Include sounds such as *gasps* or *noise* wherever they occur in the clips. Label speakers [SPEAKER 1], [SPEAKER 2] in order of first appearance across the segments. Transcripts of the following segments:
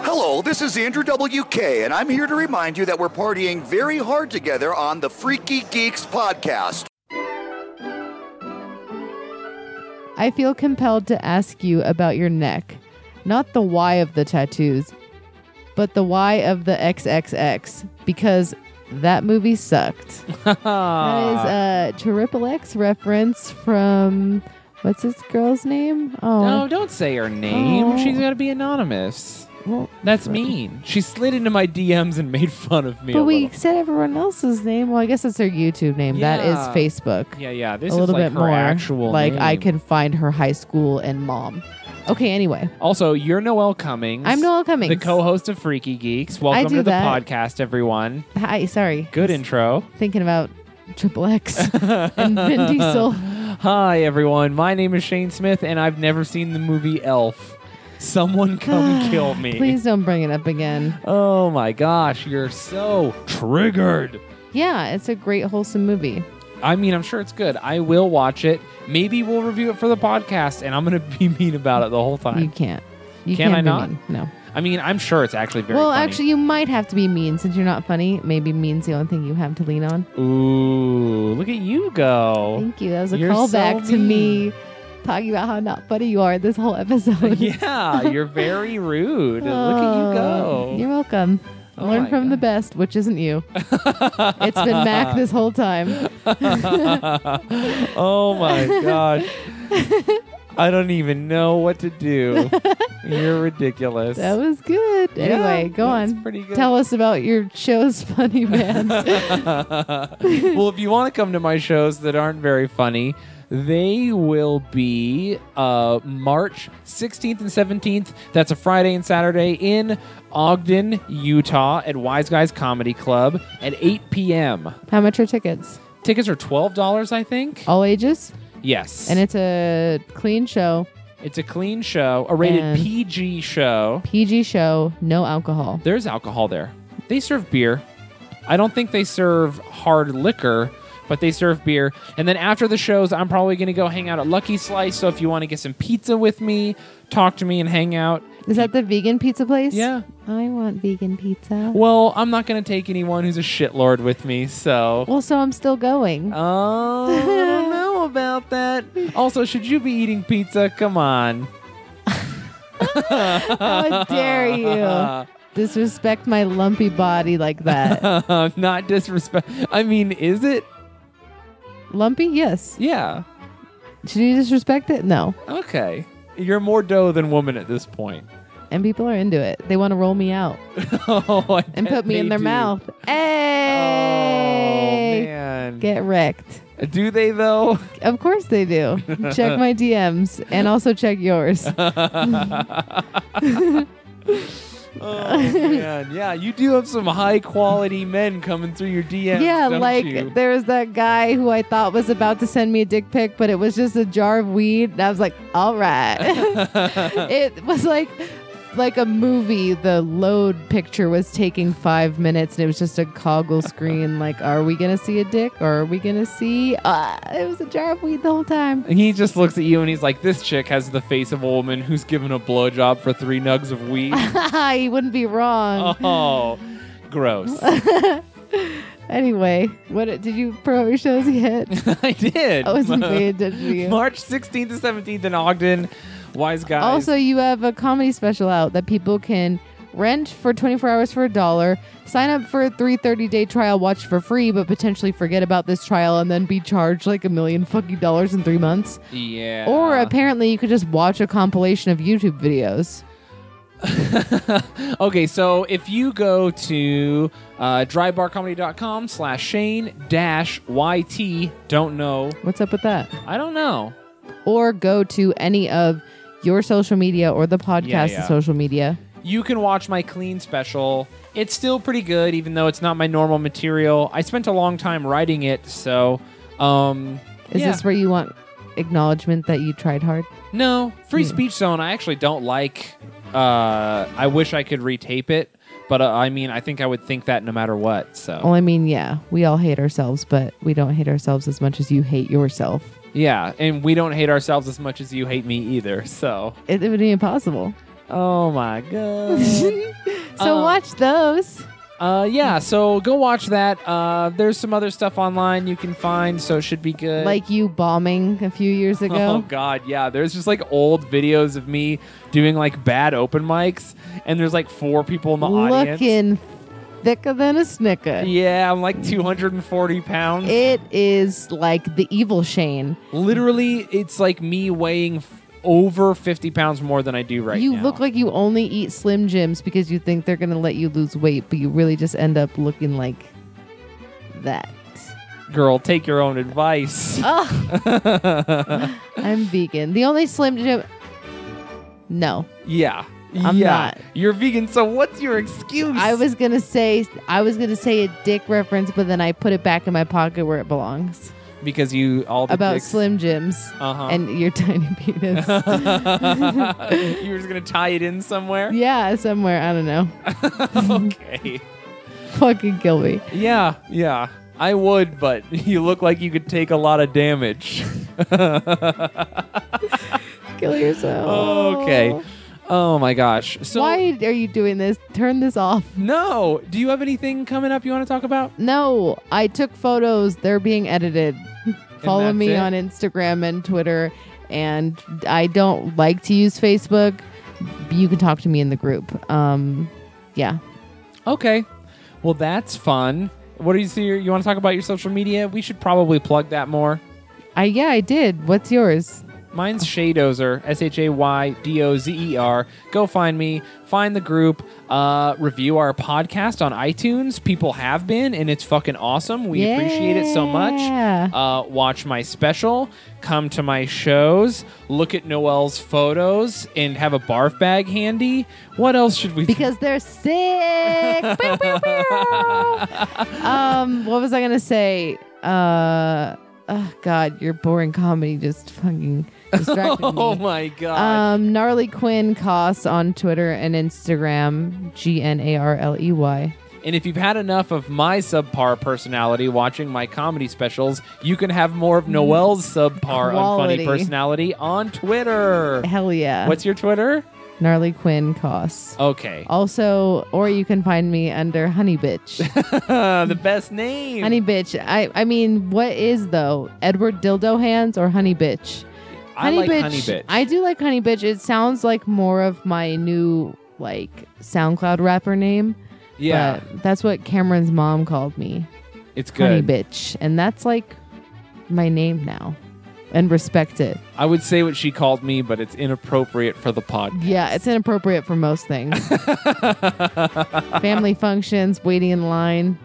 [SPEAKER 1] Hello, this is Andrew WK, and I'm here to remind you that we're partying very hard together on the Freaky Geeks podcast.
[SPEAKER 2] I feel compelled to ask you about your neck. Not the why of the tattoos, but the why of the XXX, because that movie
[SPEAKER 3] *laughs*
[SPEAKER 2] sucked. that is a triple X reference from what's this girl's name?
[SPEAKER 3] No,
[SPEAKER 2] Oh,
[SPEAKER 3] don't say her name.
[SPEAKER 2] Oh.
[SPEAKER 3] She's got to be anonymous.
[SPEAKER 2] well,
[SPEAKER 3] That's mean. She slid into my DMs and made fun of me. a
[SPEAKER 2] but we
[SPEAKER 3] little.
[SPEAKER 2] said everyone else's name. Well, I guess that's their YouTube name. That is
[SPEAKER 3] Yeah.
[SPEAKER 2] Facebook.
[SPEAKER 3] Yeah, yeah. This
[SPEAKER 2] a little
[SPEAKER 3] is like
[SPEAKER 2] bit
[SPEAKER 3] her
[SPEAKER 2] more
[SPEAKER 3] actual.
[SPEAKER 2] like I
[SPEAKER 3] name.
[SPEAKER 2] can find her high school and mom. Okay, anyway,
[SPEAKER 3] Also, you're Noelle Cummings.
[SPEAKER 2] I'm Noel Cummings.
[SPEAKER 3] the co-host of Freaky Geeks. Welcome
[SPEAKER 2] do
[SPEAKER 3] to the
[SPEAKER 2] that.
[SPEAKER 3] podcast, everyone.
[SPEAKER 2] Hi, sorry.
[SPEAKER 3] Good
[SPEAKER 2] Just
[SPEAKER 3] intro.
[SPEAKER 2] Thinking about Triple X and
[SPEAKER 3] *laughs*
[SPEAKER 2] Vin Diesel.
[SPEAKER 3] Hi, everyone. My name is Shane Smith, and I've never seen the movie Elf.
[SPEAKER 2] *gasps*
[SPEAKER 3] Someone come
[SPEAKER 2] *sighs*
[SPEAKER 3] kill me.
[SPEAKER 2] Please don't bring it up again.
[SPEAKER 3] Oh my gosh, you're so triggered.
[SPEAKER 2] Yeah, it's a great wholesome movie.
[SPEAKER 3] I mean, I'm sure it's good. I will watch it. Maybe we'll review it for the podcast, and I'm going to *laughs* be mean about it the
[SPEAKER 2] You
[SPEAKER 3] whole time.
[SPEAKER 2] can't. You
[SPEAKER 3] Can
[SPEAKER 2] can't
[SPEAKER 3] I
[SPEAKER 2] be
[SPEAKER 3] not?
[SPEAKER 2] mean. No.
[SPEAKER 3] I mean, I'm sure it's actually very
[SPEAKER 2] well,
[SPEAKER 3] funny.
[SPEAKER 2] actually, you might have to be mean since you're not funny. Maybe mean's the only thing you have to lean on.
[SPEAKER 3] Ooh, look at you go.
[SPEAKER 2] Thank you. That was a
[SPEAKER 3] You're
[SPEAKER 2] callback
[SPEAKER 3] so
[SPEAKER 2] to me talking about how not funny you are this whole episode.
[SPEAKER 3] *laughs* yeah, you're very rude. look at
[SPEAKER 2] *laughs*
[SPEAKER 3] you go.
[SPEAKER 2] Oh, You're welcome.
[SPEAKER 3] Oh
[SPEAKER 2] Learn
[SPEAKER 3] my
[SPEAKER 2] from the
[SPEAKER 3] God.
[SPEAKER 2] best, which isn't you. it's been Mac this whole time.
[SPEAKER 3] *laughs* oh my
[SPEAKER 2] *laughs*
[SPEAKER 3] gosh. I don't even know what to do.
[SPEAKER 2] *laughs*
[SPEAKER 3] You're ridiculous.
[SPEAKER 2] That was good.
[SPEAKER 3] Yeah,
[SPEAKER 2] Anyway, go
[SPEAKER 3] that's
[SPEAKER 2] on.
[SPEAKER 3] pretty good.
[SPEAKER 2] Tell us about your show's *laughs* funny man.
[SPEAKER 3] well, if you want to come to my shows that aren't very funny, they will be uh, March 16th and 17th. That's a Friday and Saturday in Ogden, Utah at Wise Guys Comedy Club at 8 p.m.
[SPEAKER 2] how much are tickets?
[SPEAKER 3] Tickets are $12, I think.
[SPEAKER 2] All ages?
[SPEAKER 3] Yes.
[SPEAKER 2] Oh. And it's a clean show,
[SPEAKER 3] it's a clean show, a rated
[SPEAKER 2] And-
[SPEAKER 3] PG show.
[SPEAKER 2] PG show, no alcohol.
[SPEAKER 3] There's alcohol there. They serve beer. I don't think they serve hard liquor, but they serve beer. And then after the shows, I'm probably going to go hang out at Lucky Slice. So if you want to get some pizza with me, talk to me and hang out.
[SPEAKER 2] Is that the vegan pizza place?
[SPEAKER 3] Yeah.
[SPEAKER 2] I want vegan pizza.
[SPEAKER 3] Well, I'm not going to take anyone who's a shitlord with me.
[SPEAKER 2] *laughs*
[SPEAKER 3] So.
[SPEAKER 2] Well, so I'm still going.
[SPEAKER 3] Oh, I don't know about that. Also, should you be eating pizza? Come on. *laughs*
[SPEAKER 2] How dare you
[SPEAKER 3] *laughs*
[SPEAKER 2] disrespect my lumpy body like that?
[SPEAKER 3] not disrespect. I mean, is it?
[SPEAKER 2] lumpy? Yes.
[SPEAKER 3] Yeah.
[SPEAKER 2] Should you disrespect it? No.
[SPEAKER 3] Okay. You're more doe than woman at this point.
[SPEAKER 2] And people are into it. They want to roll me out
[SPEAKER 3] *laughs* oh, I
[SPEAKER 2] and
[SPEAKER 3] bet
[SPEAKER 2] put me in their
[SPEAKER 3] they do.
[SPEAKER 2] mouth.
[SPEAKER 3] Oh
[SPEAKER 2] Hey!
[SPEAKER 3] man,
[SPEAKER 2] Get wrecked.
[SPEAKER 3] do they
[SPEAKER 2] *laughs*
[SPEAKER 3] though?
[SPEAKER 2] Of course they do. check my DMs and also check
[SPEAKER 3] *laughs*
[SPEAKER 2] yours.
[SPEAKER 3] Oh man, yeah, you do have some high quality men coming through your DMs.
[SPEAKER 2] yeah,
[SPEAKER 3] don't
[SPEAKER 2] like
[SPEAKER 3] you?
[SPEAKER 2] there was that guy who I thought was about to send me a dick pic, but it was just a jar of weed, and I was like, "All
[SPEAKER 3] *laughs*
[SPEAKER 2] right." it was like like a movie. The load picture was taking five minutes, and it was just a coggle screen. Like, are we gonna see a dick, or are we gonna see? Uh, it was a jar of weed the whole time. *laughs*
[SPEAKER 3] And he just looks at you and he's like, "This chick has the face of a woman who's given a blowjob for three nugs
[SPEAKER 2] *laughs*
[SPEAKER 3] of weed."
[SPEAKER 2] he wouldn't be wrong.
[SPEAKER 3] oh,
[SPEAKER 2] *laughs*
[SPEAKER 3] gross. *laughs* Oh.
[SPEAKER 2] Anyway, what did you promote your shows
[SPEAKER 3] *laughs*
[SPEAKER 2] yet?
[SPEAKER 3] I did.
[SPEAKER 2] I
[SPEAKER 3] *laughs*
[SPEAKER 2] wasn't paying attention to you.
[SPEAKER 3] March 16th to 17th in Ogden. Wise guys.
[SPEAKER 2] Also, you have a comedy special out that people can rent for 24 hours for a dollar, sign up for a 330 day trial, watch for free, but potentially forget about this trial and then be charged like a million fucking dollars in three months.
[SPEAKER 3] yeah.
[SPEAKER 2] Or apparently, you could just watch a compilation of YouTube videos.
[SPEAKER 3] okay, so if you go to uh, drybarcomedy.com slash Shane dash YT, don't know.
[SPEAKER 2] What's up with that?
[SPEAKER 3] I don't know.
[SPEAKER 2] Or go to any of your social media or the podcast's
[SPEAKER 3] yeah.
[SPEAKER 2] social media.
[SPEAKER 3] You can watch my clean special. It's still pretty good, even though it's not my normal material. I spent a long time writing it, so. Um,
[SPEAKER 2] Is
[SPEAKER 3] yeah.
[SPEAKER 2] this where you want acknowledgement that you tried hard?
[SPEAKER 3] No, free speech zone. I actually don't like. Uh, I wish I could retape it, but uh, I mean, I think I would think that no matter what. So
[SPEAKER 2] Well, I mean, yeah, we all hate ourselves, but we don't hate ourselves as much as you hate yourself.
[SPEAKER 3] yeah, and we don't hate ourselves as much as you hate me either. *laughs* So
[SPEAKER 2] It, it would be impossible. *laughs*
[SPEAKER 3] oh my god.
[SPEAKER 2] So
[SPEAKER 3] Uh,
[SPEAKER 2] watch those.
[SPEAKER 3] Uh, yeah, so go watch that. Uh, there's some other stuff online you can find, so it should be good.
[SPEAKER 2] Like you bombing a few years
[SPEAKER 3] uh, *laughs* Oh
[SPEAKER 2] ago.
[SPEAKER 3] god, yeah. There's just like old videos of me doing like bad open mics, and there's like four people in the audience.
[SPEAKER 2] Looking thicker than a snicker.
[SPEAKER 3] Yeah, I'm like 240 pounds.
[SPEAKER 2] It is like the evil Shane.
[SPEAKER 3] Literally, it's like me weighing f- over 50 pounds more than I do right
[SPEAKER 2] you
[SPEAKER 3] now.
[SPEAKER 2] look like you only eat Slim Jims because you think they're going to let you lose weight, but you really just end up looking like
[SPEAKER 3] *laughs*
[SPEAKER 2] that.
[SPEAKER 3] girl. Take your own
[SPEAKER 2] Uh,
[SPEAKER 3] advice.
[SPEAKER 2] I'm vegan. The only Slim Jim. No.
[SPEAKER 3] yeah.
[SPEAKER 2] I'm
[SPEAKER 3] yeah.
[SPEAKER 2] not.
[SPEAKER 3] You're vegan, so what's your excuse?
[SPEAKER 2] I was gonna say I was gonna say a dick reference, but then I put it back in my pocket where it belongs.
[SPEAKER 3] because you all the
[SPEAKER 2] About
[SPEAKER 3] dicks-
[SPEAKER 2] Slim Jims
[SPEAKER 3] Uh-huh.
[SPEAKER 2] and your *laughs* tiny
[SPEAKER 3] *laughs*
[SPEAKER 2] penis.
[SPEAKER 3] you were just gonna tie it in somewhere.
[SPEAKER 2] yeah, somewhere I don't know.
[SPEAKER 3] *laughs* okay.
[SPEAKER 2] Fucking kill me.
[SPEAKER 3] Yeah, yeah. I would, but *laughs* you look like you could take a lot of *laughs* damage.
[SPEAKER 2] Kill yourself.
[SPEAKER 3] okay. Oh my gosh. So
[SPEAKER 2] Why are you doing this? Turn this off.
[SPEAKER 3] No. Do you have anything coming up you want to talk about?
[SPEAKER 2] No, I took photos. They're being
[SPEAKER 3] *laughs*
[SPEAKER 2] edited. Follow
[SPEAKER 3] that's
[SPEAKER 2] me
[SPEAKER 3] it?
[SPEAKER 2] on Instagram and Twitter. And I don't like to use Facebook. You can talk to me in the group. Um, yeah.
[SPEAKER 3] Okay. Well, that's fun. What do you see? You want to talk about your social media? We should probably plug that more.
[SPEAKER 2] I yeah, I did. What's yours?
[SPEAKER 3] Mine's Shaydozer, S H A Y D O Z E R. Go find me, find the group, uh, review our podcast on iTunes. People have been, and it's fucking awesome. We appreciate it so
[SPEAKER 2] Yeah.
[SPEAKER 3] much. Uh, watch my special, come to my shows, look at Noel's photos, and have a barf bag handy. What else should we
[SPEAKER 2] Because they're sick. Pew, pew, pew. um, what was I gonna say? Uh, oh God, your boring comedy just fucking
[SPEAKER 3] *laughs*
[SPEAKER 2] distracted me.
[SPEAKER 3] *laughs* Oh my god.
[SPEAKER 2] Um, gnarly Quinn Koss on Twitter and Instagram. G N A R L E Y.
[SPEAKER 3] And if you've had enough of my subpar personality watching my comedy specials, you can have more of Noel's subpar
[SPEAKER 2] Quality.
[SPEAKER 3] unfunny personality on Twitter.
[SPEAKER 2] Hell yeah.
[SPEAKER 3] What's your Twitter?
[SPEAKER 2] gnarly Quinn Koss?
[SPEAKER 3] Okay.
[SPEAKER 2] Oh. Also, or you can find me under Honey
[SPEAKER 3] *laughs*
[SPEAKER 2] Bitch.
[SPEAKER 3] Uh, the best name.
[SPEAKER 2] honey Bitch. I I mean, what is though? Edward Dildo Hands or Honey Bitch?
[SPEAKER 3] I like Honey Bitch.
[SPEAKER 2] I do like Honey Bitch. It sounds like more of my new like SoundCloud rapper name.
[SPEAKER 3] yeah,
[SPEAKER 2] But that's what Cameron's mom called me.
[SPEAKER 3] it's good.
[SPEAKER 2] honey bitch and that's like my name now and respect it
[SPEAKER 3] I would say what she called me, but it's inappropriate for the podcast.
[SPEAKER 2] yeah it's inappropriate for most
[SPEAKER 3] *laughs*
[SPEAKER 2] things family functions waiting in line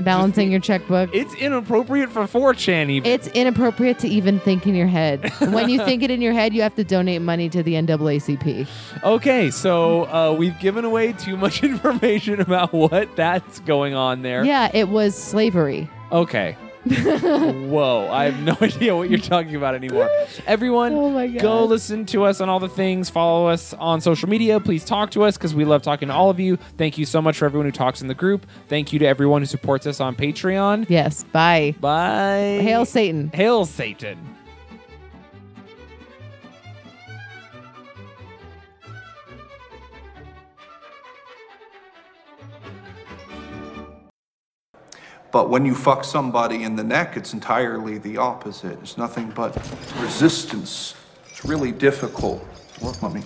[SPEAKER 2] balancing your checkbook
[SPEAKER 3] It's inappropriate for 4chan even.
[SPEAKER 2] it's inappropriate to even think in your head when you think it in your head you have to donate money to the
[SPEAKER 3] *laughs*
[SPEAKER 2] naacp
[SPEAKER 3] okay, so uh, we've given away too much *laughs* information about what that's going on there.
[SPEAKER 2] yeah it was slavery *laughs*
[SPEAKER 3] Okay. Whoa, I have no *laughs* idea what you're talking about anymore. Everyone,
[SPEAKER 2] Oh my God.
[SPEAKER 3] go listen to us on all the things. Follow us on social media. Please talk to us because we love talking to all of you. Thank you so much for everyone who talks in the group. Thank you to everyone who supports us on Patreon.
[SPEAKER 2] yes bye
[SPEAKER 3] Bye.
[SPEAKER 2] hail satan
[SPEAKER 3] Hail Satan.
[SPEAKER 4] But when you fuck somebody in the neck, it's entirely the opposite. It's nothing but resistance. It's really difficult. Look, let me.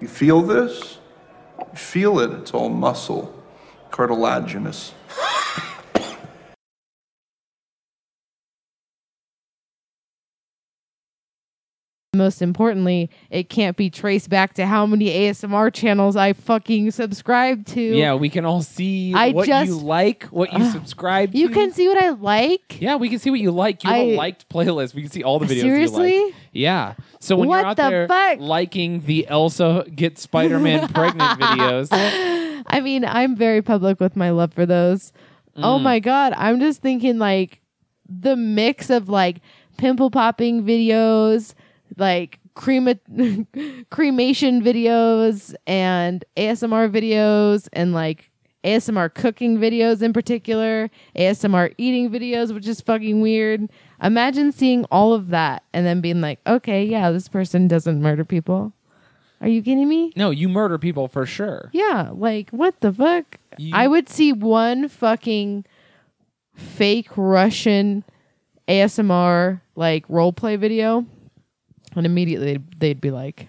[SPEAKER 4] You feel this? You feel it. It's all muscle, cartilaginous.
[SPEAKER 2] Most importantly, it can't be traced back to how many ASMR channels I fucking subscribe to.
[SPEAKER 3] Yeah, we can all see
[SPEAKER 2] I
[SPEAKER 3] what
[SPEAKER 2] just-
[SPEAKER 3] you like,
[SPEAKER 2] *sighs*
[SPEAKER 3] what you subscribe
[SPEAKER 2] You
[SPEAKER 3] to.
[SPEAKER 2] can see what I like?
[SPEAKER 3] Yeah, we can see what you like. You have a
[SPEAKER 2] I-
[SPEAKER 3] liked playlist. We can see all the videos you
[SPEAKER 2] Seriously?
[SPEAKER 3] like. Yeah. So when
[SPEAKER 2] What
[SPEAKER 3] you're out
[SPEAKER 2] the
[SPEAKER 3] there
[SPEAKER 2] fuck?
[SPEAKER 3] liking the Elsa get Spider-Man
[SPEAKER 2] *laughs*
[SPEAKER 3] pregnant videos,
[SPEAKER 2] I mean, I'm very public with my love for those. Oh my God. I'm just thinking like the mix of like pimple popping videos, like crema- *laughs* cremation videos, and ASMR videos, and like ASMR cooking videos in particular, ASMR eating videos, which is fucking weird. Imagine seeing all of that and then being like, okay, yeah, this person doesn't murder people. Are you kidding me?
[SPEAKER 3] No, you murder people for sure.
[SPEAKER 2] Yeah, like what the fuck?
[SPEAKER 3] You-
[SPEAKER 2] I would see one fucking fake Russian ASMR like role play video, and immediately they'd, they'd be like,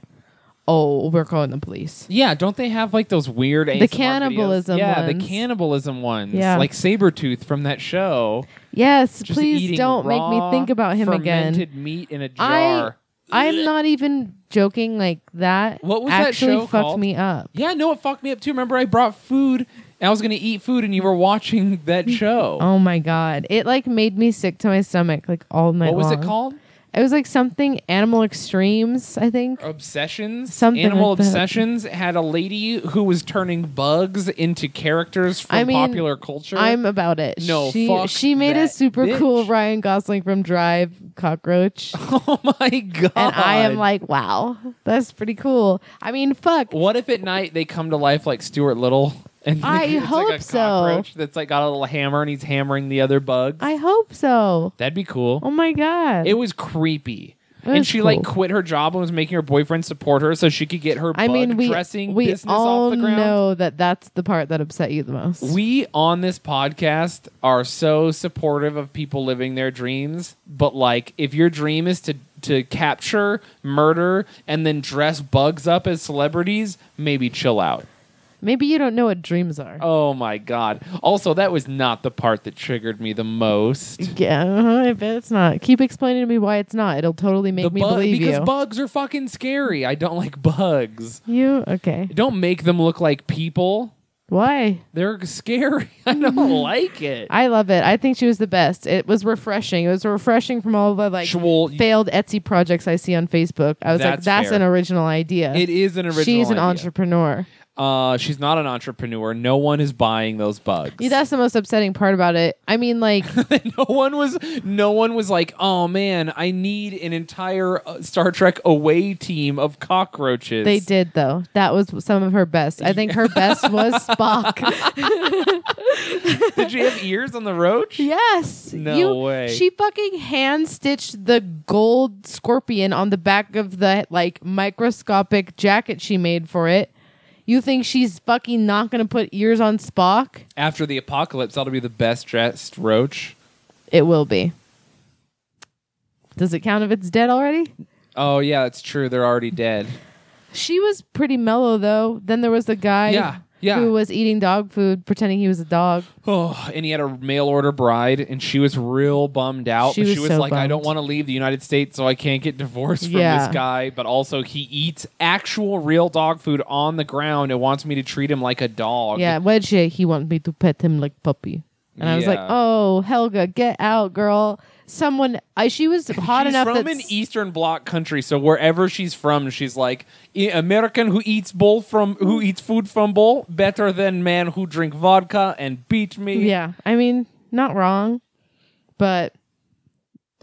[SPEAKER 2] "Oh, we're calling the police."
[SPEAKER 3] Yeah, don't they have like those weird ASMR videos?
[SPEAKER 2] cannibalism
[SPEAKER 3] Yeah,
[SPEAKER 2] ones.
[SPEAKER 3] the cannibalism ones.
[SPEAKER 2] Yeah.
[SPEAKER 3] Like Sabretooth from that show.
[SPEAKER 2] Yes,
[SPEAKER 3] Just
[SPEAKER 2] please
[SPEAKER 3] eating
[SPEAKER 2] don't make me
[SPEAKER 3] raw,
[SPEAKER 2] think about him again.
[SPEAKER 3] fermented meat in a
[SPEAKER 2] I
[SPEAKER 3] jar.
[SPEAKER 2] I'm not even joking. Like that.
[SPEAKER 3] What was that
[SPEAKER 2] actually
[SPEAKER 3] show
[SPEAKER 2] fucked
[SPEAKER 3] called?
[SPEAKER 2] me up.
[SPEAKER 3] Yeah, no, it fucked me up too. Remember, I brought food and I was going to eat food, and you were watching
[SPEAKER 2] *laughs*
[SPEAKER 3] that show.
[SPEAKER 2] Oh my god! It like made me sick to my stomach like all night.
[SPEAKER 3] what was it
[SPEAKER 2] long.
[SPEAKER 3] called?
[SPEAKER 2] It was like something Animal Extremes, I think.
[SPEAKER 3] Obsessions.
[SPEAKER 2] Something
[SPEAKER 3] Animal
[SPEAKER 2] like that.
[SPEAKER 3] Obsessions had a lady who was turning bugs into characters from
[SPEAKER 2] I mean,
[SPEAKER 3] popular culture.
[SPEAKER 2] I'm about it.
[SPEAKER 3] No,
[SPEAKER 2] she
[SPEAKER 3] fuck
[SPEAKER 2] she made a
[SPEAKER 3] that
[SPEAKER 2] super cool
[SPEAKER 3] bitch.
[SPEAKER 2] Ryan Gosling from Drive
[SPEAKER 3] *laughs*
[SPEAKER 2] cockroach,
[SPEAKER 3] *laughs* oh my god!
[SPEAKER 2] and I am like, wow, that's pretty cool. I mean, fuck,
[SPEAKER 3] what if at night they come to life like Stuart Little? *laughs* And
[SPEAKER 2] I
[SPEAKER 3] it's like
[SPEAKER 2] hope
[SPEAKER 3] a
[SPEAKER 2] so.
[SPEAKER 3] cockroach That's like got a little hammer and he's hammering the other bugs.
[SPEAKER 2] I hope so.
[SPEAKER 3] That'd be cool.
[SPEAKER 2] Oh my god,
[SPEAKER 3] It was creepy.
[SPEAKER 2] was
[SPEAKER 3] and she like
[SPEAKER 2] cool.
[SPEAKER 3] quit her job and was making her boyfriend support her so she could get her
[SPEAKER 2] I
[SPEAKER 3] bug
[SPEAKER 2] mean, we
[SPEAKER 3] dressing
[SPEAKER 2] we
[SPEAKER 3] business
[SPEAKER 2] all
[SPEAKER 3] off the ground.
[SPEAKER 2] know that that's the part that upset you the most.
[SPEAKER 3] We on this podcast are so supportive of people living their dreams, but like if your dream is to to capture, murder, and then dress bugs up as celebrities, maybe chill out.
[SPEAKER 2] Maybe you don't know what dreams are.
[SPEAKER 3] Oh my god. Also, that was not the part that triggered me the most.
[SPEAKER 2] Yeah, *laughs* uh-huh, I bet it's not. Keep explaining to me why it's not. It'll totally make
[SPEAKER 3] The
[SPEAKER 2] me
[SPEAKER 3] bug-
[SPEAKER 2] believe
[SPEAKER 3] because
[SPEAKER 2] you.
[SPEAKER 3] bugs are fucking scary. I don't like bugs.
[SPEAKER 2] you okay?
[SPEAKER 3] Don't make them look like people.
[SPEAKER 2] Why?
[SPEAKER 3] They're scary. *laughs* I
[SPEAKER 2] *laughs*
[SPEAKER 3] don't like it.
[SPEAKER 2] I love it. I think she was the best. It was refreshing. It was refreshing from all the like
[SPEAKER 3] Schwoll, y-
[SPEAKER 2] failed Etsy projects I see on Facebook. I was like,
[SPEAKER 3] That's
[SPEAKER 2] that's
[SPEAKER 3] fair.
[SPEAKER 2] an original idea.
[SPEAKER 3] it is an original.
[SPEAKER 2] She's an
[SPEAKER 3] idea.
[SPEAKER 2] entrepreneur.
[SPEAKER 3] Uh, she's not an entrepreneur. No one is buying those bugs.
[SPEAKER 2] Yeah, that's the most upsetting part about it. I mean,
[SPEAKER 3] *laughs*
[SPEAKER 2] like,
[SPEAKER 3] no one was. No one was like, "Oh man, I need an entire uh, Star Trek away team of cockroaches." *laughs*
[SPEAKER 2] they did though. That was some of her best. I think her best
[SPEAKER 3] *laughs*
[SPEAKER 2] was Spock.
[SPEAKER 3] Did you have ears on the roach?
[SPEAKER 2] yes.
[SPEAKER 3] No way.
[SPEAKER 2] She fucking hand stitched the gold scorpion on the back of the like microscopic jacket she made for it. You think she's fucking not gonna put ears on Spock?
[SPEAKER 3] After the apocalypse, that'll be the best dressed roach.
[SPEAKER 2] It will be. Does it count if it's dead already?
[SPEAKER 3] Oh yeah, it's true. They're already dead.
[SPEAKER 2] She was pretty mellow though. Then there was the guy
[SPEAKER 3] Yeah, yeah.
[SPEAKER 2] who was eating dog food pretending he was a dog.
[SPEAKER 3] *sighs* Oh, and he had a mail order bride, and she was real bummed out.
[SPEAKER 2] She
[SPEAKER 3] but
[SPEAKER 2] was
[SPEAKER 3] she was
[SPEAKER 2] so
[SPEAKER 3] like, "I don't
[SPEAKER 2] bummed.
[SPEAKER 3] want to leave the United States, so I can't get divorced from
[SPEAKER 2] Yeah.
[SPEAKER 3] this guy." But also, he eats actual real dog food on the ground and wants me to treat him like a dog.
[SPEAKER 2] Yeah, what she he wanted me to pet him like puppy. And I was like,
[SPEAKER 3] Yeah.
[SPEAKER 2] "Oh, Helga, get out, girl." Someone I she was hot
[SPEAKER 3] she's
[SPEAKER 2] enough
[SPEAKER 3] from
[SPEAKER 2] that
[SPEAKER 3] an E
[SPEAKER 2] s-
[SPEAKER 3] Eastern Bloc country, so wherever she's from, she's like "I- American who eats bowl from who eats food from bowl better than man who drink vodka and beat me.
[SPEAKER 2] Yeah. I mean, not wrong. But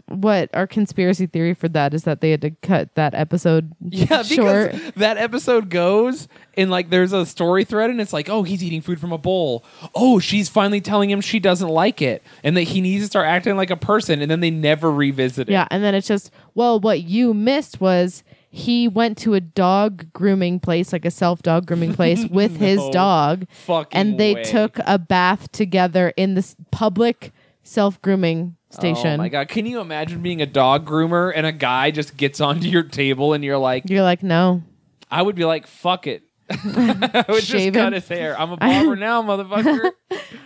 [SPEAKER 2] what our conspiracy theory for that is that they had to cut that episode
[SPEAKER 3] *laughs* Yeah,
[SPEAKER 2] short.
[SPEAKER 3] because that episode goes and like there's a story thread and it's like, oh, he's eating food from a bowl. Oh, she's finally telling him she doesn't like it and that he needs to start acting like a person. And then they never revisit it.
[SPEAKER 2] Yeah, and then it's just, well, what you missed was he went to a dog grooming place, like a self dog grooming
[SPEAKER 3] *laughs*
[SPEAKER 2] place, with his
[SPEAKER 3] No
[SPEAKER 2] dog,
[SPEAKER 3] fucking
[SPEAKER 2] and they
[SPEAKER 3] way.
[SPEAKER 2] took a bath together in this public self grooming station.
[SPEAKER 3] Oh my god! Can you imagine being a dog groomer and a guy just gets onto your table and you're like,
[SPEAKER 2] You're like, no,
[SPEAKER 3] I would be like, fuck it. *laughs* I would
[SPEAKER 2] Shave
[SPEAKER 3] just cut
[SPEAKER 2] him.
[SPEAKER 3] his
[SPEAKER 2] *laughs*
[SPEAKER 3] hair. I'm a barber now, motherfucker.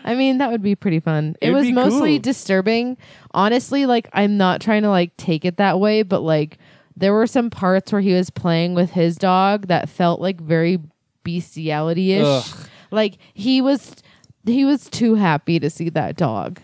[SPEAKER 2] I mean, that would be pretty fun. It
[SPEAKER 3] It'd
[SPEAKER 2] was
[SPEAKER 3] be
[SPEAKER 2] mostly
[SPEAKER 3] cool.
[SPEAKER 2] disturbing. Honestly, like I'm not trying to like take it that way, but like there were some parts where he was playing with his dog that felt like very bestiality
[SPEAKER 3] Ugh.
[SPEAKER 2] ish. Like he was he was too happy to see that dog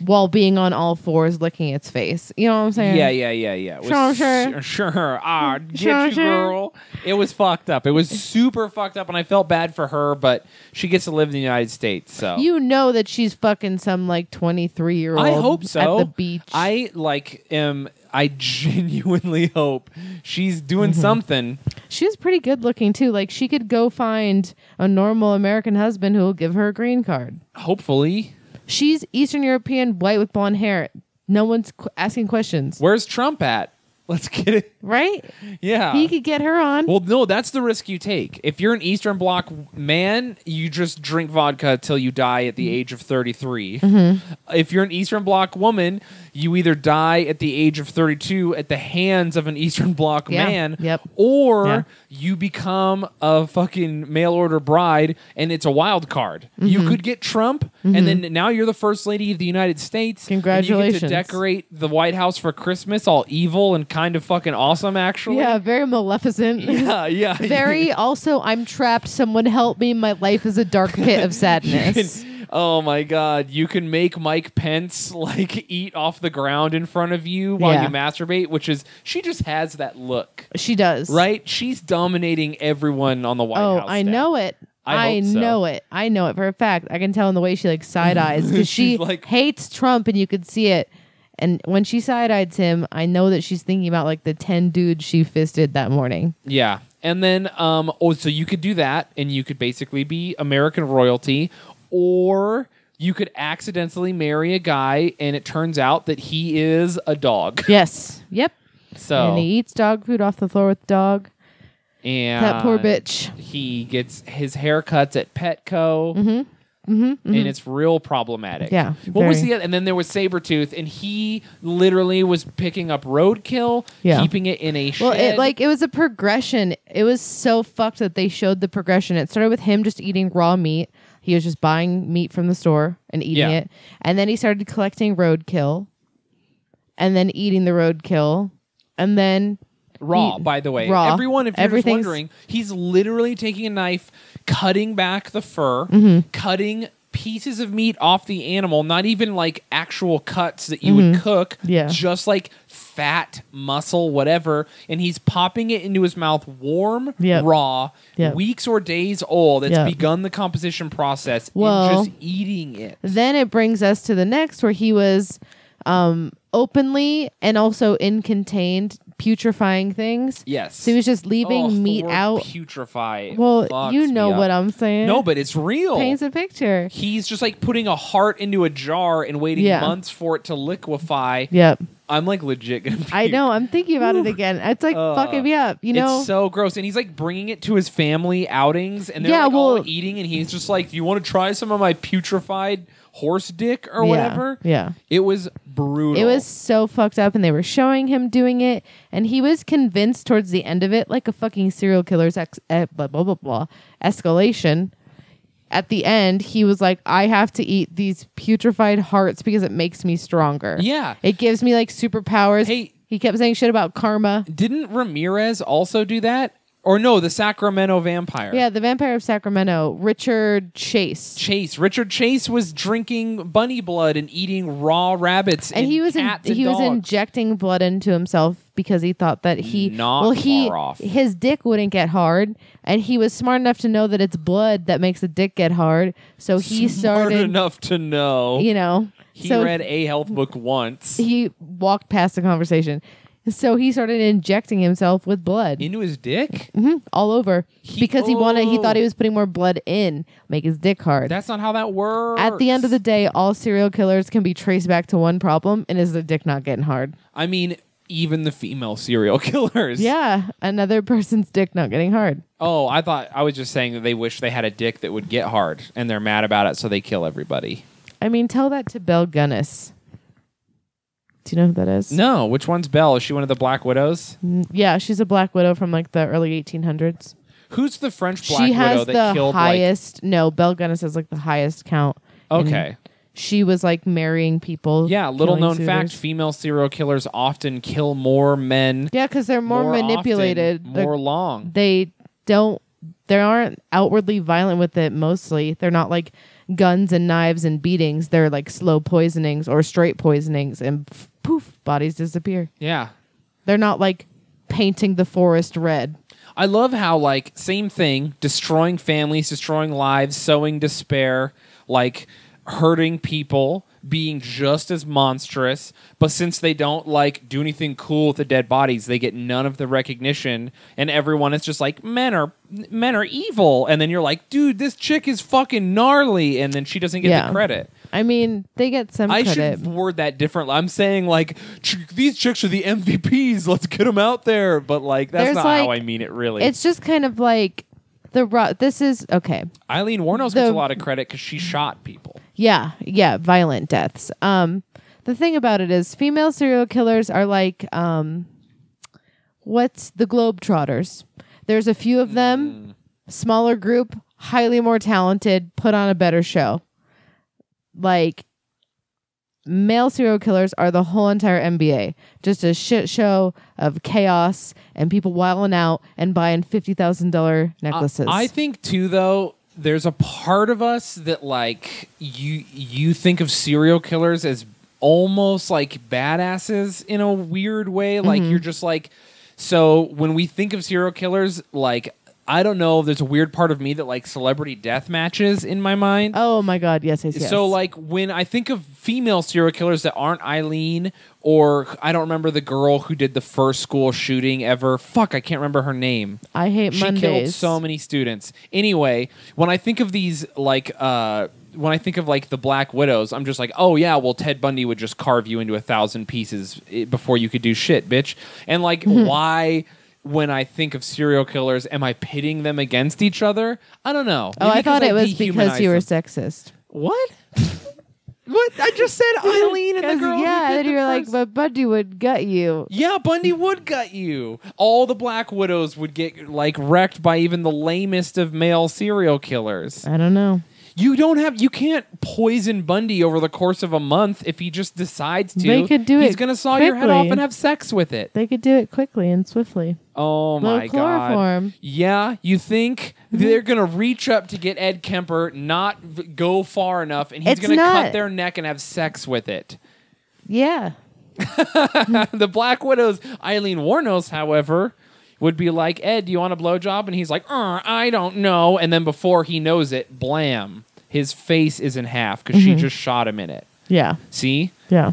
[SPEAKER 2] while being on all fours licking its face. You know what I'm saying?
[SPEAKER 3] Yeah, yeah, yeah, yeah. It
[SPEAKER 2] Sure,
[SPEAKER 3] was
[SPEAKER 2] sure.
[SPEAKER 3] sure, sure. Ah, get
[SPEAKER 2] Sure,
[SPEAKER 3] you,
[SPEAKER 2] sure.
[SPEAKER 3] girl. It was fucked up. It was super fucked up, and I felt bad for her. But she gets to live in the United States, so
[SPEAKER 2] You know that she's fucking some like 23 year old
[SPEAKER 3] I hope so.
[SPEAKER 2] at the beach.
[SPEAKER 3] I like am. I genuinely *laughs* hope she's doing
[SPEAKER 2] Mm-hmm.
[SPEAKER 3] something.
[SPEAKER 2] She was pretty good looking too. Like she could go find a normal American husband who will give her a green card.
[SPEAKER 3] Hopefully,
[SPEAKER 2] She's Eastern European, white with blonde hair. No one's qu- asking questions.
[SPEAKER 3] where's Trump at? Let's get it.
[SPEAKER 2] right?
[SPEAKER 3] Yeah.
[SPEAKER 2] he could get her on.
[SPEAKER 3] Well, no, that's the risk you take. If you're an Eastern Bloc man, you just drink vodka till you die at the
[SPEAKER 2] Mm-hmm.
[SPEAKER 3] age of 33. If you're an Eastern Bloc woman, you either die at the age of 32 at the hands of an Eastern Bloc
[SPEAKER 2] Yeah.
[SPEAKER 3] man,
[SPEAKER 2] Yep.
[SPEAKER 3] or
[SPEAKER 2] Yeah.
[SPEAKER 3] you become a fucking mail order bride and it's a wild card.
[SPEAKER 2] Mm-hmm.
[SPEAKER 3] You could get Trump, and then now you're the First Lady of the United States. and you get to
[SPEAKER 2] Congratulations.
[SPEAKER 3] decorate the White House for Christmas, all evil and kind of fucking awesome, actually.
[SPEAKER 2] yeah, very maleficent.
[SPEAKER 3] *laughs* Yeah, yeah.
[SPEAKER 2] very also I'm trapped, someone help me, my life is a dark pit
[SPEAKER 3] *laughs*
[SPEAKER 2] of sadness.
[SPEAKER 3] Oh my god, you can make Mike Pence *laughs* like eat off the ground in front of you while
[SPEAKER 2] Yeah.
[SPEAKER 3] you masturbate, which is she just has that look.
[SPEAKER 2] she does.
[SPEAKER 3] Right? She's dominating everyone on the White
[SPEAKER 2] Oh,
[SPEAKER 3] House.
[SPEAKER 2] I know it.
[SPEAKER 3] I
[SPEAKER 2] I,
[SPEAKER 3] hope so.
[SPEAKER 2] know it. I know it for a fact. I can tell in the way she like side
[SPEAKER 3] *laughs*
[SPEAKER 2] eyes because she
[SPEAKER 3] She's like-
[SPEAKER 2] hates Trump, and you could see it. And when she side eyes him, I know that she's thinking about like the ten dudes she fisted that morning.
[SPEAKER 3] Yeah. And then um oh so you could do that and you could basically be American royalty or you could accidentally marry a guy and it turns out that he is a dog. *laughs*
[SPEAKER 2] Yes. Yep.
[SPEAKER 3] So
[SPEAKER 2] And he eats dog food off the floor with dog.
[SPEAKER 3] and
[SPEAKER 2] That poor bitch.
[SPEAKER 3] he gets his haircuts at Petco. And it's real problematic.
[SPEAKER 2] Mm-hmm. Yeah,
[SPEAKER 3] What was
[SPEAKER 2] very.
[SPEAKER 3] the other? And then there was Sabretooth, and he literally was picking up roadkill,
[SPEAKER 2] Yeah.
[SPEAKER 3] keeping it in a shed.
[SPEAKER 2] Well, it like it was a progression. It was so fucked that they showed the progression. It started with him just eating raw meat. He was just buying meat from the store and eating
[SPEAKER 3] Yeah.
[SPEAKER 2] it. And then he started collecting roadkill and then eating the roadkill. And then
[SPEAKER 3] raw,
[SPEAKER 2] he-
[SPEAKER 3] by the way.
[SPEAKER 2] raw.
[SPEAKER 3] Everyone, if you're just
[SPEAKER 2] Everything's-
[SPEAKER 3] wondering, he's literally taking a knife, cutting back the fur,
[SPEAKER 2] Mm-hmm.
[SPEAKER 3] cutting pieces of meat off the animal, not even like actual cuts that you would cook,
[SPEAKER 2] Mm-hmm. Yeah.
[SPEAKER 3] just like fat, muscle, whatever, and he's popping it into his mouth warm,
[SPEAKER 2] Yep.
[SPEAKER 3] raw,
[SPEAKER 2] Yep.
[SPEAKER 3] weeks or days old. It's
[SPEAKER 2] Yep.
[SPEAKER 3] begun the composition process
[SPEAKER 2] Well-
[SPEAKER 3] and just eating it.
[SPEAKER 2] then it brings us to the next where he was um openly and also in contained putrefying things.
[SPEAKER 3] Yes.
[SPEAKER 2] So he was just leaving
[SPEAKER 3] Oh, the
[SPEAKER 2] meat
[SPEAKER 3] word
[SPEAKER 2] out.
[SPEAKER 3] Putrefy.
[SPEAKER 2] well,
[SPEAKER 3] fucks
[SPEAKER 2] you
[SPEAKER 3] me
[SPEAKER 2] know
[SPEAKER 3] up.
[SPEAKER 2] what I'm saying.
[SPEAKER 3] No, but it's real.
[SPEAKER 2] paints a picture.
[SPEAKER 3] he's just like putting a heart into a jar and waiting
[SPEAKER 2] Yeah.
[SPEAKER 3] months for it to liquefy.
[SPEAKER 2] Yep.
[SPEAKER 3] I'm like legit gonna. Puke.
[SPEAKER 2] I know. I'm thinking about it again. It's like fucking me up. You know.
[SPEAKER 3] Uh, it's so gross, and he's like bringing it to his family outings, and they're
[SPEAKER 2] Yeah,
[SPEAKER 3] like all
[SPEAKER 2] well-
[SPEAKER 3] eating, and he's just like, "Do you want to try some of my putrefied horse dick or
[SPEAKER 2] Yeah,
[SPEAKER 3] whatever?"
[SPEAKER 2] yeah.
[SPEAKER 3] it was brutal.
[SPEAKER 2] it was so fucked up, and they were showing him doing it, and he was convinced towards the end of it, like a fucking serial killer's ex- eh, blah blah blah blah escalation. At the end, he was like, "I have to eat these putrefied hearts because it makes me stronger.
[SPEAKER 3] Yeah.
[SPEAKER 2] it gives me like superpowers."
[SPEAKER 3] Hey-
[SPEAKER 2] he kept saying shit about karma.
[SPEAKER 3] Didn't Ramirez also do that? Or no, the Sacramento vampire.
[SPEAKER 2] Yeah, the vampire of Sacramento, Richard Chase.
[SPEAKER 3] Chase Richard Chase was drinking bunny blood and eating raw rabbits, and,
[SPEAKER 2] and he was in,
[SPEAKER 3] cats and
[SPEAKER 2] he was
[SPEAKER 3] dogs.
[SPEAKER 2] injecting blood into himself because he thought that he
[SPEAKER 3] Not
[SPEAKER 2] well he
[SPEAKER 3] far off.
[SPEAKER 2] his dick wouldn't get hard and he was smart enough to know that it's blood that makes the dick get hard so he
[SPEAKER 3] *laughs* Smart
[SPEAKER 2] started
[SPEAKER 3] enough to know.
[SPEAKER 2] you know
[SPEAKER 3] He
[SPEAKER 2] so
[SPEAKER 3] read a health book once
[SPEAKER 2] he walked past the conversation so he started injecting himself with blood
[SPEAKER 3] into his dick.
[SPEAKER 2] Mm-hmm. all over because he wanted he
[SPEAKER 3] oh.
[SPEAKER 2] thought he was putting more blood in make his dick hard
[SPEAKER 3] That's not how that works.
[SPEAKER 2] at the end of the day all serial killers can be traced back to one problem and is the dick not getting hard
[SPEAKER 3] I mean, even the female serial *laughs* killers.
[SPEAKER 2] yeah another person's dick not getting hard
[SPEAKER 3] Oh, I thought I was just saying that they wish they had a dick that would get hard, and they're mad about it, so they kill everybody.
[SPEAKER 2] I mean, tell that to Belle Gunnis. Do you know who that is?
[SPEAKER 3] No, which one's Belle? Is she one of the Black Widows?
[SPEAKER 2] Yeah, she's a black widow from like the early 1800s.
[SPEAKER 3] Who's the French Black
[SPEAKER 2] she has
[SPEAKER 3] Widow that
[SPEAKER 2] the
[SPEAKER 3] killed
[SPEAKER 2] highest. no, Belle Gunnis has like the highest count.
[SPEAKER 3] like?
[SPEAKER 2] And
[SPEAKER 3] Okay.
[SPEAKER 2] She was like marrying people.
[SPEAKER 3] Yeah, little
[SPEAKER 2] killing
[SPEAKER 3] known fact:
[SPEAKER 2] suitors.
[SPEAKER 3] female serial killers often kill more men.
[SPEAKER 2] Yeah, because they're more,
[SPEAKER 3] often,
[SPEAKER 2] manipulated. They're-
[SPEAKER 3] more long.
[SPEAKER 2] they don't. They aren't outwardly violent with it. Mostly, they're not like guns and knives and beatings. They're like slow poisonings or straight poisonings, and f- poof, bodies disappear.
[SPEAKER 3] Yeah,
[SPEAKER 2] They're not like painting the forest red.
[SPEAKER 3] I love how like same thing, destroying families, destroying lives, sowing despair, like hurting people, being just as monstrous, but since they don't like do anything cool with the dead bodies, they get none of the recognition and everyone is just like men are men are evil and then you're like, dude, this chick is fucking gnarly and then she doesn't get
[SPEAKER 2] Yeah.
[SPEAKER 3] the credit.
[SPEAKER 2] I mean, they get some
[SPEAKER 3] I
[SPEAKER 2] credit.
[SPEAKER 3] should word that differently. I'm saying like "Ch- these chicks are the MVPs. Let's get them out there. But like that's
[SPEAKER 2] There's,
[SPEAKER 3] not how
[SPEAKER 2] like-
[SPEAKER 3] I mean it. Really,
[SPEAKER 2] It's just kind of like the ro- this is okay.
[SPEAKER 3] Eileen Warnos gets a
[SPEAKER 2] the-
[SPEAKER 3] lot of credit because she shot people.
[SPEAKER 2] Yeah, yeah, violent deaths. Um the thing about it is female serial killers are like um what's the globetrotters? There's a few of them,
[SPEAKER 3] Mm.
[SPEAKER 2] smaller group, highly more talented, put on a better show. Like male serial killers are the whole entire NBA. Just a shit show of chaos and people wilding out and buying $50,000 necklaces.
[SPEAKER 3] I think too though there's a part of us that like you you think of serial killers as almost like badasses in a weird way like you're just like so when we think of serial killers like I don't know there's a weird part of me that like celebrity death matches in my mind
[SPEAKER 2] oh my god, yes, yes, yes.
[SPEAKER 3] So like when I think of female serial killers that aren't Eileen or I don't remember the girl who did the first school shooting ever. Fuck, I can't remember her name.
[SPEAKER 2] I hate
[SPEAKER 3] She
[SPEAKER 2] Mondays.
[SPEAKER 3] killed so many students. Anyway, when I think of these like uh when I think of like the Black Widows, I'm just like, oh yeah, well Ted Bundy would just carve you into a thousand pieces eh, before you could do shit, bitch. And like,
[SPEAKER 2] Mm-hmm.
[SPEAKER 3] why? When I think of serial killers, am I pitting them against each other? I don't know.
[SPEAKER 2] Oh,
[SPEAKER 3] Maybe
[SPEAKER 2] I thought it was because
[SPEAKER 3] dehumanize
[SPEAKER 2] you were
[SPEAKER 3] them.
[SPEAKER 2] sexist.
[SPEAKER 3] What? what? I
[SPEAKER 2] *laughs*
[SPEAKER 3] just said Eileen and the
[SPEAKER 2] 'Cause,
[SPEAKER 3] girl. who
[SPEAKER 2] yeah,
[SPEAKER 3] did
[SPEAKER 2] and
[SPEAKER 3] the
[SPEAKER 2] you're like,
[SPEAKER 3] first-
[SPEAKER 2] but Bundy would gut you.
[SPEAKER 3] yeah, Bundy would gut you. All the Black Widows would get like wrecked by even the lamest of male serial killers.
[SPEAKER 2] I don't know.
[SPEAKER 3] You don't have, you can't poison Bundy over the course of a month if he just decides to.
[SPEAKER 2] They could do
[SPEAKER 3] He's
[SPEAKER 2] it
[SPEAKER 3] gonna saw your head
[SPEAKER 2] quickly.
[SPEAKER 3] off and have sex with it.
[SPEAKER 2] They could do it quickly and swiftly.
[SPEAKER 3] Oh
[SPEAKER 2] Little
[SPEAKER 3] my god!
[SPEAKER 2] chloroform. Mm-hmm.
[SPEAKER 3] Yeah, you think they're gonna reach up to get Ed Kemper, not v- go far enough, and he's
[SPEAKER 2] It's
[SPEAKER 3] gonna cut
[SPEAKER 2] not-
[SPEAKER 3] their neck and have sex with it.
[SPEAKER 2] Yeah.
[SPEAKER 3] the Black Widow's Eileen Warnos, however, would be like, Ed, do you want a blowjob? And he's like, "Uh, I don't know. And then before he knows it, blam, his face is in half because
[SPEAKER 2] Mm-hmm.
[SPEAKER 3] she just shot him in it.
[SPEAKER 2] Yeah.
[SPEAKER 3] See?
[SPEAKER 2] Yeah.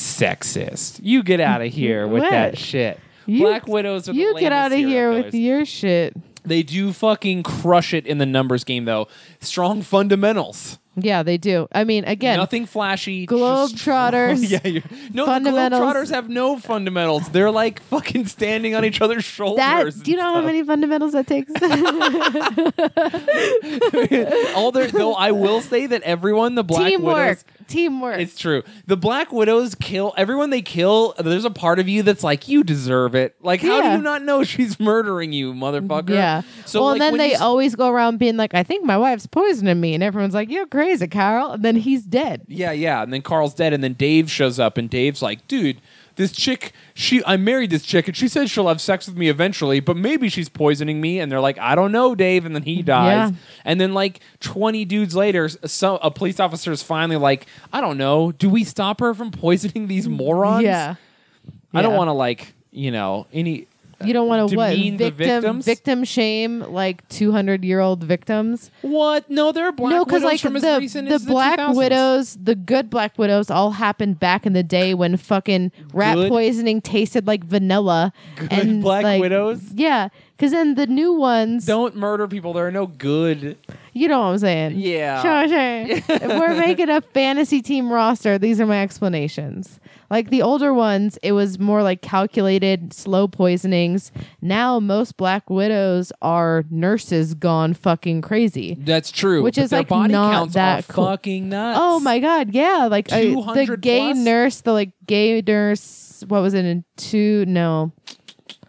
[SPEAKER 3] Sexist. You get out of here with
[SPEAKER 2] What?
[SPEAKER 3] that shit.
[SPEAKER 2] You-
[SPEAKER 3] Black Widows are the
[SPEAKER 2] You get
[SPEAKER 3] lamest
[SPEAKER 2] out of
[SPEAKER 3] serial
[SPEAKER 2] here
[SPEAKER 3] killers.
[SPEAKER 2] with your shit.
[SPEAKER 3] They do fucking crush it in the numbers game, though. Strong fundamentals.
[SPEAKER 2] Yeah, they do. I mean, again,
[SPEAKER 3] Nothing flashy. just strong-
[SPEAKER 2] Globetrotters.
[SPEAKER 3] *laughs* yeah, you're, no, the
[SPEAKER 2] Fundamentals.
[SPEAKER 3] Globetrotters have no fundamentals. They're like fucking standing on each other's shoulders.
[SPEAKER 2] that. Do you know how many fundamentals that
[SPEAKER 3] *laughs*
[SPEAKER 2] takes?
[SPEAKER 3] *laughs* All their though, I will say that everyone the Black
[SPEAKER 2] Teamwork.
[SPEAKER 3] Widows.
[SPEAKER 2] Teamwork.
[SPEAKER 3] It's true. The Black Widows kill everyone they kill. There's a part of you that's like, you deserve it. Like, how do
[SPEAKER 2] Yeah.
[SPEAKER 3] you not know she's murdering you, motherfucker?
[SPEAKER 2] yeah.
[SPEAKER 3] So
[SPEAKER 2] well,
[SPEAKER 3] like,
[SPEAKER 2] and then
[SPEAKER 3] when you
[SPEAKER 2] they
[SPEAKER 3] s-
[SPEAKER 2] always go around being like, "I think my wife's poisoning me," and everyone's like, "You're crazy, Carol." And then he's dead.
[SPEAKER 3] Yeah, yeah. And then Carl's dead, and then Dave shows up, and Dave's like, dude, this chick, she, I married this chick, and she said she'll have sex with me eventually, but maybe she's poisoning me. And they're like, I don't know, Dave. And then he dies.
[SPEAKER 2] Yeah.
[SPEAKER 3] And then like twenty dudes later, so a police officer is finally like, I don't know, do we stop her from poisoning these morons?
[SPEAKER 2] Yeah.
[SPEAKER 3] I don't
[SPEAKER 2] Yeah.
[SPEAKER 3] want to like, you know, any.
[SPEAKER 2] You don't want to what
[SPEAKER 3] demean the
[SPEAKER 2] victim
[SPEAKER 3] victims?
[SPEAKER 2] victim shame like two hundred year old victims.
[SPEAKER 3] What? No, there are black
[SPEAKER 2] no,
[SPEAKER 3] widows
[SPEAKER 2] because like
[SPEAKER 3] from
[SPEAKER 2] the
[SPEAKER 3] as recent
[SPEAKER 2] the
[SPEAKER 3] as
[SPEAKER 2] black
[SPEAKER 3] the 2000s.
[SPEAKER 2] widows, the good black widows, all happened back in the day when fucking rat
[SPEAKER 3] Good?
[SPEAKER 2] poisoning tasted like vanilla.
[SPEAKER 3] Good
[SPEAKER 2] and
[SPEAKER 3] Black
[SPEAKER 2] like,
[SPEAKER 3] Widows?
[SPEAKER 2] yeah. Because then the new ones,
[SPEAKER 3] Don't murder people. There are no good.
[SPEAKER 2] you know what I'm saying?
[SPEAKER 3] Yeah.
[SPEAKER 2] sure, sure. if we're making a fantasy team roster, these are my explanations. Like the older ones, it was more like calculated, slow poisonings. Now most black widows are nurses gone fucking crazy.
[SPEAKER 3] That's true.
[SPEAKER 2] Which
[SPEAKER 3] but
[SPEAKER 2] is,
[SPEAKER 3] their
[SPEAKER 2] like,
[SPEAKER 3] body
[SPEAKER 2] not
[SPEAKER 3] counts
[SPEAKER 2] that
[SPEAKER 3] are
[SPEAKER 2] cool.
[SPEAKER 3] fucking nuts.
[SPEAKER 2] Oh my god, yeah, like I, the
[SPEAKER 3] 200
[SPEAKER 2] gay
[SPEAKER 3] plus?
[SPEAKER 2] nurse, the like gay nurse. What was it in two? No,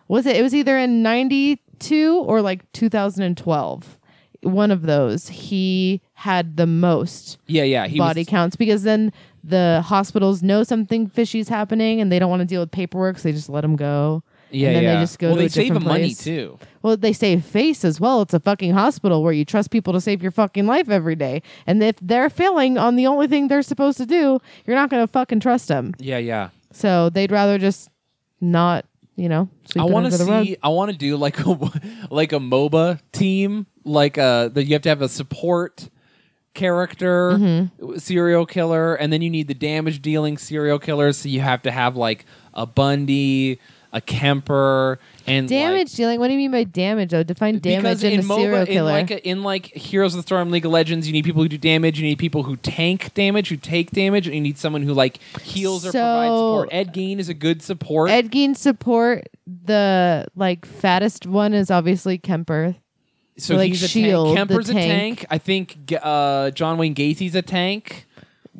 [SPEAKER 2] was it? It was either in ninety two or like two thousand and twelve. One of those. He had the most
[SPEAKER 3] Yeah, yeah. He
[SPEAKER 2] body
[SPEAKER 3] was,
[SPEAKER 2] counts because then the hospitals know something fishy's happening and they don't want to deal with paperwork, so they just let him go.
[SPEAKER 3] Yeah,
[SPEAKER 2] and then
[SPEAKER 3] yeah.
[SPEAKER 2] they just go
[SPEAKER 3] well,
[SPEAKER 2] to
[SPEAKER 3] they
[SPEAKER 2] a
[SPEAKER 3] save
[SPEAKER 2] different
[SPEAKER 3] him money
[SPEAKER 2] place.
[SPEAKER 3] too.
[SPEAKER 2] Well, they save face as well. It's a fucking hospital where you trust people to save your fucking life every day. And if they're failing on the only thing they're supposed to do, you're not going to fucking trust them.
[SPEAKER 3] Yeah, yeah.
[SPEAKER 2] So they'd rather just not, you know,
[SPEAKER 3] I
[SPEAKER 2] sweep it
[SPEAKER 3] want
[SPEAKER 2] under
[SPEAKER 3] to
[SPEAKER 2] the rug.
[SPEAKER 3] see. I want to do like a *laughs* like a MOBA team, like uh that you have to have a support character
[SPEAKER 2] Mm-hmm.
[SPEAKER 3] serial killer, and then you need the damage dealing serial killers. So you have to have like a Bundy, a a Kemper, and
[SPEAKER 2] Damage dealing. What do you mean by damage? though? define
[SPEAKER 3] Like, because
[SPEAKER 2] damage in, a
[SPEAKER 3] MOBA,
[SPEAKER 2] serial
[SPEAKER 3] in
[SPEAKER 2] killer.
[SPEAKER 3] like a, in like Heroes of the Storm, League of Legends, you need people who do damage. You need people who tank damage, who take damage, and you need someone who like heals or provides
[SPEAKER 2] So-
[SPEAKER 3] support. Ed Gein is a good support.
[SPEAKER 2] Ed Gein support the like fattest one is obviously Kemper.
[SPEAKER 3] so
[SPEAKER 2] like
[SPEAKER 3] he's a
[SPEAKER 2] Shield, the
[SPEAKER 3] tank. Kemper's a
[SPEAKER 2] tank.
[SPEAKER 3] tank. I think g- uh, John Wayne Gacy's a tank.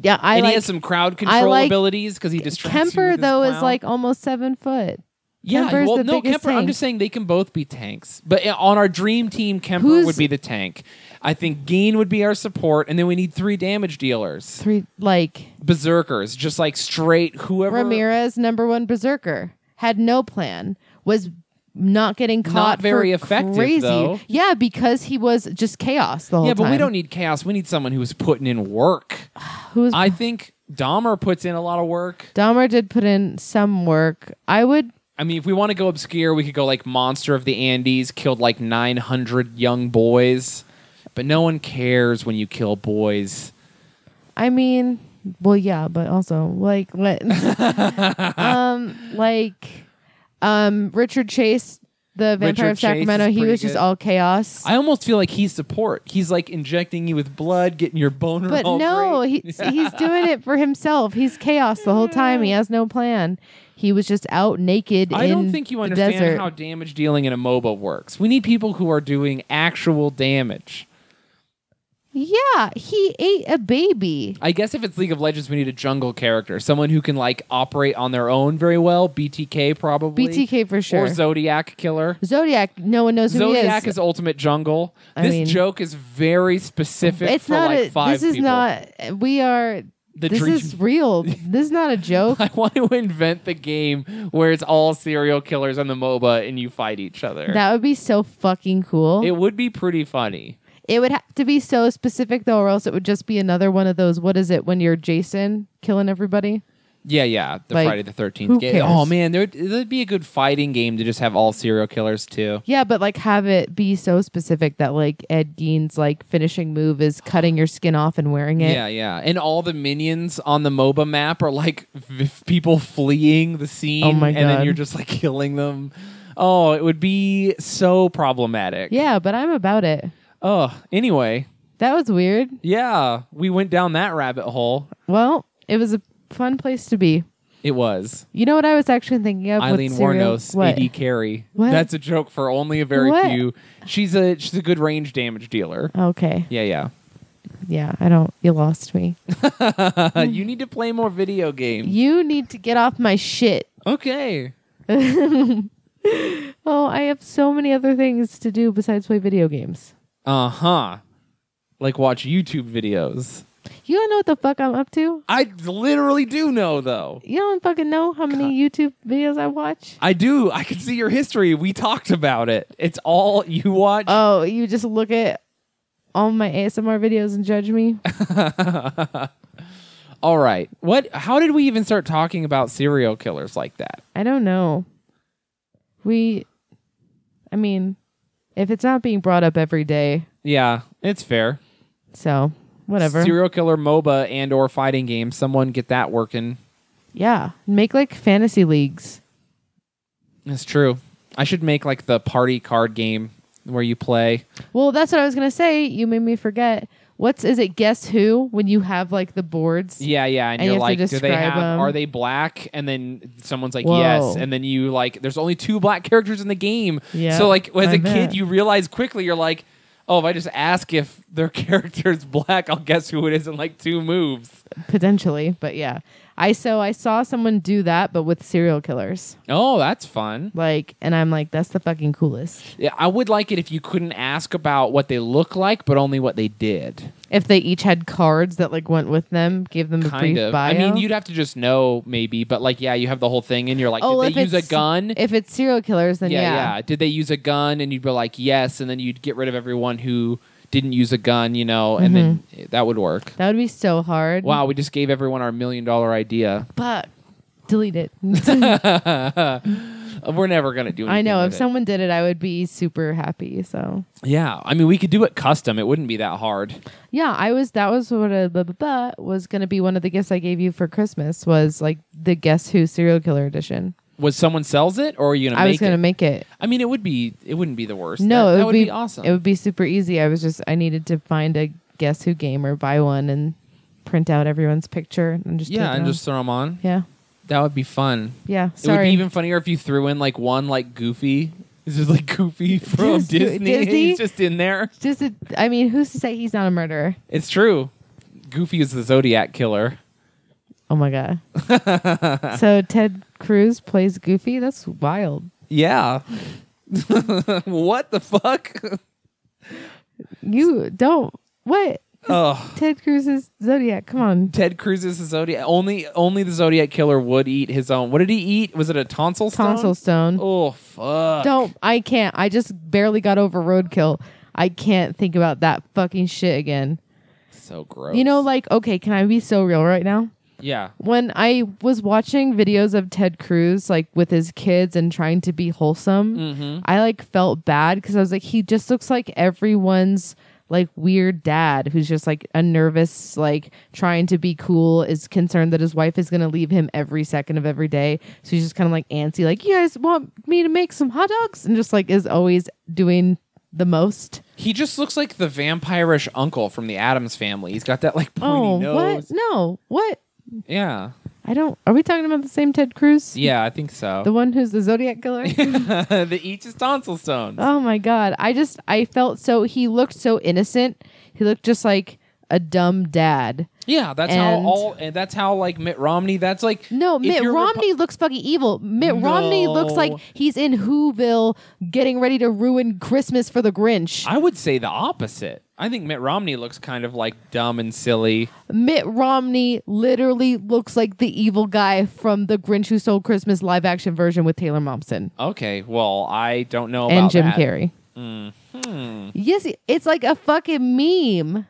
[SPEAKER 2] Yeah, I
[SPEAKER 3] and
[SPEAKER 2] like
[SPEAKER 3] he has some crowd control
[SPEAKER 2] like-
[SPEAKER 3] abilities because he distracts you with
[SPEAKER 2] Kemper
[SPEAKER 3] his
[SPEAKER 2] though is
[SPEAKER 3] clown.
[SPEAKER 2] like almost seven foot.
[SPEAKER 3] yeah.
[SPEAKER 2] Kemper's
[SPEAKER 3] well,
[SPEAKER 2] the
[SPEAKER 3] no,
[SPEAKER 2] biggest
[SPEAKER 3] Kemper. I'm
[SPEAKER 2] tank.
[SPEAKER 3] just saying they can both be tanks. But uh, on our dream team, Kemper
[SPEAKER 2] Who's-
[SPEAKER 3] would be the tank. I think Gein would be our support, and then we need three damage dealers,
[SPEAKER 2] Three like
[SPEAKER 3] berserkers, just like straight whoever
[SPEAKER 2] Ramirez, number one berserker, had no plan, was not getting caught. for
[SPEAKER 3] very effective,
[SPEAKER 2] crazy.
[SPEAKER 3] though.
[SPEAKER 2] Yeah, because he was just chaos the whole
[SPEAKER 3] Yeah,
[SPEAKER 2] time.
[SPEAKER 3] but we don't e need chaos. We need someone who is putting in work.
[SPEAKER 2] Who was *laughs*
[SPEAKER 3] I think Dahmer puts in a lot of work.
[SPEAKER 2] Dahmer did put in some work. I would.
[SPEAKER 3] I mean, if we want to go obscure, we could go like Monster of the Andes killed like 900 young boys, but no one cares when you kill boys.
[SPEAKER 2] I mean, well, yeah, but also like
[SPEAKER 3] *laughs*
[SPEAKER 2] what? um, like, um, Richard Chase, the vampire
[SPEAKER 3] Richard
[SPEAKER 2] of
[SPEAKER 3] Chase is
[SPEAKER 2] Sacramento. He
[SPEAKER 3] pretty
[SPEAKER 2] was just
[SPEAKER 3] good.
[SPEAKER 2] all chaos.
[SPEAKER 3] I almost feel like he's support. He's like injecting you with blood, getting your boner.
[SPEAKER 2] but
[SPEAKER 3] all
[SPEAKER 2] no,
[SPEAKER 3] *laughs* great.
[SPEAKER 2] he's he's doing it for himself. He's chaos the whole time. He has no plan. He was just out naked.
[SPEAKER 3] I don't
[SPEAKER 2] in
[SPEAKER 3] think you
[SPEAKER 2] the
[SPEAKER 3] understand
[SPEAKER 2] desert.
[SPEAKER 3] how damage dealing in a MOBA works. We need people who are doing actual damage.
[SPEAKER 2] Yeah, he ate a baby.
[SPEAKER 3] I guess if it's League of Legends, we need a jungle character, someone who can like operate on their own very well. BTK probably.
[SPEAKER 2] BTK for sure.
[SPEAKER 3] Or Zodiac killer.
[SPEAKER 2] Zodiac. No one knows who
[SPEAKER 3] Zodiac
[SPEAKER 2] he
[SPEAKER 3] is. ultimate jungle.
[SPEAKER 2] I
[SPEAKER 3] this
[SPEAKER 2] mean-
[SPEAKER 3] joke is very specific
[SPEAKER 2] It's
[SPEAKER 3] for
[SPEAKER 2] not
[SPEAKER 3] like
[SPEAKER 2] a.
[SPEAKER 3] five
[SPEAKER 2] This is
[SPEAKER 3] people.
[SPEAKER 2] not. We are.
[SPEAKER 3] The
[SPEAKER 2] this
[SPEAKER 3] dream-
[SPEAKER 2] is real. this is not a joke.
[SPEAKER 3] *laughs* I want to invent the game where it's all serial killers on the MOBA and you fight each other.
[SPEAKER 2] That would be so fucking cool.
[SPEAKER 3] it
[SPEAKER 2] It,
[SPEAKER 3] would be pretty funny.
[SPEAKER 2] would have to be so specific though, or else it would just be another one of those. What is it when you're Jason killing everybody?
[SPEAKER 3] Yeah, yeah. The
[SPEAKER 2] Like,
[SPEAKER 3] Friday the Thirteenth
[SPEAKER 2] who
[SPEAKER 3] game.
[SPEAKER 2] cares?
[SPEAKER 3] Oh man, there would be a good fighting game to just have all serial killers too.
[SPEAKER 2] Yeah, but like have it be so specific that like Ed Gein's like finishing move is cutting your skin off and wearing it.
[SPEAKER 3] Yeah, yeah. And all the minions on the MOBA map are like v- people fleeing the scene.
[SPEAKER 2] Oh my
[SPEAKER 3] and then
[SPEAKER 2] God.
[SPEAKER 3] you're just like killing them. Oh, it would be so problematic.
[SPEAKER 2] Yeah, but I'm about it.
[SPEAKER 3] Oh, anyway.
[SPEAKER 2] That was weird.
[SPEAKER 3] Yeah, we went down that rabbit hole.
[SPEAKER 2] Well, it was a fun place to be.
[SPEAKER 3] It was
[SPEAKER 2] You know what I was actually thinking of? What
[SPEAKER 3] Eileen
[SPEAKER 2] cereal-
[SPEAKER 3] Warnos,
[SPEAKER 2] What?
[SPEAKER 3] AD Carey.
[SPEAKER 2] What?
[SPEAKER 3] That's a joke for only a very
[SPEAKER 2] What?
[SPEAKER 3] few. She's a she's a good range damage dealer.
[SPEAKER 2] Okay.
[SPEAKER 3] Yeah, yeah. *laughs*
[SPEAKER 2] Yeah, I don't. You lost me.
[SPEAKER 3] Uh,
[SPEAKER 2] Mm.
[SPEAKER 3] you need to play more video games.
[SPEAKER 2] You need to get off my shit.
[SPEAKER 3] Okay.
[SPEAKER 2] Oh, I have so many other things to do besides play video games.
[SPEAKER 3] Uh huh. Like watch YouTube videos.
[SPEAKER 2] You don't know what the fuck I'm up to?
[SPEAKER 3] I literally do know though.
[SPEAKER 2] You don't fucking know how many YouTube videos I watch?
[SPEAKER 3] I do. I can see your history. We talked about it. It's all you watch.
[SPEAKER 2] Oh, you just look at all my ASMR videos and judge me?
[SPEAKER 3] all right. What? How did we even start talking about serial killers like that?
[SPEAKER 2] I don't know. We, I mean, if it's not being brought up every day,
[SPEAKER 3] Yeah, it's fair.
[SPEAKER 2] so whatever.
[SPEAKER 3] serial killer MOBA and or fighting game. Someone get that working.
[SPEAKER 2] yeah, make like fantasy leagues.
[SPEAKER 3] That's true. I should make like the party card game where you play.
[SPEAKER 2] Well, that's what I was gonna say. You made me forget. What's is it? Guess who? When you have like the boards.
[SPEAKER 3] Yeah, yeah, and,
[SPEAKER 2] And you
[SPEAKER 3] you're
[SPEAKER 2] have to
[SPEAKER 3] like, do they
[SPEAKER 2] describe
[SPEAKER 3] have?
[SPEAKER 2] 'em.
[SPEAKER 3] Are they black? And then someone's like,
[SPEAKER 2] Whoa.
[SPEAKER 3] yes, and then you like, there's only two black characters in the game.
[SPEAKER 2] Yeah,
[SPEAKER 3] So like, as
[SPEAKER 2] I
[SPEAKER 3] a kid,
[SPEAKER 2] bet.
[SPEAKER 3] you realize quickly you're like, oh, if I just ask if their *laughs* character's black, I'll guess who it is in like two moves.
[SPEAKER 2] potentially but yeah i so i saw someone do that but with serial killers
[SPEAKER 3] Oh, that's fun.
[SPEAKER 2] like and i'm like that's the fucking coolest
[SPEAKER 3] Yeah, I would like it if you couldn't ask about what they look like, but only what they did.
[SPEAKER 2] if they each had cards that like went with them gave them a
[SPEAKER 3] kind
[SPEAKER 2] brief
[SPEAKER 3] of.
[SPEAKER 2] bio
[SPEAKER 3] I mean, you'd have to just know maybe, but like, yeah, you have the whole thing, and you're like,
[SPEAKER 2] oh
[SPEAKER 3] did
[SPEAKER 2] if
[SPEAKER 3] they use a
[SPEAKER 2] it's-
[SPEAKER 3] gun?
[SPEAKER 2] if it's serial killers then
[SPEAKER 3] yeah,
[SPEAKER 2] yeah,
[SPEAKER 3] Did they use a gun? And you'd be like, yes, and then you'd get rid of everyone who didn't use a gun, you know, and
[SPEAKER 2] Mm-hmm.
[SPEAKER 3] then that would work.
[SPEAKER 2] that would be so hard
[SPEAKER 3] Wow, we just gave everyone our million dollar idea.
[SPEAKER 2] but delete
[SPEAKER 3] *laughs*
[SPEAKER 2] it
[SPEAKER 3] Uh, We're never gonna do. Anything
[SPEAKER 2] i know
[SPEAKER 3] with
[SPEAKER 2] if
[SPEAKER 3] it.
[SPEAKER 2] someone did it i would be super happy so
[SPEAKER 3] Yeah, I mean, we could do it custom. It wouldn't be that hard.
[SPEAKER 2] yeah i was that was what a blah, blah, blah, was gonna be one of the gifts i gave you for christmas was like the guess who serial killer edition
[SPEAKER 3] was someone sells it, or are you gonna?
[SPEAKER 2] I
[SPEAKER 3] make
[SPEAKER 2] was gonna
[SPEAKER 3] it?
[SPEAKER 2] make it.
[SPEAKER 3] I mean, it would be. It wouldn't be the worst.
[SPEAKER 2] No,
[SPEAKER 3] that,
[SPEAKER 2] it
[SPEAKER 3] that
[SPEAKER 2] would, be,
[SPEAKER 3] awesome.
[SPEAKER 2] It would be super easy. I was just I needed to find a guess who game or buy one and print out everyone's picture and just
[SPEAKER 3] yeah,
[SPEAKER 2] take it
[SPEAKER 3] and
[SPEAKER 2] home.
[SPEAKER 3] just throw them on.
[SPEAKER 2] yeah
[SPEAKER 3] That would be fun.
[SPEAKER 2] yeah.
[SPEAKER 3] It would
[SPEAKER 2] Sorry,
[SPEAKER 3] be even funnier if you threw in like one like Goofy. *laughs* This is like Goofy from
[SPEAKER 2] Just do-
[SPEAKER 3] Disney.
[SPEAKER 2] Disney?
[SPEAKER 3] He's just in there.
[SPEAKER 2] just a, I mean, who's to say he's not a murderer?
[SPEAKER 3] It's true. Goofy is the Zodiac killer.
[SPEAKER 2] Oh my god.
[SPEAKER 3] *laughs*
[SPEAKER 2] so Ted Cruz plays Goofy. That's wild.
[SPEAKER 3] Yeah. *laughs* what the fuck?
[SPEAKER 2] You don't what
[SPEAKER 3] Oh,
[SPEAKER 2] Ted Cruz is Zodiac. Come on.
[SPEAKER 3] Ted Cruz is the Zodiac. Only, only the Zodiac killer would eat his own. What did he eat? Was it a tonsil stone?
[SPEAKER 2] Tonsil stone.
[SPEAKER 3] Oh fuck.
[SPEAKER 2] Don't. I can't. I just barely got over roadkill. I can't think about that fucking shit again.
[SPEAKER 3] So gross.
[SPEAKER 2] You know, like, okay, can I be so real right now?
[SPEAKER 3] Yeah.
[SPEAKER 2] When I was watching videos of Ted Cruz, like with his kids and trying to be wholesome,
[SPEAKER 3] Mm-hmm.
[SPEAKER 2] I like felt bad because I was like, he just looks like everyone's like weird dad who's just like a nervous, like trying to be cool, is concerned that his wife is going to leave him every second of every day. So he's just kind of like antsy, like, you guys want me to make some hot dogs? And just like is always doing the most.
[SPEAKER 3] He just looks like the vampirish uncle from the Adams family. He's got that like pointy
[SPEAKER 2] oh,
[SPEAKER 3] nose.
[SPEAKER 2] what? No, what?
[SPEAKER 3] Yeah.
[SPEAKER 2] I don't. Are we talking about the same Ted Cruz?
[SPEAKER 3] Yeah, I think so.
[SPEAKER 2] The one who's the Zodiac killer?
[SPEAKER 3] *laughs* the each is tonsil stones.
[SPEAKER 2] oh my God. I just, I felt so, he looked so innocent. He looked just like a dumb dad.
[SPEAKER 3] yeah, that's
[SPEAKER 2] and-
[SPEAKER 3] how all and that's how like Mitt Romney. That's like
[SPEAKER 2] No,
[SPEAKER 3] if
[SPEAKER 2] Mitt
[SPEAKER 3] you're Repu-
[SPEAKER 2] Romney looks fucking evil. Mitt Romney looks like
[SPEAKER 3] No.
[SPEAKER 2] he's in Whoville getting ready to ruin Christmas for the Grinch.
[SPEAKER 3] I would say the opposite. I think Mitt Romney looks kind of like dumb and silly.
[SPEAKER 2] Mitt Romney literally looks like the evil guy from the Grinch Who Stole Christmas live action version with Taylor Momsen.
[SPEAKER 3] Okay, well, I don't know
[SPEAKER 2] and
[SPEAKER 3] about
[SPEAKER 2] Jim
[SPEAKER 3] that. Mm-hmm.
[SPEAKER 2] Carrey. Yes, it's like a fucking meme.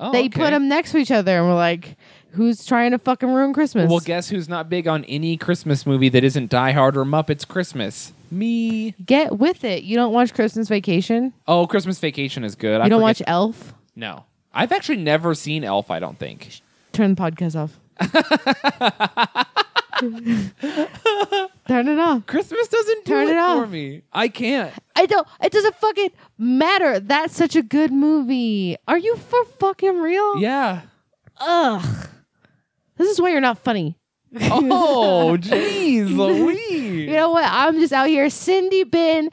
[SPEAKER 3] Oh,
[SPEAKER 2] they
[SPEAKER 3] okay.
[SPEAKER 2] put them next to each other, and we're like, "Who's trying to fucking ruin Christmas?"
[SPEAKER 3] Well, guess who's not big on any Christmas movie that isn't Die Hard or Muppets Christmas? Me.
[SPEAKER 2] get with it. You don't watch Christmas Vacation.
[SPEAKER 3] Oh, Christmas Vacation is good. I
[SPEAKER 2] you don't
[SPEAKER 3] forget-
[SPEAKER 2] watch Elf.
[SPEAKER 3] No, I've actually never seen Elf. I don't think.
[SPEAKER 2] Turn the podcast
[SPEAKER 3] *laughs*
[SPEAKER 2] off. Turn it off.
[SPEAKER 3] Christmas doesn't do
[SPEAKER 2] Turn
[SPEAKER 3] it,
[SPEAKER 2] it
[SPEAKER 3] for
[SPEAKER 2] off.
[SPEAKER 3] me. I can't.
[SPEAKER 2] I don't. It doesn't fucking matter. That's such a good movie. Are you for fucking real? *laughs*
[SPEAKER 3] Yeah.
[SPEAKER 2] Ugh. This is why you're not funny.
[SPEAKER 3] Oh, jeez, Louise.
[SPEAKER 2] You know what? I'm just out here. Cindy Bin,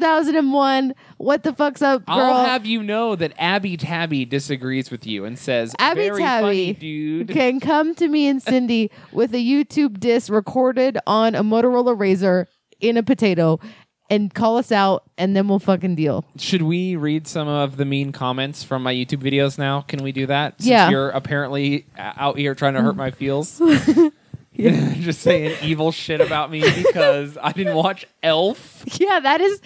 [SPEAKER 2] 2001. What the fuck's up, girl?
[SPEAKER 3] I'll have you know that Abby Tabby disagrees with you and says,
[SPEAKER 2] Abby
[SPEAKER 3] Very
[SPEAKER 2] Tabby
[SPEAKER 3] funny, dude."
[SPEAKER 2] can come to me and Cindy with a YouTube disc recorded on a Motorola Razor in a potato and call us out, and then we'll fucking deal. *laughs*
[SPEAKER 3] Should we read some of the mean comments from my YouTube videos now? Can we do that? Since
[SPEAKER 2] Yeah.
[SPEAKER 3] You're apparently uh, out here trying to hurt
[SPEAKER 2] *laughs*
[SPEAKER 3] my feels. *laughs* Just saying evil shit about me because I didn't watch Elf. *laughs*
[SPEAKER 2] Yeah, that is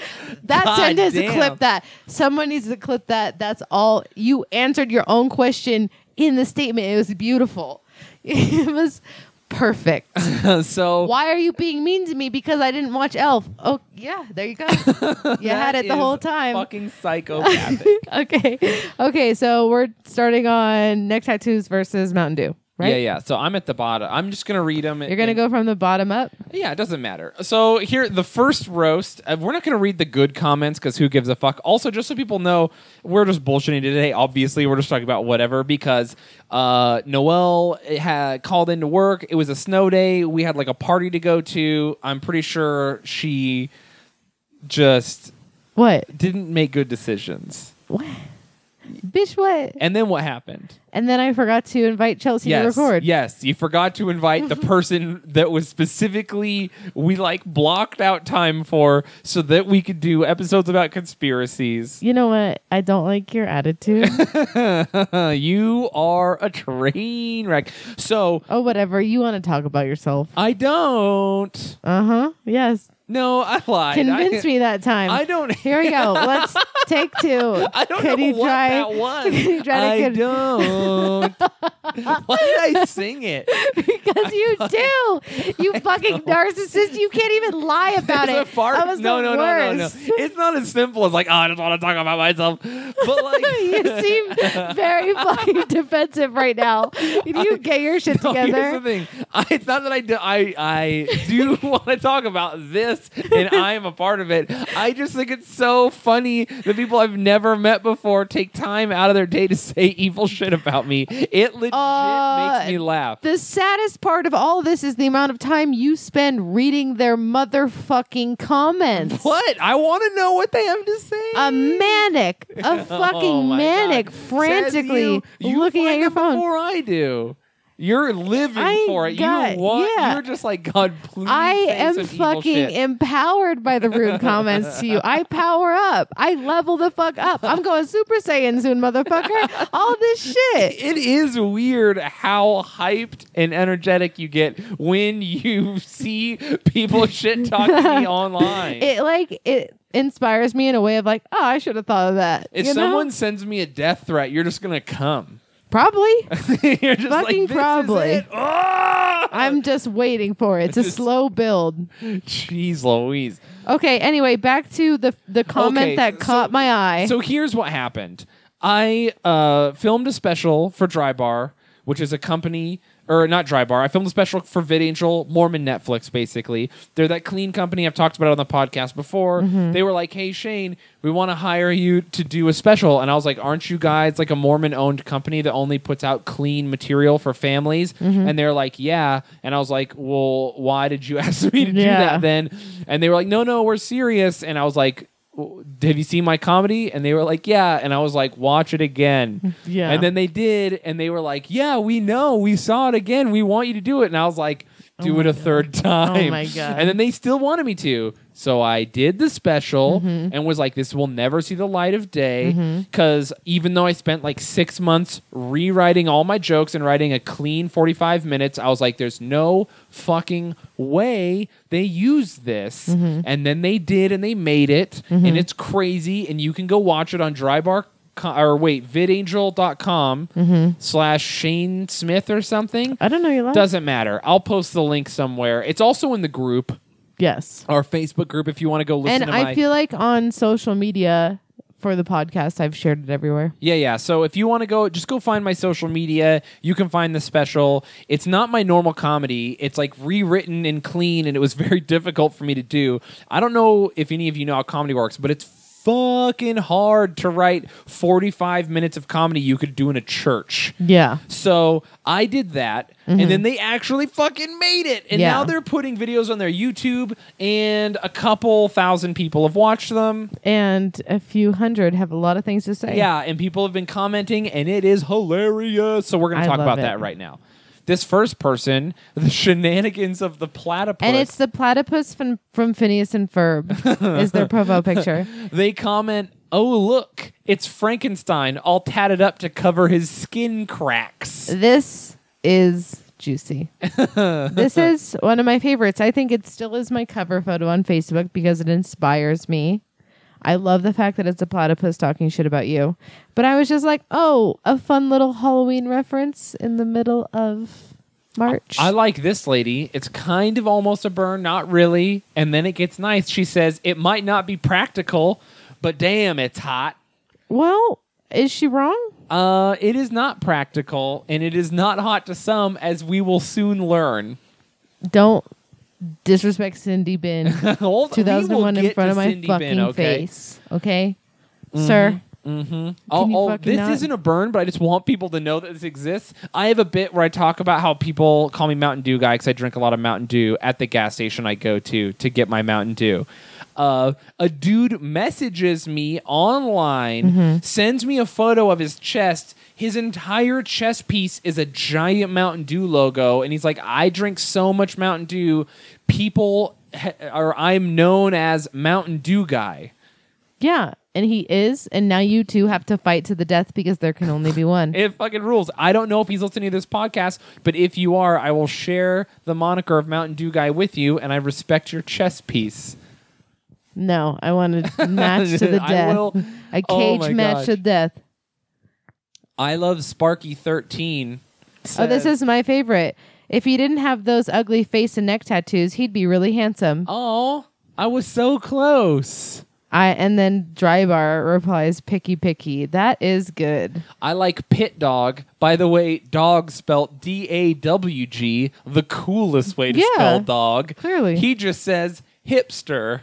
[SPEAKER 2] that
[SPEAKER 3] God
[SPEAKER 2] sentence.
[SPEAKER 3] damn.
[SPEAKER 2] Clip that. Someone needs to clip that. That's all. You answered your own question in the statement. It was beautiful. *laughs* It was
[SPEAKER 3] *laughs*
[SPEAKER 2] perfect.
[SPEAKER 3] so
[SPEAKER 2] Why are you being mean to me because I didn't watch Elf? Oh, yeah, there you
[SPEAKER 3] *laughs*
[SPEAKER 2] go. You had
[SPEAKER 3] that
[SPEAKER 2] it the
[SPEAKER 3] is
[SPEAKER 2] whole time. *laughs*
[SPEAKER 3] Fucking psychopathic.
[SPEAKER 2] okay. Okay, so we're starting on neck tattoos versus Mountain Dew, right?
[SPEAKER 3] Yeah, yeah. So I'm at the bottom. I'm just gonna read them.
[SPEAKER 2] You're going to go from the bottom up.
[SPEAKER 3] Yeah, it doesn't matter. So here, the first roast. Uh, we're not going to read the good comments because who gives a fuck. Also, just so people know, we're just bullshitting today. Obviously, we're just talking about whatever because uh, Noel had called into work. It was a snow day. We had like a party to go to. I'm pretty sure she just
[SPEAKER 2] What?
[SPEAKER 3] didn't make good decisions.
[SPEAKER 2] What? Bitch, what?
[SPEAKER 3] And then what happened?
[SPEAKER 2] And then I forgot to invite Chelsea
[SPEAKER 3] yes,
[SPEAKER 2] to record.
[SPEAKER 3] Yes, you forgot to invite the
[SPEAKER 2] *laughs*
[SPEAKER 3] person that was specifically we like blocked out time for so that we could do episodes about conspiracies.
[SPEAKER 2] You know what? I don't like your
[SPEAKER 3] *laughs*
[SPEAKER 2] attitude.
[SPEAKER 3] Uh, you are a train wreck. So
[SPEAKER 2] oh, whatever. You want to talk about yourself.
[SPEAKER 3] I don't.
[SPEAKER 2] Uh huh. Yes.
[SPEAKER 3] No, I lied.
[SPEAKER 2] Convince
[SPEAKER 3] I,
[SPEAKER 2] me that time.
[SPEAKER 3] I don't.
[SPEAKER 2] *laughs* Here we go. Let's take two.
[SPEAKER 3] *laughs* I don't
[SPEAKER 2] Could
[SPEAKER 3] know
[SPEAKER 2] you
[SPEAKER 3] what
[SPEAKER 2] try,
[SPEAKER 3] that
[SPEAKER 2] *laughs*
[SPEAKER 3] was.
[SPEAKER 2] Could you try to
[SPEAKER 3] I
[SPEAKER 2] con-
[SPEAKER 3] don't.
[SPEAKER 2] *laughs*
[SPEAKER 3] Why did I sing it?
[SPEAKER 2] Because
[SPEAKER 3] *laughs*
[SPEAKER 2] you do. You fucking narcissist. You can't even
[SPEAKER 3] *laughs*
[SPEAKER 2] lie about
[SPEAKER 3] It's
[SPEAKER 2] it.
[SPEAKER 3] a fart.
[SPEAKER 2] That was
[SPEAKER 3] no,
[SPEAKER 2] the
[SPEAKER 3] no,
[SPEAKER 2] worst. *laughs*
[SPEAKER 3] no, no, no. It's not as simple as like, oh, I just want to talk about myself. But like, *laughs*
[SPEAKER 2] you seem very fucking defensive right now. If you get your shit
[SPEAKER 3] *laughs* No, Here's the
[SPEAKER 2] together,
[SPEAKER 3] thing. I, it's not that I do. I I do *laughs* want to talk about this, and I am a part of it. I just think it's so funny that people I've never met before take time out of their day to say evil shit about me. It legit
[SPEAKER 2] Uh,
[SPEAKER 3] makes me laugh.
[SPEAKER 2] the saddest part of all this is the amount of time you spend reading their motherfucking comments.
[SPEAKER 3] what? I want to know what they have to say.
[SPEAKER 2] A manic, a fucking
[SPEAKER 3] *laughs* Oh my
[SPEAKER 2] manic,
[SPEAKER 3] God.
[SPEAKER 2] frantically
[SPEAKER 3] Says you, you
[SPEAKER 2] looking at
[SPEAKER 3] find
[SPEAKER 2] your
[SPEAKER 3] it
[SPEAKER 2] phone.
[SPEAKER 3] Before I do. You're living
[SPEAKER 2] I
[SPEAKER 3] for it.
[SPEAKER 2] got-
[SPEAKER 3] you want.
[SPEAKER 2] yeah.
[SPEAKER 3] You're just like God. Please.
[SPEAKER 2] I
[SPEAKER 3] say
[SPEAKER 2] am
[SPEAKER 3] Mm-hmm. some evil
[SPEAKER 2] fucking
[SPEAKER 3] shit."
[SPEAKER 2] empowered by the rude comments to you. I power up. I level the fuck up. I'm going Super Saiyan soon, motherfucker. All this shit.
[SPEAKER 3] it is weird how hyped and energetic you get when you *laughs* see
[SPEAKER 2] *laughs*
[SPEAKER 3] people shit talking me online.
[SPEAKER 2] It like it inspires me in a way of like, oh, I should have thought of that.
[SPEAKER 3] if
[SPEAKER 2] you know?
[SPEAKER 3] someone sends me a death threat, you're just gonna come. *laughs*
[SPEAKER 2] probably,
[SPEAKER 3] you're just
[SPEAKER 2] Fucking
[SPEAKER 3] like, this
[SPEAKER 2] probably.
[SPEAKER 3] Is it. Ah!
[SPEAKER 2] I'm just waiting for it. It's a
[SPEAKER 3] Just-
[SPEAKER 2] slow build.
[SPEAKER 3] Jeez, Louise.
[SPEAKER 2] Okay. Anyway, back to the the comment
[SPEAKER 3] Okay,
[SPEAKER 2] that
[SPEAKER 3] so-
[SPEAKER 2] caught my eye.
[SPEAKER 3] So here's what happened. I uh, filmed a special for Dry Bar, which is a company, or not Dry Bar. I filmed a special for Vidangel, Mormon Netflix, basically. They're that clean company I've talked about on the podcast before. They were like, hey, Shane, we want to hire you to do a special. And I was like, aren't you guys like a Mormon owned company that only puts out clean material for families? And they're like, yeah. And I was like, well, why did you *laughs* ask me to do
[SPEAKER 2] Yeah.
[SPEAKER 3] that then? And they were like, no, no, we're serious. And I was like, w- have you seen my comedy? And they were like, yeah. And I was like, watch it again.
[SPEAKER 2] *laughs* Yeah.
[SPEAKER 3] And then they did, and they were like, yeah, we know, we saw it again. We want you to do it. And I was like,
[SPEAKER 2] Oh
[SPEAKER 3] do it a third time.
[SPEAKER 2] my God.
[SPEAKER 3] *laughs* And then they still wanted me to. So I did the special
[SPEAKER 2] Mm-hmm.
[SPEAKER 3] and was like, this will never see the light of day. Because even though I spent like six months rewriting all my jokes and writing a clean 45 minutes, I was like, there's no fucking way they use this.
[SPEAKER 2] Mm-hmm.
[SPEAKER 3] And then they did and they made it. And it's crazy. And you can go watch it on Drybar. Com, or wait, vidangel.com slash Shane Smith or something.
[SPEAKER 2] Mm-hmm. I don't know your last.
[SPEAKER 3] Doesn't matter. I'll post the link somewhere. It's also in the group,
[SPEAKER 2] yes.
[SPEAKER 3] our Facebook group, if you want to go listen
[SPEAKER 2] and
[SPEAKER 3] to
[SPEAKER 2] I
[SPEAKER 3] my.
[SPEAKER 2] feel like on social media for the podcast, I've shared it everywhere.
[SPEAKER 3] yeah, yeah. So if you want to go, just go find my social media. You can find the special. It's not my normal comedy. It's like rewritten and clean, and it was *laughs* very difficult for me to do. I don't know if any of you know how comedy works, but it's fucking hard to write 45 minutes of comedy you could do in a church.
[SPEAKER 2] Yeah.
[SPEAKER 3] So I did that, and then they actually fucking made it. And
[SPEAKER 2] Mm-hmm. Yeah.
[SPEAKER 3] now they're putting videos on their YouTube, and a couple thousand people have watched them.
[SPEAKER 2] And a few hundred have a lot of things to say.
[SPEAKER 3] Yeah, and people have been commenting, and it is hilarious. So we're going
[SPEAKER 2] I
[SPEAKER 3] to talk
[SPEAKER 2] love
[SPEAKER 3] about
[SPEAKER 2] it.
[SPEAKER 3] that right now. This first person, *laughs* the shenanigans of the platypus.
[SPEAKER 2] And it's the platypus from, from Phineas and
[SPEAKER 3] *laughs*
[SPEAKER 2] Ferb is their profile picture.
[SPEAKER 3] they comment, "Oh look, it's Frankenstein, all tatted up to cover his skin cracks."
[SPEAKER 2] This is
[SPEAKER 3] *laughs*
[SPEAKER 2] juicy. this is one of my favorites. I think it still is my cover photo on Facebook because it inspires me. I love the fact that it's a platypus talking shit about you. But I was just like, oh, a fun little Halloween reference in the middle of March.
[SPEAKER 3] I like this lady. It's kind of almost a burn, not really. And then it gets nice. She says, It might not be practical, but damn, it's hot.
[SPEAKER 2] well, is she wrong?
[SPEAKER 3] Uh, it is not practical, and it is not hot to some, as we will soon learn.
[SPEAKER 2] Don't disrespect Cindy
[SPEAKER 3] *laughs*
[SPEAKER 2] Bin.
[SPEAKER 3] Hold- we will
[SPEAKER 2] 2001 in
[SPEAKER 3] get
[SPEAKER 2] front
[SPEAKER 3] to
[SPEAKER 2] of my
[SPEAKER 3] Cindy Mm-hmm. Bin,
[SPEAKER 2] fucking face. Okay, sir.
[SPEAKER 3] Oh,
[SPEAKER 2] you
[SPEAKER 3] oh,
[SPEAKER 2] fucking
[SPEAKER 3] this
[SPEAKER 2] not?
[SPEAKER 3] isn't a burn, but I just want people to know that this exists. I have a bit where I talk about how people call me Mountain Dew guy because I drink a lot of Mountain Dew at the gas station I go to to get my Mountain Dew. Uh, a dude messages me online,
[SPEAKER 2] Mm-hmm.
[SPEAKER 3] sends me a photo of his chest. His entire chest piece is a giant Mountain Dew logo, and he's like, "I drink so much Mountain Dew, people." ha- Or I'm known as Mountain Dew guy.
[SPEAKER 2] Yeah, and he is, and now you two have to fight to the death because there can only be one.
[SPEAKER 3] *laughs* It fucking rules. I don't know if he's listening to this podcast, but if you are, I will share the moniker of Mountain Dew Guy with you, and I respect your chess piece.
[SPEAKER 2] no, I
[SPEAKER 3] *laughs*
[SPEAKER 2] want a match to the
[SPEAKER 3] I
[SPEAKER 2] death.
[SPEAKER 3] will-
[SPEAKER 2] A
[SPEAKER 3] Oh
[SPEAKER 2] cage
[SPEAKER 3] my
[SPEAKER 2] match
[SPEAKER 3] gosh.
[SPEAKER 2] to death.
[SPEAKER 3] I love Sparky thirteen.
[SPEAKER 2] Oh, this is my favorite. If he didn't have those ugly face and neck tattoos, he'd be really handsome.
[SPEAKER 3] Oh, I was so close.
[SPEAKER 2] I and then Drybar replies, "Picky, picky. That is good.
[SPEAKER 3] I like Pit Dog. By the way, dog spelt D A W G, the coolest way to
[SPEAKER 2] Yeah,
[SPEAKER 3] spell dog.
[SPEAKER 2] clearly.
[SPEAKER 3] He just says hipster.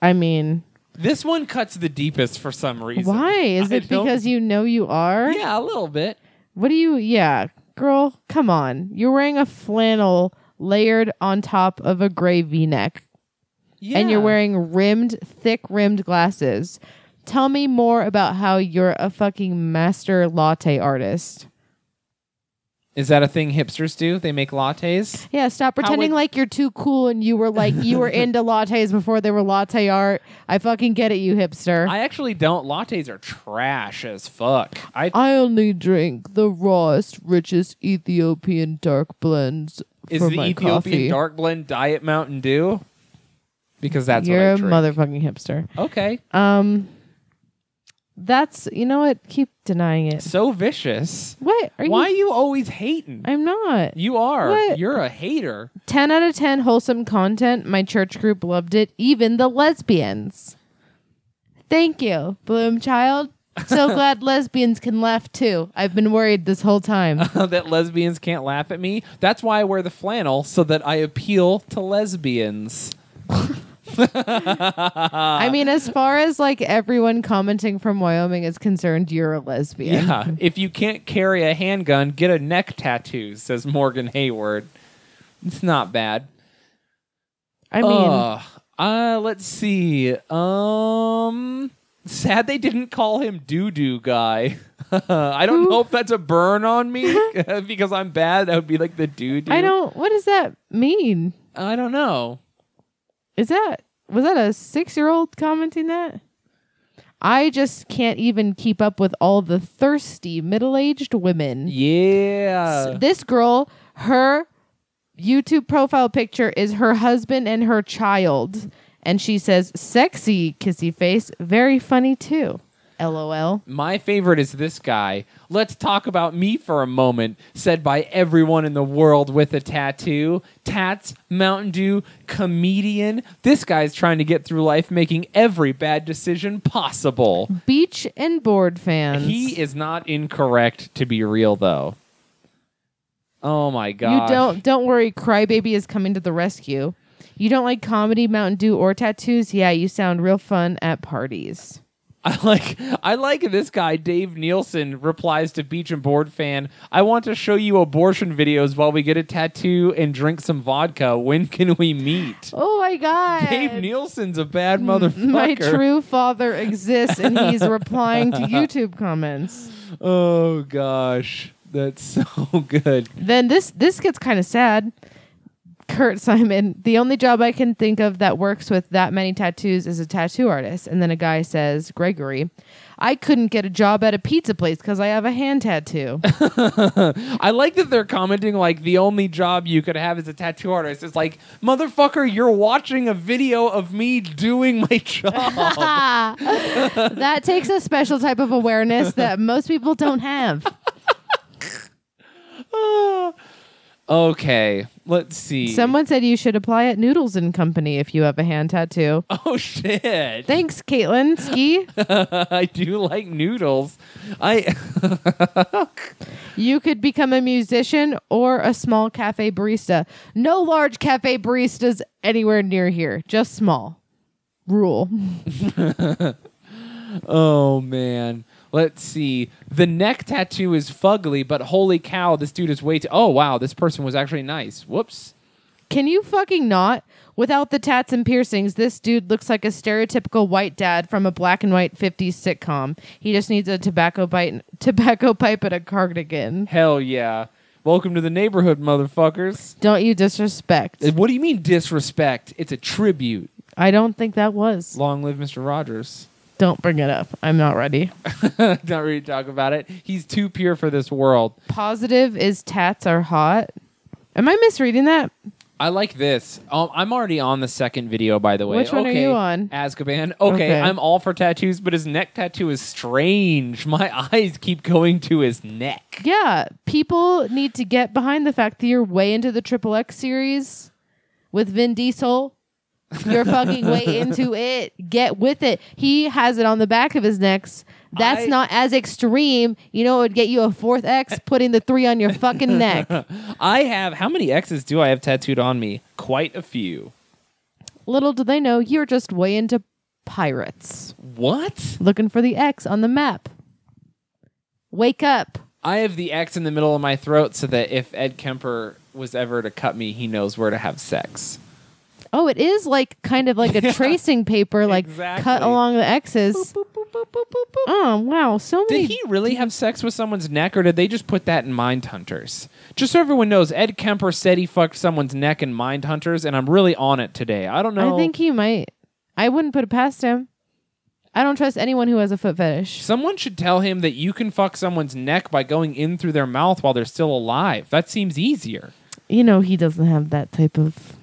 [SPEAKER 2] I mean,
[SPEAKER 3] This one cuts the deepest for some reason.
[SPEAKER 2] why is
[SPEAKER 3] I
[SPEAKER 2] it
[SPEAKER 3] don't-
[SPEAKER 2] because you know you are?
[SPEAKER 3] Yeah, a little bit.
[SPEAKER 2] What do you? Yeah, girl, come on. You're wearing a flannel layered on top of a gray V-neck,
[SPEAKER 3] Yeah.
[SPEAKER 2] and you're wearing rimmed, thick-rimmed glasses. Tell me more about how you're a fucking master latte artist.
[SPEAKER 3] Is that a thing hipsters do? They make lattes?
[SPEAKER 2] Yeah, stop pretending
[SPEAKER 3] would-
[SPEAKER 2] like you're too cool and you were like you
[SPEAKER 3] *laughs*
[SPEAKER 2] were into lattes before they were latte art. I fucking get it, you hipster. I,
[SPEAKER 3] I actually don't. Lattes are trash as fuck. I
[SPEAKER 2] only drink the rawest, richest Ethiopian dark blends
[SPEAKER 3] is
[SPEAKER 2] for
[SPEAKER 3] the
[SPEAKER 2] my
[SPEAKER 3] Ethiopian
[SPEAKER 2] coffee.
[SPEAKER 3] dark blend diet Mountain Dew? Because that's what
[SPEAKER 2] you're
[SPEAKER 3] I
[SPEAKER 2] a
[SPEAKER 3] drink.
[SPEAKER 2] motherfucking hipster.
[SPEAKER 3] Okay.
[SPEAKER 2] Um, that's you know what? Keep denying it.
[SPEAKER 3] so vicious.
[SPEAKER 2] What are
[SPEAKER 3] Why
[SPEAKER 2] you?
[SPEAKER 3] you always hating?
[SPEAKER 2] I'm not.
[SPEAKER 3] You are.
[SPEAKER 2] What?
[SPEAKER 3] You're a hater. *laughs*
[SPEAKER 2] ten out of ten wholesome content. My church group loved it. Even the lesbians. Thank you, Bloom Child.
[SPEAKER 3] *laughs*
[SPEAKER 2] So glad lesbians can laugh too. I've been worried this whole time.
[SPEAKER 3] that lesbians can't laugh at me. That's why I wear the flannel so that I appeal
[SPEAKER 2] *laughs*
[SPEAKER 3] to lesbians. *laughs*
[SPEAKER 2] I mean, as far as like everyone commenting from Wyoming is concerned, you're a lesbian.
[SPEAKER 3] Yeah. *laughs* If you can't carry a handgun, get a neck tattoo, says Morgan Hayward. It's not bad.
[SPEAKER 2] I mean,
[SPEAKER 3] Ugh. uh, let's see. Um, sad they didn't call him doo doo guy. *laughs* I don't know if that's a burn on me *laughs* because I'm bad. That would be like the doo doo.
[SPEAKER 2] I don't. What does that mean?
[SPEAKER 3] I don't know.
[SPEAKER 2] Is that was that a six year old commenting that? I just can't even keep up with all the thirsty middle aged women.
[SPEAKER 3] Yeah.
[SPEAKER 2] this girl, her YouTube profile picture is her husband and her child. And she says, sexy kissy face, very funny too. LOL.
[SPEAKER 3] My favorite is this guy. Let's talk about me for a moment, said by everyone in the world with a tattoo. Tats, Mountain Dew, comedian. This guy's trying to get through life making every bad decision possible.
[SPEAKER 2] Beach and board fans.
[SPEAKER 3] He is not incorrect to be real though. Oh my
[SPEAKER 2] you
[SPEAKER 3] god.
[SPEAKER 2] don't don't worry, Crybaby is coming to the rescue. You don't like comedy, Mountain Dew, or tattoos? Yeah, you sound real fun at parties.
[SPEAKER 3] *laughs* I like I like this guy Dave Nielsen replies to Beach and Board fan. I want to show you abortion videos while we get a tattoo and drink some vodka. When can we meet?
[SPEAKER 2] Oh my god.
[SPEAKER 3] Dave Nielsen's a bad motherfucker.
[SPEAKER 2] My true father exists and he's replying to YouTube comments.
[SPEAKER 3] *laughs* oh gosh. That's *laughs* so good.
[SPEAKER 2] Then this this gets kind of sad. Kurt Simon, the only job I can think of that works with that many tattoos is a tattoo artist. And then a guy says, Gregory, I couldn't get a job at a pizza place because I have a hand tattoo. *laughs*
[SPEAKER 3] I like that they're commenting like the only job you could have as a tattoo artist. It's like, motherfucker, you're watching a video of me doing my *laughs* job.
[SPEAKER 2] that takes a special type of awareness that most people don't have.
[SPEAKER 3] okay, let's see.
[SPEAKER 2] Someone said you should apply at Noodles and Company if you have a hand tattoo.
[SPEAKER 3] *laughs* oh shit! *laughs*
[SPEAKER 2] Thanks, Caitlin Ski.
[SPEAKER 3] I do like noodles. I *laughs*
[SPEAKER 2] You could become a musician or a small cafe barista. No large cafe baristas anywhere near here, just small. Rule.
[SPEAKER 3] oh man. Let's see. The neck tattoo is fugly, but holy cow, this dude is way too. Oh wow, this person was actually nice. Whoops.
[SPEAKER 2] Can you fucking not? Without the tats and piercings, this dude looks like a stereotypical white dad from a black and white 50s sitcom. He just needs a tobacco bite, tobacco pipe and a cardigan.
[SPEAKER 3] Hell yeah. Welcome to the neighborhood, motherfuckers.
[SPEAKER 2] Don't you disrespect.
[SPEAKER 3] What do you mean disrespect? It's a tribute.
[SPEAKER 2] I don't think that was.
[SPEAKER 3] Long live Mr. Rogers. *laughs*
[SPEAKER 2] Don't bring it up. I'm not ready.
[SPEAKER 3] Not ready to talk about it. He's too pure for this world.
[SPEAKER 2] Positive is tats are hot. Am I misreading that?
[SPEAKER 3] I like this. Um, I'm already on the second video, by the way.
[SPEAKER 2] Which one are
[SPEAKER 3] okay,
[SPEAKER 2] you on?
[SPEAKER 3] Azkaban. Okay,
[SPEAKER 2] Okay.
[SPEAKER 3] I'm all for tattoos, but his neck tattoo is strange. *laughs* My eyes keep going to his neck.
[SPEAKER 2] Yeah, people need to get behind the fact that you're way into the Triple X series with Vin Diesel. You're fucking
[SPEAKER 3] *laughs*
[SPEAKER 2] way into it. Get with it. He has it on the back of his necks. That's
[SPEAKER 3] I-
[SPEAKER 2] not as extreme. You know, it would get you a fourth
[SPEAKER 3] *laughs*
[SPEAKER 2] X putting the three on your fucking neck.
[SPEAKER 3] I have how many X's do I have tattooed on me? Quite a few.
[SPEAKER 2] Little do they know, you're just way into pirates.
[SPEAKER 3] What?
[SPEAKER 2] Looking for the X on the map. Wake up.
[SPEAKER 3] I have the X in the middle of my throat so that if Ed Kemper was ever to cut me, he knows where to have sex.
[SPEAKER 2] Oh, it is like kind of
[SPEAKER 3] *laughs*
[SPEAKER 2] like a tracing paper, like cut
[SPEAKER 3] exactly.
[SPEAKER 2] along the X's. Oh wow, so many.
[SPEAKER 3] Did he really have sex with someone's neck, or did they just put that in Mindhunters? Just so everyone knows, Ed Kemper said he fucked someone's neck in Mindhunters, and I'm really on it today. I don't know.
[SPEAKER 2] I think he might. I wouldn't put it past him. I don't trust anyone who has a foot fetish.
[SPEAKER 3] someone should tell him that you can fuck someone's neck by going in through their mouth while they're still alive. That seems easier.
[SPEAKER 2] You know, he doesn't have that type
[SPEAKER 3] *laughs*
[SPEAKER 2] of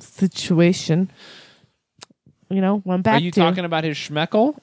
[SPEAKER 2] situation. You know, went back
[SPEAKER 3] Are you
[SPEAKER 2] to
[SPEAKER 3] talking about his schmeckle?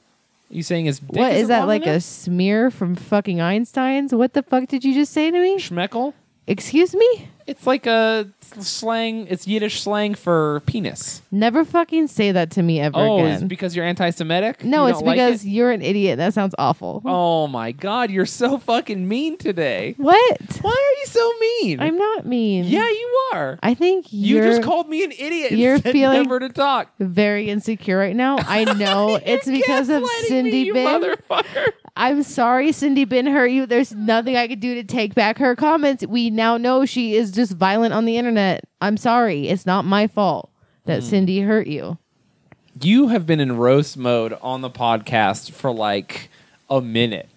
[SPEAKER 3] you saying his dick
[SPEAKER 2] what is
[SPEAKER 3] isn't
[SPEAKER 2] that
[SPEAKER 3] long
[SPEAKER 2] like a
[SPEAKER 3] enough?
[SPEAKER 2] smear from fucking Einstein's? What the fuck did you just say to me?
[SPEAKER 3] schmeckle?
[SPEAKER 2] Excuse me?
[SPEAKER 3] It's like a slang. It's Yiddish slang for penis.
[SPEAKER 2] Never fucking say that to me ever
[SPEAKER 3] Oh,
[SPEAKER 2] again.
[SPEAKER 3] it's because you're anti-Semitic.
[SPEAKER 2] no,
[SPEAKER 3] You
[SPEAKER 2] it's
[SPEAKER 3] don't like
[SPEAKER 2] because
[SPEAKER 3] it?
[SPEAKER 2] you're an idiot. That sounds awful.
[SPEAKER 3] Oh my God, you're so fucking mean today.
[SPEAKER 2] What?
[SPEAKER 3] Why are you so mean?
[SPEAKER 2] I'm not mean.
[SPEAKER 3] Yeah, you are.
[SPEAKER 2] I think
[SPEAKER 3] You
[SPEAKER 2] you're
[SPEAKER 3] just called me an idiot. and
[SPEAKER 2] you're
[SPEAKER 3] said
[SPEAKER 2] feeling-
[SPEAKER 3] never to talk.
[SPEAKER 2] very insecure right now. I
[SPEAKER 3] *laughs*
[SPEAKER 2] know it's because of
[SPEAKER 3] Gaslighting me,
[SPEAKER 2] Cindy
[SPEAKER 3] you
[SPEAKER 2] Bin.
[SPEAKER 3] motherfucker.
[SPEAKER 2] I'm sorry, Cindy Bin hurt you. There's nothing I could do to take back her comments. We now know she is just violent on the internet. I'm sorry. It's not my fault that
[SPEAKER 3] Hmm.
[SPEAKER 2] Cindy hurt you.
[SPEAKER 3] You have been in roast mode on the podcast for like a minute.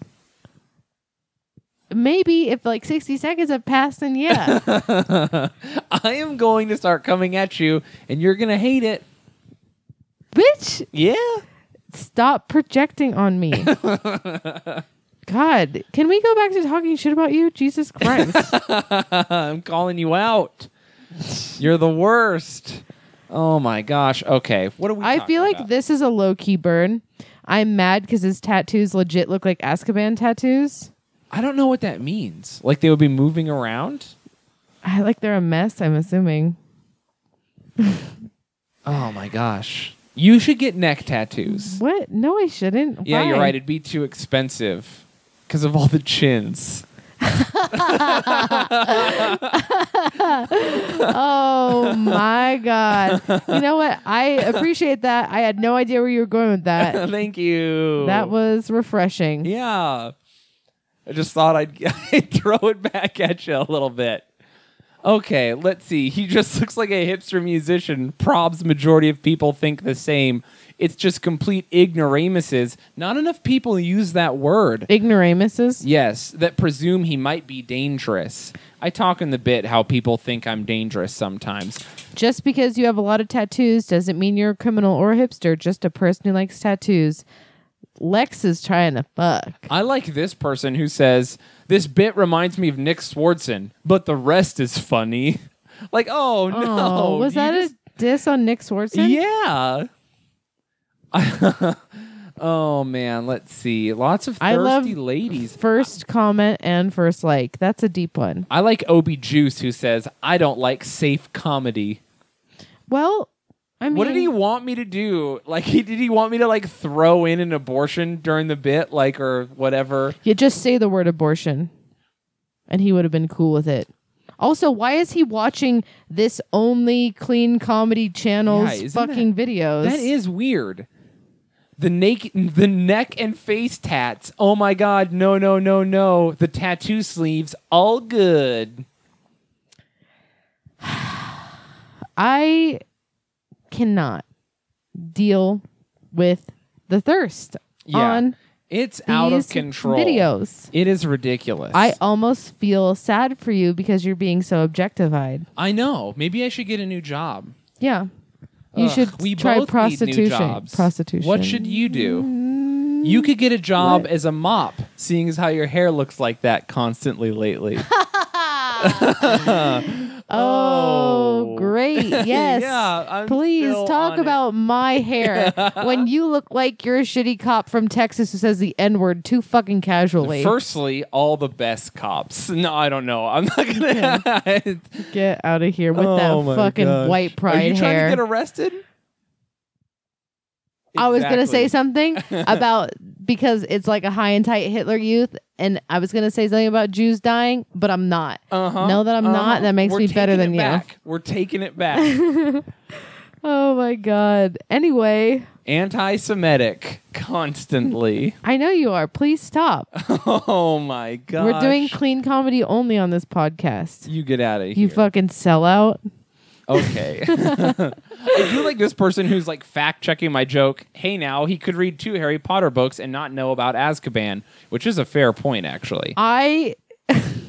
[SPEAKER 2] Maybe if like 60 seconds have passed, then
[SPEAKER 3] *laughs*
[SPEAKER 2] yeah.
[SPEAKER 3] I am going to start coming at you, and you're gonna hate it.
[SPEAKER 2] Bitch,
[SPEAKER 3] Yeah.
[SPEAKER 2] stop projecting on
[SPEAKER 3] *laughs*
[SPEAKER 2] me. God, can we go back to talking shit about you? Jesus
[SPEAKER 3] *laughs*
[SPEAKER 2] Christ.
[SPEAKER 3] I'm calling you out. You're the worst. Oh my gosh. Okay. What are we?
[SPEAKER 2] I
[SPEAKER 3] talking
[SPEAKER 2] feel like
[SPEAKER 3] about?
[SPEAKER 2] this is a low key burn. I'm mad because his tattoos legit look like Azkaban tattoos.
[SPEAKER 3] I don't know what that means. Like they would be moving around.
[SPEAKER 2] I like they're a mess. I'm assuming.
[SPEAKER 3] Oh my gosh. You should get neck tattoos.
[SPEAKER 2] What? No, I shouldn't.
[SPEAKER 3] Yeah, you're
[SPEAKER 2] Why?
[SPEAKER 3] right. It'd be too expensive because of all the chins. *laughs*
[SPEAKER 2] Oh my god. You know what? I appreciate that. I had no idea where you were going with
[SPEAKER 3] *laughs*
[SPEAKER 2] that.
[SPEAKER 3] *laughs* Thank you.
[SPEAKER 2] That was refreshing.
[SPEAKER 3] Yeah. I just thought I'd, *laughs* I'd throw it back at you a little bit. Okay, let's see. He just *laughs* looks like a hipster musician. Probs majority of people think the same. It's just complete ignoramuses. Not enough people use that word.
[SPEAKER 2] Ignoramuses.
[SPEAKER 3] Yes, that presume he might be dangerous. I talk in the bit how people think I'm dangerous sometimes.
[SPEAKER 2] Just because you have a lot of tattoos doesn't mean you're a criminal or a hipster. Just a person who likes tattoos. Lex is trying to fuck.
[SPEAKER 3] I like this person who says, This bit reminds me of Nick Swartzen, but the rest is funny. *laughs* Like, oh, no.
[SPEAKER 2] Oh, was
[SPEAKER 3] you
[SPEAKER 2] that
[SPEAKER 3] just-
[SPEAKER 2] a diss on Nick Swartzen?
[SPEAKER 3] Yeah. *laughs* oh man, let's see. Lots of thirsty
[SPEAKER 2] I love
[SPEAKER 3] ladies.
[SPEAKER 2] First comment and first like. That's a deep one.
[SPEAKER 3] I like Obi Juice who says, "I don't like safe comedy."
[SPEAKER 2] Well, I mean,
[SPEAKER 3] What did he want me to do? Like, *laughs* he did he want me to like throw in an abortion during the bit, like or whatever?
[SPEAKER 2] You just say the word abortion, and he would have been cool with it. Also, why is he watching this only clean comedy channels
[SPEAKER 3] Yeah, isn't
[SPEAKER 2] fucking videos?
[SPEAKER 3] That is weird. The naked, the neck and face tats. Oh my god, no, no, no, no. The tattoo sleeves, all good.
[SPEAKER 2] I cannot deal with the thirst on
[SPEAKER 3] it's out of
[SPEAKER 2] these
[SPEAKER 3] control.
[SPEAKER 2] videos.
[SPEAKER 3] It is ridiculous.
[SPEAKER 2] I almost feel sad for you because you're being so objectified.
[SPEAKER 3] I know. Maybe I should get a new job.
[SPEAKER 2] Yeah. You
[SPEAKER 3] Ugh,
[SPEAKER 2] should
[SPEAKER 3] we
[SPEAKER 2] try
[SPEAKER 3] both need new
[SPEAKER 2] prostitution.
[SPEAKER 3] jobs.
[SPEAKER 2] Prostitution.
[SPEAKER 3] What should you do? You could get a job as a mop, seeing as how your hair looks like that
[SPEAKER 2] *laughs*
[SPEAKER 3] constantly lately.
[SPEAKER 2] *laughs* Oh,
[SPEAKER 3] Oh. *laughs*
[SPEAKER 2] great. Yes.
[SPEAKER 3] Yeah, I'm
[SPEAKER 2] Please
[SPEAKER 3] still
[SPEAKER 2] talk
[SPEAKER 3] on it.
[SPEAKER 2] about my
[SPEAKER 3] *laughs*
[SPEAKER 2] hair when you look like you're a shitty cop from Texas who says the N word too fucking casually.
[SPEAKER 3] Firstly, all the best cops. *laughs* No, I don't know. I'm not *laughs* gonna.
[SPEAKER 2] Get out of here with
[SPEAKER 3] Oh my
[SPEAKER 2] that fucking
[SPEAKER 3] gosh.
[SPEAKER 2] white pride
[SPEAKER 3] Are you
[SPEAKER 2] hair.
[SPEAKER 3] trying to get arrested?
[SPEAKER 2] I was gonna say
[SPEAKER 3] Exactly.
[SPEAKER 2] something
[SPEAKER 3] *laughs*
[SPEAKER 2] about because it's like a high and tight Hitler Youth, and I was gonna say something about Jews dying, but I'm not.
[SPEAKER 3] Uh-huh.
[SPEAKER 2] Know that I'm
[SPEAKER 3] Uh-huh.
[SPEAKER 2] not. That makes
[SPEAKER 3] We're
[SPEAKER 2] me better
[SPEAKER 3] taking
[SPEAKER 2] than
[SPEAKER 3] it
[SPEAKER 2] you.
[SPEAKER 3] back. We're taking it back.
[SPEAKER 2] *laughs* Oh my god. Anyway,
[SPEAKER 3] Anti-Semitic constantly. *laughs*
[SPEAKER 2] I know you are. Please stop.
[SPEAKER 3] Oh my god.
[SPEAKER 2] We're doing clean comedy only on this podcast.
[SPEAKER 3] You get out of here.
[SPEAKER 2] You fucking sellout.
[SPEAKER 3] Okay. *laughs* I do like this person who's like fact checking my joke. Hey, now he could read two Harry Potter books and not know about Azkaban, which is a fair point, actually.
[SPEAKER 2] I.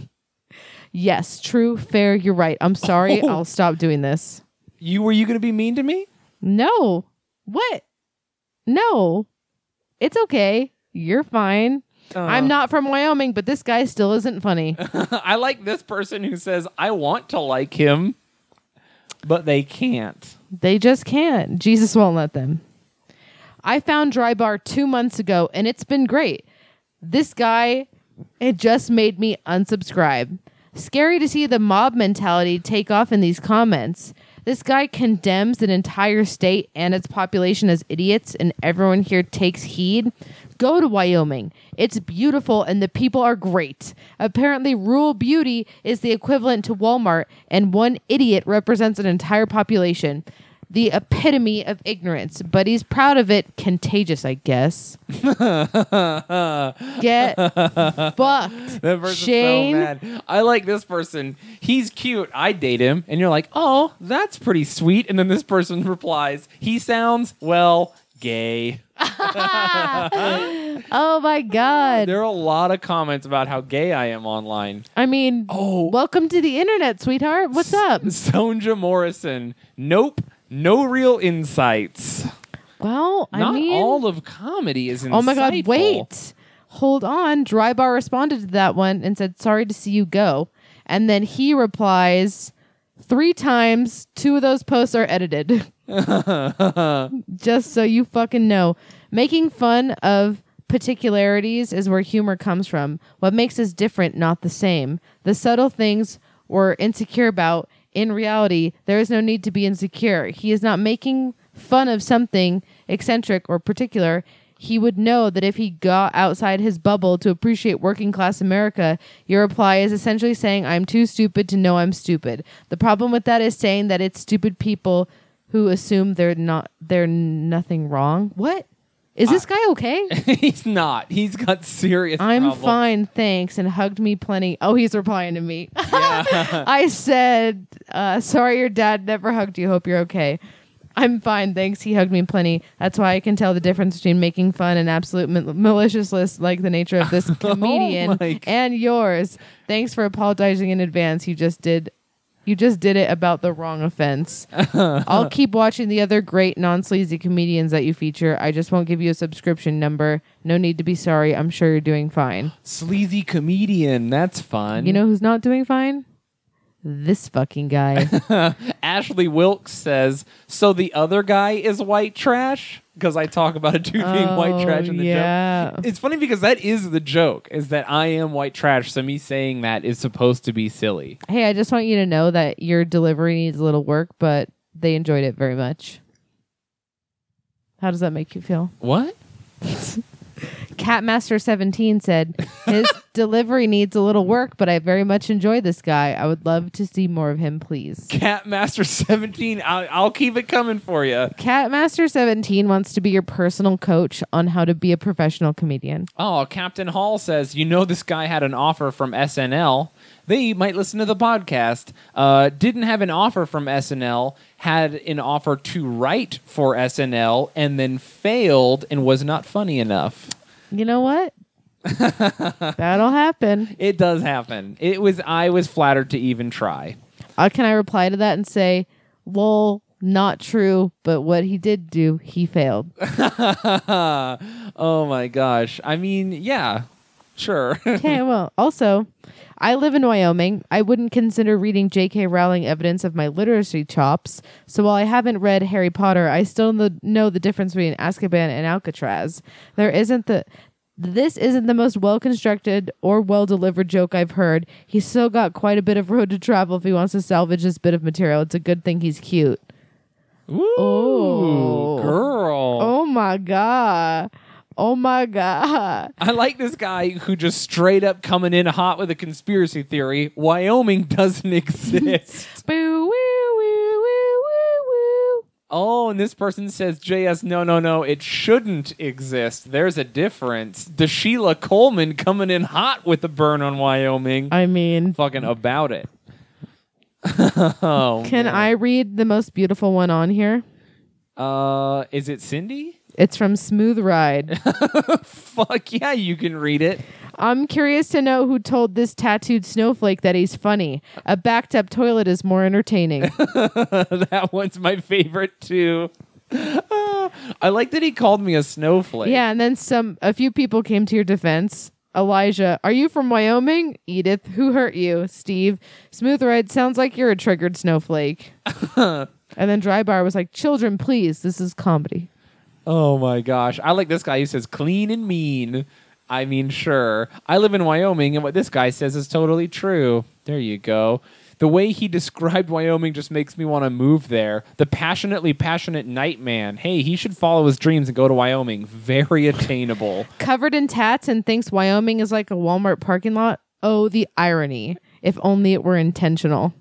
[SPEAKER 2] *laughs* yes, true, fair. You're right. I'm sorry. I'll stop doing this.
[SPEAKER 3] You were you going to be mean to me?
[SPEAKER 2] No. What? No. It's okay. You're fine. I'm not from Wyoming, but this guy still isn't funny.
[SPEAKER 3] *laughs* I like this person who says I want to like him, but they can't.
[SPEAKER 2] they just can't. Jesus won't let them. I found Dry Bar two months ago, and it's been great. This guy, it just made me unsubscribe. Scary to see the mob mentality take off in these comments. This guy condemns an entire state and its population as idiots, and everyone here takes heed. Go to Wyoming. It's beautiful and the people are great. Apparently, rural beauty is the equivalent to Walmart, and one idiot represents an entire population. The epitome of ignorance, but he's proud of it. Contagious, I guess.
[SPEAKER 3] *laughs*
[SPEAKER 2] Get fucked.
[SPEAKER 3] That person's
[SPEAKER 2] Shane.
[SPEAKER 3] so mad. I like this person. He's cute. I date him, and you're like, oh, that's pretty sweet. And then this person *laughs* replies, he sounds well gay.
[SPEAKER 2] Oh my god.
[SPEAKER 3] There are a lot of comments about how gay I am online.
[SPEAKER 2] I mean,
[SPEAKER 3] Oh.
[SPEAKER 2] welcome to the internet, sweetheart. What's up?
[SPEAKER 3] *laughs* Sonja Morrison. Nope. No real insights.
[SPEAKER 2] Well, I
[SPEAKER 3] Not
[SPEAKER 2] mean,
[SPEAKER 3] all of comedy is insightful.
[SPEAKER 2] oh my god, wait. Hold on. Drybar responded to that one and said, "Sorry to see you go." And then he replies three times, two of those posts are edited. *laughs* Just so you fucking know, making fun of particularities is where humor comes from. What makes us different, not the same. The subtle things we're insecure about, in reality, there is no need to be insecure. He is not making fun of something eccentric or particular. He would know that if he got outside his bubble to appreciate working class America, your reply is essentially saying, I'm too stupid to know I'm stupid. The problem with that is saying that it's stupid people who assume they're not they're nothing wrong. What? Is this guy okay?
[SPEAKER 3] *laughs* He's not. He's got serious
[SPEAKER 2] I'm
[SPEAKER 3] problems.
[SPEAKER 2] fine, thanks, and hugged me plenty. Oh, he's replying to me. I said, uh, sorry your dad never hugged you. Hope you're okay. I'm fine, thanks. He hugged me plenty. That's why I can tell the difference between making fun and absolute mal- maliciousness, like the nature of this comedian
[SPEAKER 3] my God.
[SPEAKER 2] and yours. Thanks for apologizing in advance. You just did. You just did it about the wrong offense. I'll keep watching the other great non sleazy comedians that you feature. I just won't give you a subscription number. No need to be sorry. I'm sure you're doing fine.
[SPEAKER 3] Sleazy comedian. That's fun.
[SPEAKER 2] You know who's not doing fine? This fucking guy.
[SPEAKER 3] Ashley Wilkes says, "So the other guy is white trash because I talk about *laughs* a dude being white
[SPEAKER 2] Oh,
[SPEAKER 3] trash in the
[SPEAKER 2] yeah.
[SPEAKER 3] joke." It's funny because that is the joke is that I am white trash. So me saying that is supposed to be silly.
[SPEAKER 2] hey, I just want you to know that your delivery needs a little work, but they enjoyed it very much. How does that make you feel?
[SPEAKER 3] What?
[SPEAKER 2] Catmaster17 said, His
[SPEAKER 3] *laughs*
[SPEAKER 2] delivery needs a little work, but I very much enjoy this guy. I would love to see more of him, please.
[SPEAKER 3] Catmaster *laughs* seventeen. I'll, I'll keep it coming for you.
[SPEAKER 2] Catmaster17 wants to be your personal coach on how to be a professional comedian.
[SPEAKER 3] Oh, Captain Hall says, you know, this guy had an offer from SNL. They might listen to the podcast. Uh, didn't have an offer from SNL, had an offer to write for SNL, and then failed and was not funny enough.
[SPEAKER 2] You know
[SPEAKER 3] *laughs*
[SPEAKER 2] what? That'll happen.
[SPEAKER 3] It does happen. It was I was flattered to even try.
[SPEAKER 2] Uh, can I reply to that and say, lol, Not true, but what he did do, he failed.
[SPEAKER 3] oh my gosh. I mean, yeah, sure. *laughs*
[SPEAKER 2] Okay, well, also, I live in Wyoming. I wouldn't consider reading J.K. Rowling evidence of my literacy chops. So while I haven't read Harry Potter, I still kno- know the difference between Azkaban and Alcatraz. There isn't the. This isn't the most well constructed or well delivered joke I've heard. He's still got quite a bit of road to travel if he wants to salvage this bit of material. It's a good thing he's cute.
[SPEAKER 3] Ooh,
[SPEAKER 2] Oh.
[SPEAKER 3] girl.
[SPEAKER 2] Oh my god. Oh my god.
[SPEAKER 3] I like this guy who just straight up coming in hot with a conspiracy theory. Wyoming doesn't *laughs* exist.
[SPEAKER 2] Boo woo woo woo woo woo.
[SPEAKER 3] oh, and this person says, JS, no, no, no, it shouldn't exist. There's a difference. The Sheila Coleman coming in hot with a burn on Wyoming.
[SPEAKER 2] I mean,
[SPEAKER 3] Fucking about it. *laughs* oh,
[SPEAKER 2] can I read the most beautiful one on here?
[SPEAKER 3] uh, is it Cindy?
[SPEAKER 2] It's from Smooth Ride.
[SPEAKER 3] Fuck yeah, you can read it. *laughs*
[SPEAKER 2] I'm curious to know who told this tattooed snowflake that he's funny. A backed up toilet is more entertaining.
[SPEAKER 3] that one's my favorite too. *laughs* Ah, I like that he called me a snowflake.
[SPEAKER 2] yeah, and then some a few people came to your defense. Elijah, are you from Wyoming? Edith, who hurt you? Steve, Smooth Ride sounds like you're a triggered snowflake. and then Drybar was like, "Children, please, this is comedy."
[SPEAKER 3] Oh my gosh. I like this guy. He says clean and mean. I mean, sure. I live in Wyoming, and what this guy says is totally true. There you go. The way he *laughs* described Wyoming just makes me want to move there. The passionately passionate nightman. Hey, he should follow his dreams and go to Wyoming.
[SPEAKER 2] *laughs*
[SPEAKER 3] Very attainable.
[SPEAKER 2] covered in tats and thinks Wyoming is like a Walmart parking lot. Oh, the irony. If only it were
[SPEAKER 3] *laughs*
[SPEAKER 2] intentional.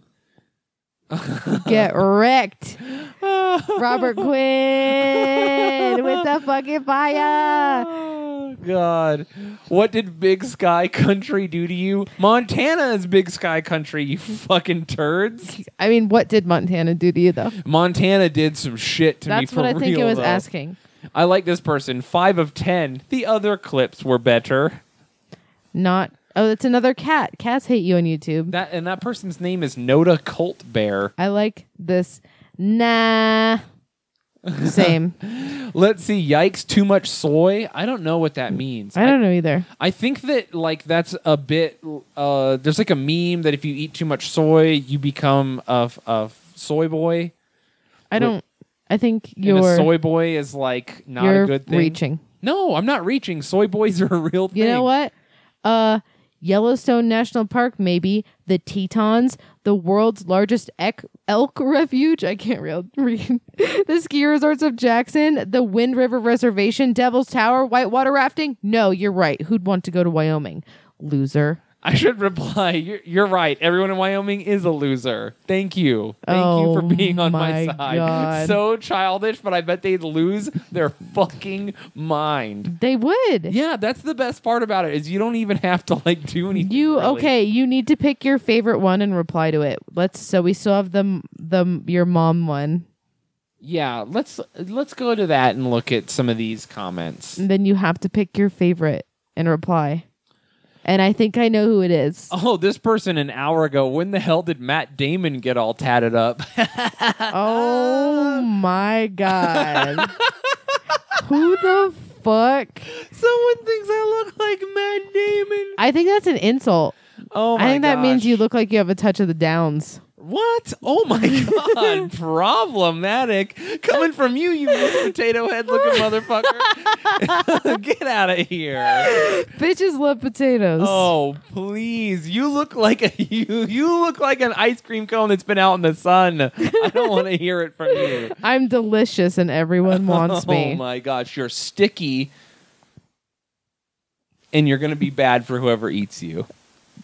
[SPEAKER 2] Get wrecked. Robert Quinn with the fucking fire.
[SPEAKER 3] Oh God. What did Big Sky Country do to you? Montana is Big Sky Country, you *laughs* fucking
[SPEAKER 2] *laughs*
[SPEAKER 3] turds.
[SPEAKER 2] I mean, what did Montana do to you, though?
[SPEAKER 3] Montana did some shit to me
[SPEAKER 2] That's
[SPEAKER 3] for
[SPEAKER 2] what I
[SPEAKER 3] real.
[SPEAKER 2] think it was
[SPEAKER 3] though.
[SPEAKER 2] asking.
[SPEAKER 3] I like this person. Five of ten. The other clips were better.
[SPEAKER 2] Not. Oh, it's another cat. Cats hate you on YouTube.
[SPEAKER 3] That and that person's name is Noda Colt Bear.
[SPEAKER 2] I like this.
[SPEAKER 3] *laughs*
[SPEAKER 2] Nah. Same.
[SPEAKER 3] Let's see. Yikes! Too much soy. I don't know what that means.
[SPEAKER 2] I don't know either.
[SPEAKER 3] I think that like that's a bit. Uh, there's like a meme that if you eat too much soy, you become a, f- a f- soy boy.
[SPEAKER 2] I don't. I think
[SPEAKER 3] and
[SPEAKER 2] you're
[SPEAKER 3] a soy boy is like not
[SPEAKER 2] you're
[SPEAKER 3] a good thing.
[SPEAKER 2] reaching.
[SPEAKER 3] No, I'm not reaching. Soy boys are a real thing.
[SPEAKER 2] You know what? Uh Yellowstone National Park, maybe the Tetons, the world's largest ec- elk refuge. I can't real- read. *laughs* the ski resorts of Jackson, the Wind River Reservation, Devil's Tower, whitewater rafting. No, you're right. Who'd want to go to Wyoming? Loser.
[SPEAKER 3] I should reply. You're, you're right. Everyone in Wyoming is a loser. Thank you. Thank you
[SPEAKER 2] Oh
[SPEAKER 3] for being on
[SPEAKER 2] my
[SPEAKER 3] my, side.
[SPEAKER 2] God.
[SPEAKER 3] So childish, but I bet they'd lose their fucking mind.
[SPEAKER 2] They would.
[SPEAKER 3] Yeah, that's the best part about it is you don't even have to like do anything.
[SPEAKER 2] You
[SPEAKER 3] really.
[SPEAKER 2] okay? You need to pick your favorite one and reply to it. Let's. So we still have the m- the m- your mom one.
[SPEAKER 3] Yeah, let's let's go to that and look at some of these comments.
[SPEAKER 2] And then you have to pick your favorite and reply. And I think I know who it is.
[SPEAKER 3] Oh, this person an hour ago. When the hell did Matt Damon get all tatted up? *laughs*
[SPEAKER 2] Oh
[SPEAKER 3] Um,
[SPEAKER 2] my god. Who the fuck?
[SPEAKER 3] Someone thinks I look like Matt Damon.
[SPEAKER 2] I think that's an insult.
[SPEAKER 3] Oh my
[SPEAKER 2] I think that means
[SPEAKER 3] gosh.
[SPEAKER 2] you look like you have a touch of the downs.
[SPEAKER 3] What? Oh
[SPEAKER 2] *laughs*
[SPEAKER 3] my god. Problematic. Coming from you, you Miss potato head looking motherfucker. *laughs* Get out of here.
[SPEAKER 2] Bitches love potatoes.
[SPEAKER 3] Oh, please. You look like a *laughs* you you look like an ice cream cone that's been out in the sun. I don't want to hear it from you.
[SPEAKER 2] I'm delicious and everyone wants
[SPEAKER 3] *laughs* Oh
[SPEAKER 2] me.
[SPEAKER 3] my gosh, you're sticky. And you're gonna be bad for whoever
[SPEAKER 2] *laughs*
[SPEAKER 3] eats you.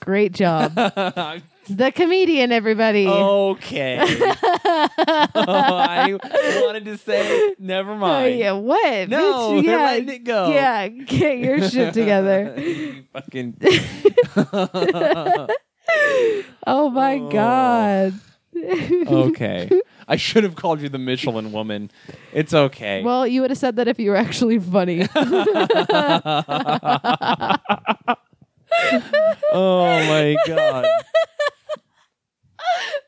[SPEAKER 2] Great job. the comedian, everybody. *laughs*
[SPEAKER 3] Oh Okay. Oh, I wanted to say, never
[SPEAKER 2] Oh,
[SPEAKER 3] mind.
[SPEAKER 2] yeah, what?
[SPEAKER 3] No,
[SPEAKER 2] Bitch,
[SPEAKER 3] they're
[SPEAKER 2] yeah.
[SPEAKER 3] letting it go.
[SPEAKER 2] Yeah, get your shit together.
[SPEAKER 3] You *laughs*
[SPEAKER 2] *laughs*
[SPEAKER 3] fucking.
[SPEAKER 2] Oh my
[SPEAKER 3] Oh.
[SPEAKER 2] god.
[SPEAKER 3] Okay. I should have called you the Michelin woman. It's okay.
[SPEAKER 2] Well, you would have said that if you were actually
[SPEAKER 3] *laughs*
[SPEAKER 2] funny.
[SPEAKER 3] oh my god. *laughs*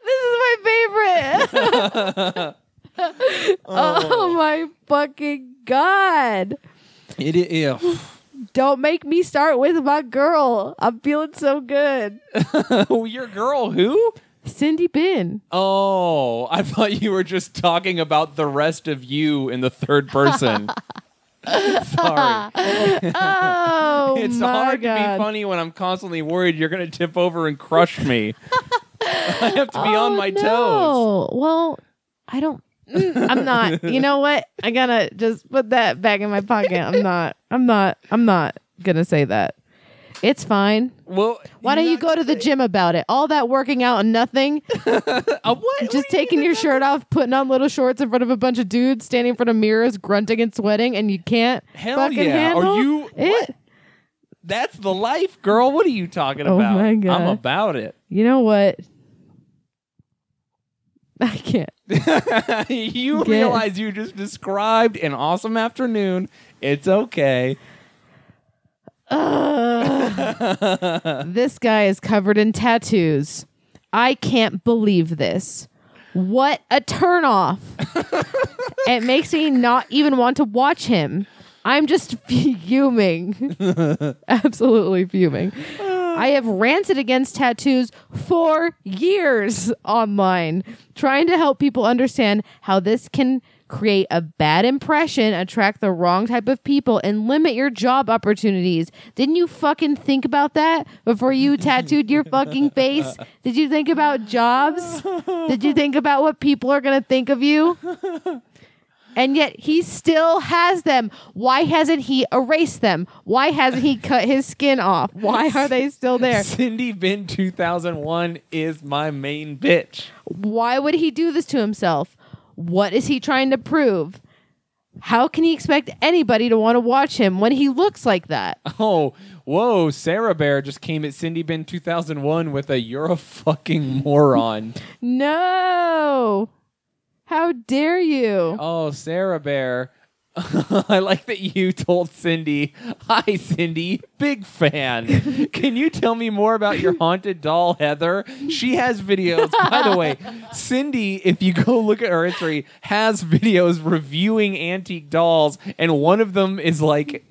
[SPEAKER 2] This is my favorite. *laughs* Oh my fucking god.
[SPEAKER 3] It, it,
[SPEAKER 2] Don't make me start with my girl. I'm feeling so good.
[SPEAKER 3] *laughs* Your girl who?
[SPEAKER 2] Cindy Bin.
[SPEAKER 3] Oh, I thought you were just talking about the rest of you in the
[SPEAKER 2] *laughs*
[SPEAKER 3] third person. Sorry.
[SPEAKER 2] Oh,
[SPEAKER 3] *laughs* It's
[SPEAKER 2] my
[SPEAKER 3] hard
[SPEAKER 2] God.
[SPEAKER 3] to be funny when I'm constantly worried you're going to tip over and crush me. *laughs* I have to be
[SPEAKER 2] *laughs*
[SPEAKER 3] on
[SPEAKER 2] Oh,
[SPEAKER 3] my
[SPEAKER 2] no.
[SPEAKER 3] toes.
[SPEAKER 2] Well, I don't. Mm, I'm
[SPEAKER 3] *laughs*
[SPEAKER 2] not. You know what? I gotta just put that back in my pocket. I'm not. I'm not. I'm not gonna say that. It's fine.
[SPEAKER 3] Well,
[SPEAKER 2] Why don't you go to the gym about it? All that working out and nothing,
[SPEAKER 3] Uh,
[SPEAKER 2] *laughs*
[SPEAKER 3] what?
[SPEAKER 2] just taking your shirt off, putting on little shorts in front of a bunch of dudes, standing in front of mirrors, grunting and sweating, and you can't
[SPEAKER 3] Hell
[SPEAKER 2] fucking
[SPEAKER 3] yeah. Are
[SPEAKER 2] handle
[SPEAKER 3] you-
[SPEAKER 2] it.
[SPEAKER 3] what? That's the life, girl. What are you talking
[SPEAKER 2] Oh
[SPEAKER 3] about?
[SPEAKER 2] my God.
[SPEAKER 3] I'm about it. *laughs*
[SPEAKER 2] You know what? *laughs* I can't.
[SPEAKER 3] you
[SPEAKER 2] Get-
[SPEAKER 3] realize you just described an awesome afternoon. It's okay.
[SPEAKER 2] Ugh. this guy is covered in tattoos. I can't believe this. What a
[SPEAKER 3] *laughs*
[SPEAKER 2] turnoff. it makes me not even want to watch him. I'm just *laughs* fuming. *laughs* Absolutely fuming. I have ranted against tattoos for years online, trying to help people understand how this can create a bad impression, attract the wrong type of people, and limit your job opportunities. Didn't you fucking think about that before you tattooed your fucking face? Did you think about jobs? Did you think about what people are going to think of you? And yet he still has them. Why hasn't he erased them? Why hasn't he cut his skin off? Why are they still there?
[SPEAKER 3] Cindy Bin 2001 is my main bitch. *laughs*
[SPEAKER 2] Why would he do this to himself? What is he trying to prove? How can he expect anybody to want to watch him when he looks like that?
[SPEAKER 3] Oh, whoa, Sarah Bear just came at Cindy Bin 2001 with a you're a fucking moron.
[SPEAKER 2] No. How dare you?
[SPEAKER 3] oh, Sarah Bear. *laughs* I like that you told Cindy, Hi, Cindy, big fan. Can you tell me more about your haunted doll, Heather? She has videos. By
[SPEAKER 2] *laughs*
[SPEAKER 3] the way, Cindy, if you go look at her history, has videos reviewing antique dolls, and one of them is like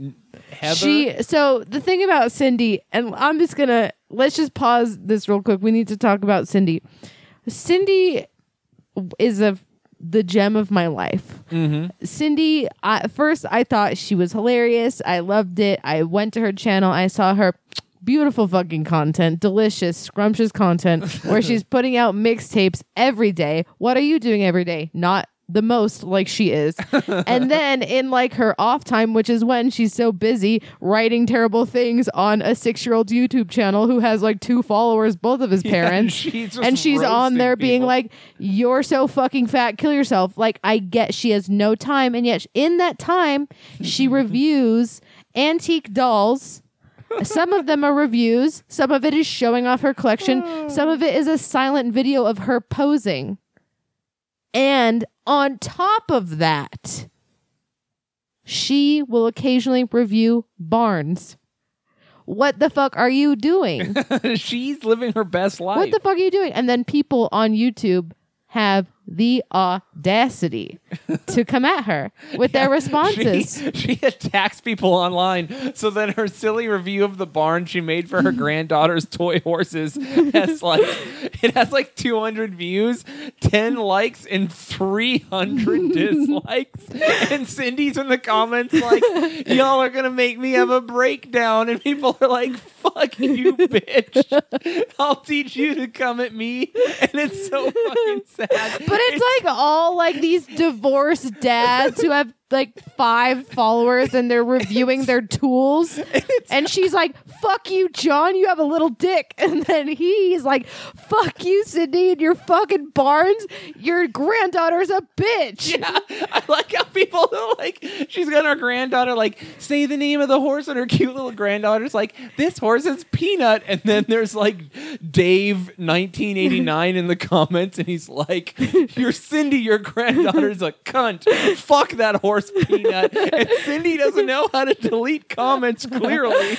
[SPEAKER 3] Heather.
[SPEAKER 2] She so the thing about Cindy, and I'm just gonna let's just pause this real quick. We need to talk about Cindy. Cindy is a the gem of my life.
[SPEAKER 3] Mm-hmm.
[SPEAKER 2] Cindy, I, at first I thought she was hilarious. I loved it. I went to her channel. I saw her beautiful fucking content, delicious, scrumptious content where
[SPEAKER 3] *laughs*
[SPEAKER 2] she's putting out mixtapes every day. What are you doing every day? Not the most like she
[SPEAKER 3] *laughs*
[SPEAKER 2] is. and then in like her off time, which is when she's so busy writing terrible things on a 6-year-old YouTube channel who has like two followers both
[SPEAKER 3] *laughs*
[SPEAKER 2] of his parents.
[SPEAKER 3] she's just
[SPEAKER 2] and she's on
[SPEAKER 3] roasting
[SPEAKER 2] there being
[SPEAKER 3] people.
[SPEAKER 2] like like you're so fucking fat kill yourself like i get she has no time and yet in that time she reviews antique dolls some of them are reviews some of it is showing off her collection some of it is a silent video of her posing and on top of that she will occasionally review barns what the fuck are you doing
[SPEAKER 3] *laughs* she's living her best life.
[SPEAKER 2] what the fuck are you doing? And then people on YouTube have the audacity to come at her with
[SPEAKER 3] *laughs*
[SPEAKER 2] their responses.
[SPEAKER 3] She, she attacks people online. So then her silly review of the barn she
[SPEAKER 2] *laughs*
[SPEAKER 3] made for her granddaughter's toy horses has like it has like 200 views, 10 likes,
[SPEAKER 2] *laughs*
[SPEAKER 3] and 300 dislikes. And Cindy's in the comments like, "Y'all are gonna make me have a breakdown," and people are like, "Fuck
[SPEAKER 2] *laughs*
[SPEAKER 3] you, bitch! I'll teach you to come at me." And it's so fucking sad.
[SPEAKER 2] But it's like all like these divorced dads who have like five followers and they're reviewing their
[SPEAKER 3] *laughs*
[SPEAKER 2] tools. And she's like, fuck you, John, you have a little dick. *laughs* And then he's like, fuck you, Sydney, and your fucking barns. Your granddaughter's a bitch.
[SPEAKER 3] *laughs* I like how people are like she's got her granddaughter like say the name of the horse and her cute little granddaughter's like this horse is peanut and then there's like Dave 1989 in the comments and he's like you're Cindy your granddaughter's a cunt fuck that horse peanut. and Cindy doesn't know how to delete comments clearly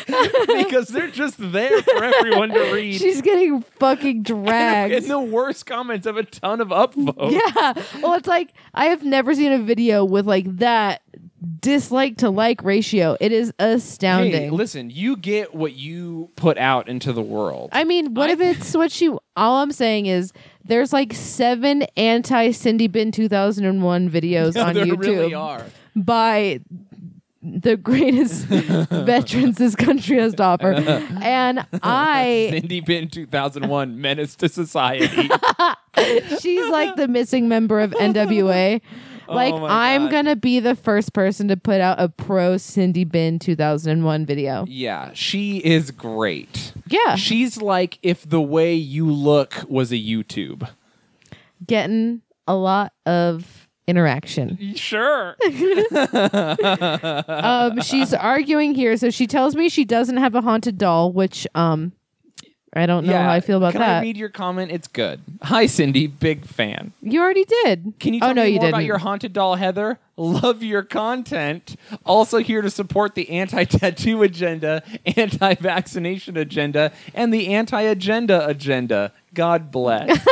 [SPEAKER 3] because they're just there for everyone to read.
[SPEAKER 2] She's getting fucking
[SPEAKER 3] and
[SPEAKER 2] dragged.
[SPEAKER 3] the worst comments of a ton of upvotes.
[SPEAKER 2] *laughs* Yeah. Well, it's like I have never seen a video with like that dislike to like ratio. It is astounding.
[SPEAKER 3] Hey, listen, you get what you put out into the world. *laughs*
[SPEAKER 2] I mean, what
[SPEAKER 3] I-
[SPEAKER 2] if it's what she? All I'm saying is there's like seven anti Cindy Bin 2001 videos
[SPEAKER 3] *laughs*
[SPEAKER 2] on
[SPEAKER 3] there
[SPEAKER 2] YouTube
[SPEAKER 3] really are.
[SPEAKER 2] by the
[SPEAKER 3] *laughs*
[SPEAKER 2] greatest veterans this country has to offer, and I,
[SPEAKER 3] Cindy Bin 2001 *laughs* Menace to Society.
[SPEAKER 2] she's like the missing member of
[SPEAKER 3] *laughs*
[SPEAKER 2] NWA. Like
[SPEAKER 3] Oh my
[SPEAKER 2] I'm
[SPEAKER 3] God.
[SPEAKER 2] gonna be the first person to put out a pro Cindy Bin 2001 video.
[SPEAKER 3] yeah, she is great.
[SPEAKER 2] Yeah.
[SPEAKER 3] She's like if the way you look was a YouTube.
[SPEAKER 2] getting a lot of interaction. *laughs*
[SPEAKER 3] Sure.
[SPEAKER 2] Um, she's arguing here, so she tells me she doesn't have a haunted doll, which um, I don't know how I feel about
[SPEAKER 3] Can
[SPEAKER 2] that.
[SPEAKER 3] I read your comment? It's good. Hi, Cindy. Big fan.
[SPEAKER 2] you already did.
[SPEAKER 3] Can you
[SPEAKER 2] oh
[SPEAKER 3] tell
[SPEAKER 2] no,
[SPEAKER 3] me
[SPEAKER 2] you
[SPEAKER 3] more
[SPEAKER 2] didn't.
[SPEAKER 3] about your haunted doll, Heather? Love your content. Also here to support the anti-tattoo agenda, anti-vaccination agenda, and the anti-agenda agenda.
[SPEAKER 2] *laughs*
[SPEAKER 3] God bless.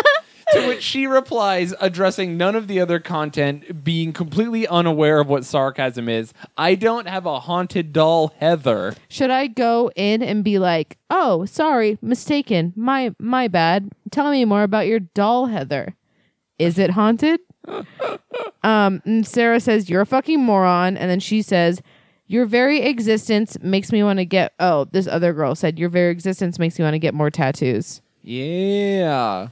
[SPEAKER 3] to which she replies, addressing none of the other content, being completely unaware of what sarcasm is. I don't have a haunted doll, Heather.
[SPEAKER 2] Should I go in and be like, "Oh, sorry, mistaken. My my bad. Tell me more about your doll, Heather. Is it *laughs* haunted?" um, and Sarah says, "You're a fucking moron." And then she says, "Your very existence makes me want to get Oh, this other girl said, "Your very existence makes me want to get more tattoos."
[SPEAKER 3] Yeah.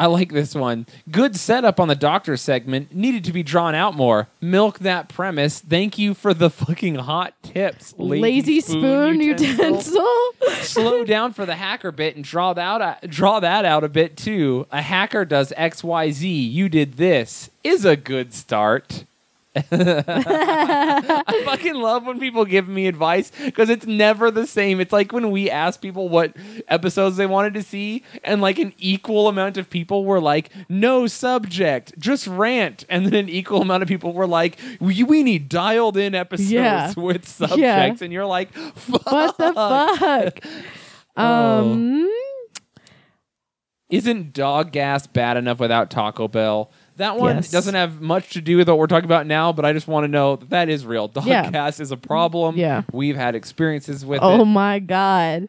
[SPEAKER 3] I like this one. Good setup on the doctor segment. Needed to be drawn out more. Milk that premise. Thank you for the fucking hot tips.
[SPEAKER 2] Lazy spoon utensil? *laughs*
[SPEAKER 3] Slow down for the hacker bit and draw that out, draw that out a bit too. A hacker does XYZ. You did this. Is a good start. *laughs* I fucking love when people give me advice because it's never the same. It's like when we asked people what episodes they wanted to see, and like an equal amount of people were like, no subject, just rant. And then an equal amount of people were like, we, we need dialed in episodes
[SPEAKER 2] Yeah.
[SPEAKER 3] with subjects. And you're like, fuck.
[SPEAKER 2] What *laughs* the fuck? Um,
[SPEAKER 3] Isn't dog gas bad enough without Taco Bell? That one
[SPEAKER 2] Yes.
[SPEAKER 3] doesn't have much to do with what we're talking about now, but I just want to know that that is real. Dog
[SPEAKER 2] Yeah.
[SPEAKER 3] gas is a problem.
[SPEAKER 2] Yeah.
[SPEAKER 3] We've had experiences with
[SPEAKER 2] oh
[SPEAKER 3] *laughs* it.
[SPEAKER 2] my god.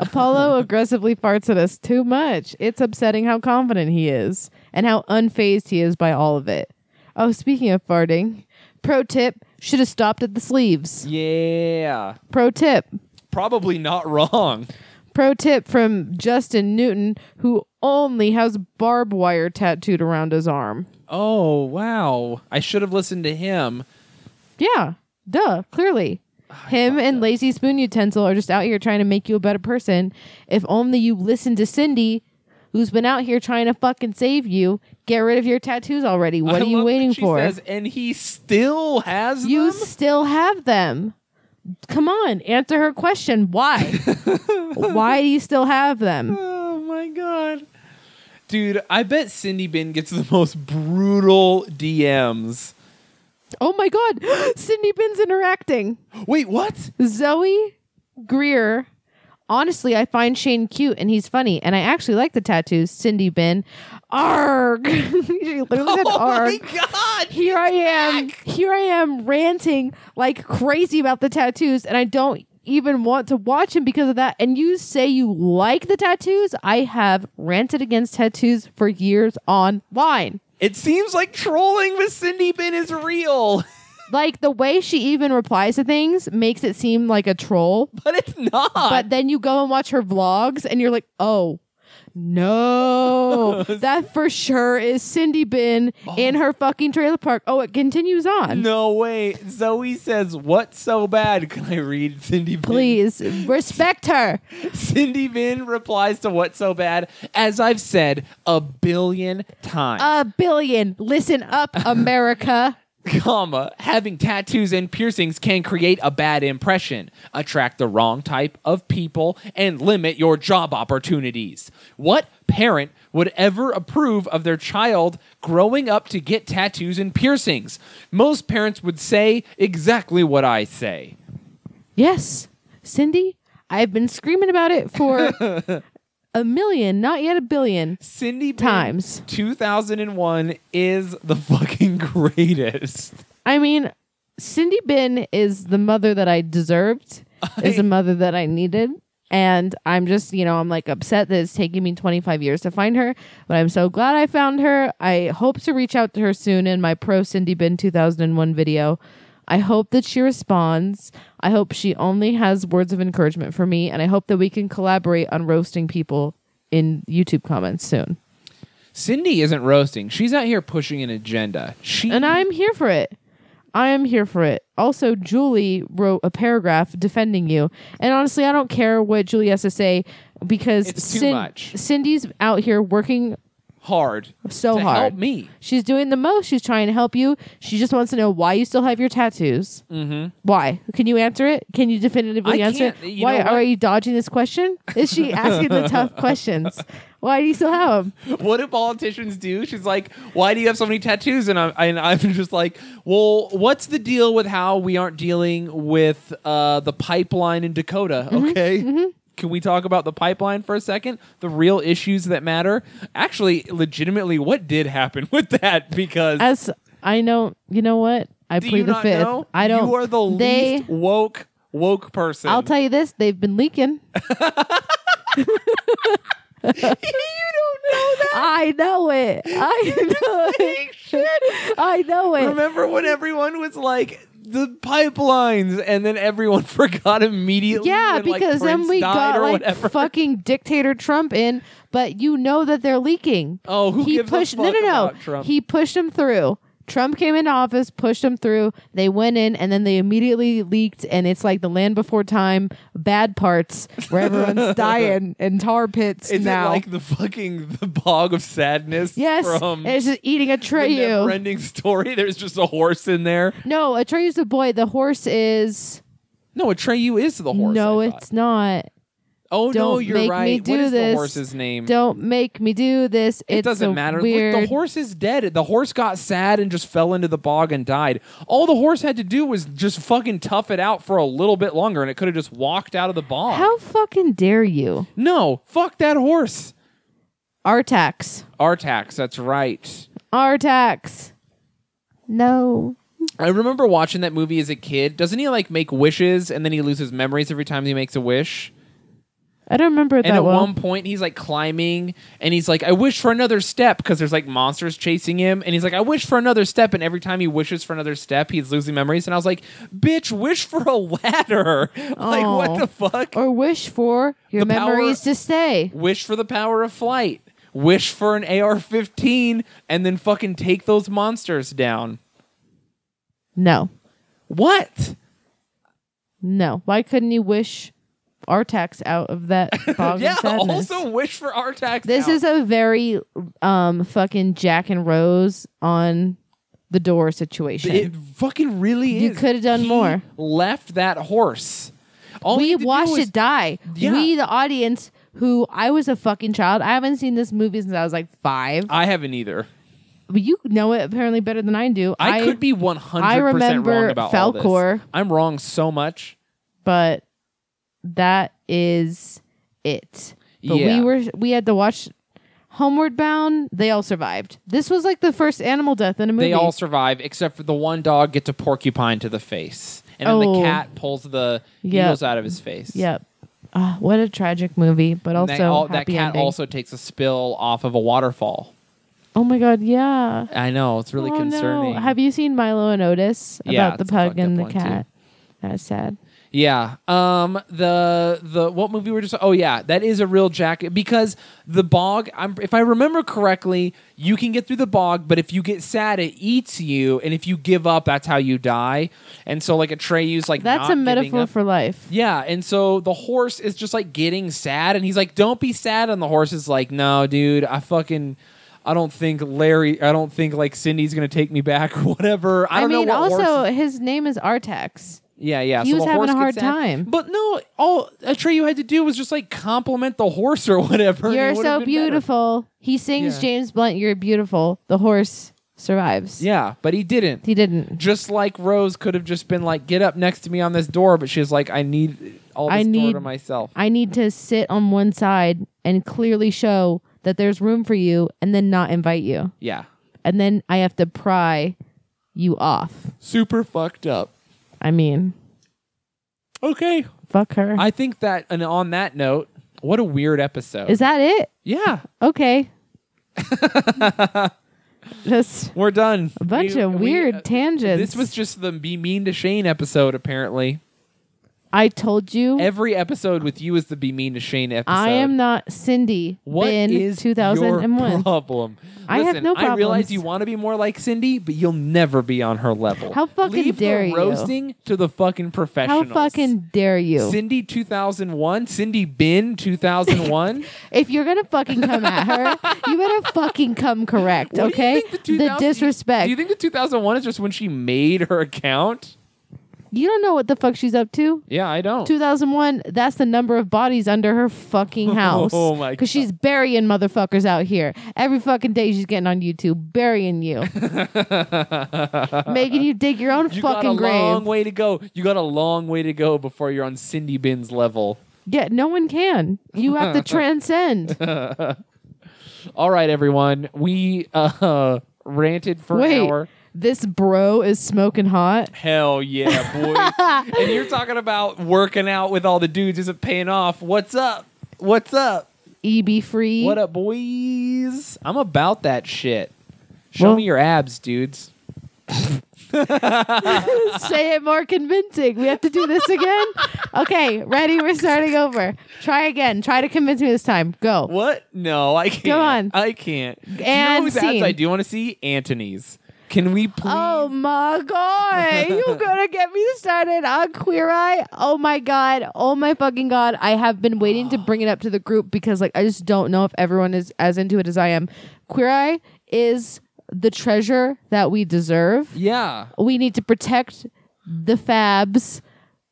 [SPEAKER 2] Apollo aggressively farts at us too much. It's upsetting how confident he is and how unfazed he is by all of it. Oh, speaking of farting, pro tip should have stopped at the sleeves.
[SPEAKER 3] Yeah.
[SPEAKER 2] Pro tip.
[SPEAKER 3] Probably not wrong.
[SPEAKER 2] Pro tip from Justin Newton, who only has barbed wire tattooed around his arm.
[SPEAKER 3] Oh, wow. I should have listened to him.
[SPEAKER 2] Yeah. Duh, clearly. Him and Lazy Spoon Utensil are just out here trying to make you a better person. If only you listen to Cindy, who's been out here trying to fucking save you. Get rid of your tattoos already. What
[SPEAKER 3] I
[SPEAKER 2] are you
[SPEAKER 3] love that
[SPEAKER 2] waiting
[SPEAKER 3] she
[SPEAKER 2] for?
[SPEAKER 3] says, and he still has
[SPEAKER 2] you
[SPEAKER 3] them?
[SPEAKER 2] still have them. Come on, answer her question.
[SPEAKER 3] *laughs*
[SPEAKER 2] Why? Why do you still have them?
[SPEAKER 3] Oh my god. Dude, I bet Cindy Bin gets the most brutal DMs.
[SPEAKER 2] Oh my god, *gasps* Cindy Bin's interacting.
[SPEAKER 3] Wait, what?
[SPEAKER 2] Zoe Greer. Honestly, I find Shane cute and he's funny, and I actually like the tattoos. Cindy Bin, arg. *laughs* she literally
[SPEAKER 3] *laughs*
[SPEAKER 2] said arg.
[SPEAKER 3] Oh my god.
[SPEAKER 2] Here I am. Here I am ranting like crazy about the tattoos, and I don't even want to watch him because of that. And you say you like the tattoos. I have ranted against tattoos for years online.
[SPEAKER 3] It seems like trolling with Cindy Bin is real, *laughs*
[SPEAKER 2] Like the way she even replies to things makes it seem like a troll.
[SPEAKER 3] but it's not.
[SPEAKER 2] but then you go and watch her vlogs and you're like, oh, no, that for sure is Cindy Bin in her fucking trailer park. Oh, it continues on.
[SPEAKER 3] no way. Zoe says, "What's so bad?" Can I read Cindy Bin?
[SPEAKER 2] Please respect her.
[SPEAKER 3] Cindy Bin replies to "What's so bad?" As I've said a billion times.
[SPEAKER 2] A billion. Listen up, America.
[SPEAKER 3] comma having tattoos and piercings can create a bad impression attract the wrong type of people and limit your job opportunities what parent would ever approve of their child growing up to get tattoos and piercings. Most parents would say exactly what I say.
[SPEAKER 2] Yes, Cindy, I've been screaming about it for a million, not yet a billion.
[SPEAKER 3] Cindy Bing
[SPEAKER 2] Times.
[SPEAKER 3] 2001 is the fucking *laughs* greatest.
[SPEAKER 2] I mean, Cindy Bin is the mother that I deserved, is a mother that I needed. And I'm just, you know, I'm like upset that it's taking me 25 years to find her, but I'm so glad I found her. I hope to reach out to her soon in my pro Cindy Bin 2001 video. I hope that she responds. I hope she only has words of encouragement for me, and I hope that we can collaborate on roasting people in YouTube comments soon.
[SPEAKER 3] Cindy isn't roasting. She's out here pushing an agenda. She
[SPEAKER 2] And I'm here for it. I am here for it. Also, Julie wrote a paragraph defending you. And honestly, I don't care what Julie has to say because
[SPEAKER 3] It's too much.
[SPEAKER 2] Cindy's out here working
[SPEAKER 3] hard
[SPEAKER 2] so
[SPEAKER 3] to
[SPEAKER 2] hard.
[SPEAKER 3] help me.
[SPEAKER 2] She's doing the most. She's trying to help you. She just wants to know why you still have your tattoos. Mm-hmm. Why? Can you answer it? Can you definitively
[SPEAKER 3] I
[SPEAKER 2] answer
[SPEAKER 3] can't-
[SPEAKER 2] it?
[SPEAKER 3] you
[SPEAKER 2] Why
[SPEAKER 3] know what?
[SPEAKER 2] are you dodging this question? Is she asking the
[SPEAKER 3] *laughs*
[SPEAKER 2] tough questions? Why do you still have them?
[SPEAKER 3] What do politicians do? She's like, "Why do you have so many tattoos?" And I'm, and I'm *laughs* just like, "Well, what's the deal with how we aren't dealing with uh, the pipeline in Dakota?
[SPEAKER 2] Mm-hmm.
[SPEAKER 3] Okay." Can we talk about the pipeline for a second? The real issues that matter? Actually, legitimately, what did happen *laughs* with that? Because
[SPEAKER 2] As I know, you know what? I
[SPEAKER 3] do
[SPEAKER 2] plead
[SPEAKER 3] you
[SPEAKER 2] the
[SPEAKER 3] not
[SPEAKER 2] fifth.
[SPEAKER 3] know?
[SPEAKER 2] I don't.
[SPEAKER 3] You are the
[SPEAKER 2] they,
[SPEAKER 3] least woke woke person.
[SPEAKER 2] I'll tell you this: they've been
[SPEAKER 3] *laughs*
[SPEAKER 2] leaking. you don't know that. I know it.
[SPEAKER 3] *laughs*
[SPEAKER 2] I know it. I know it.
[SPEAKER 3] Remember when everyone was like the pipelines, and then everyone *laughs* forgot immediately?
[SPEAKER 2] yeah,
[SPEAKER 3] when, like,
[SPEAKER 2] because then
[SPEAKER 3] Prince
[SPEAKER 2] we
[SPEAKER 3] died
[SPEAKER 2] got
[SPEAKER 3] or
[SPEAKER 2] like
[SPEAKER 3] whatever. *laughs*
[SPEAKER 2] fucking dictator Trump in, but you know that they're leaking.
[SPEAKER 3] Oh, who
[SPEAKER 2] he
[SPEAKER 3] gives a
[SPEAKER 2] pushed no
[SPEAKER 3] fuck
[SPEAKER 2] no no.
[SPEAKER 3] about Trump?
[SPEAKER 2] He pushed him through. Trump came into office, pushed him through. They went in, and then they immediately leaked, and it's like the land before time, bad parts where
[SPEAKER 3] *laughs*
[SPEAKER 2] everyone's dying in tar pits
[SPEAKER 3] Is
[SPEAKER 2] now.
[SPEAKER 3] it like the fucking the bog of sadness?
[SPEAKER 2] Yes,
[SPEAKER 3] from
[SPEAKER 2] and it's just eating
[SPEAKER 3] the
[SPEAKER 2] Atreyu.
[SPEAKER 3] never-ending story. *laughs* There's just a horse in there.
[SPEAKER 2] no, Atreyu's the boy. The horse is.
[SPEAKER 3] No, Atreyu is the horse.
[SPEAKER 2] no,
[SPEAKER 3] I
[SPEAKER 2] it's
[SPEAKER 3] thought.
[SPEAKER 2] not.
[SPEAKER 3] Oh no,
[SPEAKER 2] Don't
[SPEAKER 3] you're
[SPEAKER 2] make
[SPEAKER 3] right.
[SPEAKER 2] me do
[SPEAKER 3] what is
[SPEAKER 2] this.
[SPEAKER 3] the horse's name?
[SPEAKER 2] Don't make me do this.
[SPEAKER 3] it
[SPEAKER 2] It's
[SPEAKER 3] doesn't
[SPEAKER 2] a
[SPEAKER 3] matter. Look,
[SPEAKER 2] Weird...
[SPEAKER 3] the horse is dead. The horse got sad and just fell into the bog and died. All the horse had to do was just fucking tough it out for a little bit longer, and it could have just walked out of the bog.
[SPEAKER 2] How fucking dare you?
[SPEAKER 3] No, fuck that horse.
[SPEAKER 2] Artax.
[SPEAKER 3] Artax, that's right.
[SPEAKER 2] Artax. No.
[SPEAKER 3] I remember watching that movie as a kid. Doesn't he like make wishes and then he loses memories every time he makes a wish?
[SPEAKER 2] I don't remember it
[SPEAKER 3] And
[SPEAKER 2] that
[SPEAKER 3] at
[SPEAKER 2] well.
[SPEAKER 3] one point he's like climbing and he's like, I wish for another step because there's like monsters chasing him. And he's like, I wish for another step. And every time he wishes for another step, he's losing memories. And I was like, bitch, wish for a ladder. *laughs* like, what
[SPEAKER 2] Oh.
[SPEAKER 3] the fuck?
[SPEAKER 2] Or wish for your
[SPEAKER 3] The power-
[SPEAKER 2] memories to stay.
[SPEAKER 3] wish for the power of flight. Wish for an AR 15 and then fucking take those monsters down.
[SPEAKER 2] No.
[SPEAKER 3] What?
[SPEAKER 2] No. Why couldn't you wish Artax out of
[SPEAKER 3] *laughs*
[SPEAKER 2] that bog
[SPEAKER 3] Yeah,
[SPEAKER 2] of sadness?
[SPEAKER 3] also wish for Artax.
[SPEAKER 2] this
[SPEAKER 3] out.
[SPEAKER 2] is a very um fucking Jack and Rose on the door situation.
[SPEAKER 3] It fucking really
[SPEAKER 2] You
[SPEAKER 3] is.
[SPEAKER 2] coulda done
[SPEAKER 3] He
[SPEAKER 2] more.
[SPEAKER 3] Left that horse. All he
[SPEAKER 2] we
[SPEAKER 3] had to do
[SPEAKER 2] watched
[SPEAKER 3] was-
[SPEAKER 2] it die.
[SPEAKER 3] Yeah.
[SPEAKER 2] We, the audience, who I was a fucking child. I haven't seen this movie since I was like five.
[SPEAKER 3] I haven't either.
[SPEAKER 2] But you know it apparently better than I do.
[SPEAKER 3] I, could be one hundred
[SPEAKER 2] I
[SPEAKER 3] percent
[SPEAKER 2] remember
[SPEAKER 3] wrong about all this.
[SPEAKER 2] Falcor.
[SPEAKER 3] I'm wrong so much.
[SPEAKER 2] but that is it. But
[SPEAKER 3] Yeah.
[SPEAKER 2] we were we had to watch Homeward Bound. They all survived. This was like the first animal death in a movie.
[SPEAKER 3] They all survive except for the one dog gets a porcupine to the face, and then the
[SPEAKER 2] Oh.
[SPEAKER 3] cat pulls the
[SPEAKER 2] Yep.
[SPEAKER 3] needles out of his face.
[SPEAKER 2] Yep. Ah, what a tragic movie, but
[SPEAKER 3] And
[SPEAKER 2] also
[SPEAKER 3] they all- that
[SPEAKER 2] happy
[SPEAKER 3] cat
[SPEAKER 2] ending.
[SPEAKER 3] also takes a spill off of a waterfall.
[SPEAKER 2] oh my god, yeah.
[SPEAKER 3] I know it's really
[SPEAKER 2] oh,
[SPEAKER 3] concerning.
[SPEAKER 2] No. Have you seen Milo and Otis about
[SPEAKER 3] Yeah,
[SPEAKER 2] the
[SPEAKER 3] it's a fucked
[SPEAKER 2] pug and the
[SPEAKER 3] up one, too.
[SPEAKER 2] cat? That's sad.
[SPEAKER 3] Yeah. Um. The the what movie we're just? Oh yeah, that is a real jacket because the bog. I'm, if I remember correctly, you can get through the bog, but if you get sad, it eats you, and if you give up, that's how you die. And so like Atreyu's like
[SPEAKER 2] That's a
[SPEAKER 3] not giving
[SPEAKER 2] metaphor
[SPEAKER 3] up.
[SPEAKER 2] for life.
[SPEAKER 3] Yeah, and so the horse is just like getting sad, and he's like, "Don't be sad." And the horse is like, "No, dude, I fucking, I don't think Larry, I don't think like Cindy's gonna take me back or whatever." I, don't
[SPEAKER 2] mean,
[SPEAKER 3] know. What
[SPEAKER 2] also
[SPEAKER 3] horse-
[SPEAKER 2] his name is Artax.
[SPEAKER 3] Yeah, yeah.
[SPEAKER 2] He
[SPEAKER 3] so
[SPEAKER 2] was
[SPEAKER 3] the
[SPEAKER 2] having
[SPEAKER 3] horse
[SPEAKER 2] a hard
[SPEAKER 3] gets in.
[SPEAKER 2] time.
[SPEAKER 3] But no, all a tree you had to do was just like compliment the horse or *laughs* whatever. and it
[SPEAKER 2] You're
[SPEAKER 3] would've
[SPEAKER 2] so
[SPEAKER 3] been better.
[SPEAKER 2] beautiful. He sings
[SPEAKER 3] Yeah.
[SPEAKER 2] James Blunt, You're beautiful. The horse survives.
[SPEAKER 3] Yeah, but he didn't.
[SPEAKER 2] He didn't.
[SPEAKER 3] just like Rose could have just been like, get up next to me on this door, but she's like, I need all this
[SPEAKER 2] I
[SPEAKER 3] door
[SPEAKER 2] need-
[SPEAKER 3] to myself.
[SPEAKER 2] I need to sit on one side and clearly show that there's room for you and then not invite you.
[SPEAKER 3] yeah.
[SPEAKER 2] And then I have to pry you off.
[SPEAKER 3] Super fucked up.
[SPEAKER 2] I mean,
[SPEAKER 3] Okay.
[SPEAKER 2] fuck her.
[SPEAKER 3] I think that, and on that note, what a weird episode.
[SPEAKER 2] Is that it?
[SPEAKER 3] yeah, *laughs*
[SPEAKER 2] Okay. Just
[SPEAKER 3] we're done.
[SPEAKER 2] a bunch
[SPEAKER 3] We-
[SPEAKER 2] of
[SPEAKER 3] we-
[SPEAKER 2] weird
[SPEAKER 3] uh,
[SPEAKER 2] tangents.
[SPEAKER 3] This was just the Be Mean to Shane episode, apparently.
[SPEAKER 2] I told you
[SPEAKER 3] Every episode with you is the Be Mean to Shane episode.
[SPEAKER 2] I am not Cindy
[SPEAKER 3] What
[SPEAKER 2] in
[SPEAKER 3] is
[SPEAKER 2] 2001.
[SPEAKER 3] your problem?
[SPEAKER 2] I have
[SPEAKER 3] Listen,
[SPEAKER 2] no
[SPEAKER 3] I realize
[SPEAKER 2] problems.
[SPEAKER 3] you want to be more like Cindy, but you'll never be on her level.
[SPEAKER 2] How fucking
[SPEAKER 3] Leave the
[SPEAKER 2] dare you.
[SPEAKER 3] roasting to the fucking
[SPEAKER 2] How
[SPEAKER 3] professionals.
[SPEAKER 2] fucking dare you?
[SPEAKER 3] Cindy 2001, Cindy Bin
[SPEAKER 2] *laughs*
[SPEAKER 3] 2001.
[SPEAKER 2] if you're gonna fucking come at her, you better fucking come correct,
[SPEAKER 3] What do
[SPEAKER 2] okay?
[SPEAKER 3] you think
[SPEAKER 2] the,
[SPEAKER 3] 2000
[SPEAKER 2] disrespect.
[SPEAKER 3] Do you think the 2001 is just when she made her account?
[SPEAKER 2] You don't know what the fuck she's up to.
[SPEAKER 3] Yeah, I don't.
[SPEAKER 2] 2001, that's the number of bodies under her fucking house.
[SPEAKER 3] *laughs* Oh my
[SPEAKER 2] Because she's burying motherfuckers out here. Every fucking day she's getting on YouTube, burying
[SPEAKER 3] *laughs*
[SPEAKER 2] you, making you dig your own
[SPEAKER 3] you got a
[SPEAKER 2] fucking grave.
[SPEAKER 3] long way to go. You got a long way to go before you're on Cindy Bin's level.
[SPEAKER 2] yeah, no one can. You have
[SPEAKER 3] *laughs*
[SPEAKER 2] to transcend.
[SPEAKER 3] All right, everyone. We uh, *laughs* ranted for
[SPEAKER 2] Wait,
[SPEAKER 3] an hour.
[SPEAKER 2] this bro is smoking hot.
[SPEAKER 3] Hell yeah,
[SPEAKER 2] *laughs*
[SPEAKER 3] boy. and you're talking about working out with all the dudes isn't paying off. What's up? What's up?
[SPEAKER 2] EB E free.
[SPEAKER 3] What up, boys? I'm about that shit. Show
[SPEAKER 2] Well-
[SPEAKER 3] me your abs, dudes.
[SPEAKER 2] *laughs* Say it more convincing. We have to do this
[SPEAKER 3] *laughs*
[SPEAKER 2] again. okay, ready? We're starting over. Try again. Try to convince me this time. Go.
[SPEAKER 3] What? No, I can't.
[SPEAKER 2] on.
[SPEAKER 3] I can't. Do you know
[SPEAKER 2] And
[SPEAKER 3] whose abs
[SPEAKER 2] scene.
[SPEAKER 3] I do want to see? Anthony's. Can we please?
[SPEAKER 2] Oh my god!
[SPEAKER 3] *laughs*
[SPEAKER 2] You're gonna get me started on Queer Eye. Oh my god! Oh my fucking god! I have been waiting to bring it up to the group because, like, I just don't know if everyone is as into it as I am. Queer Eye is the treasure that we deserve.
[SPEAKER 3] Yeah,
[SPEAKER 2] We need to protect the Fabs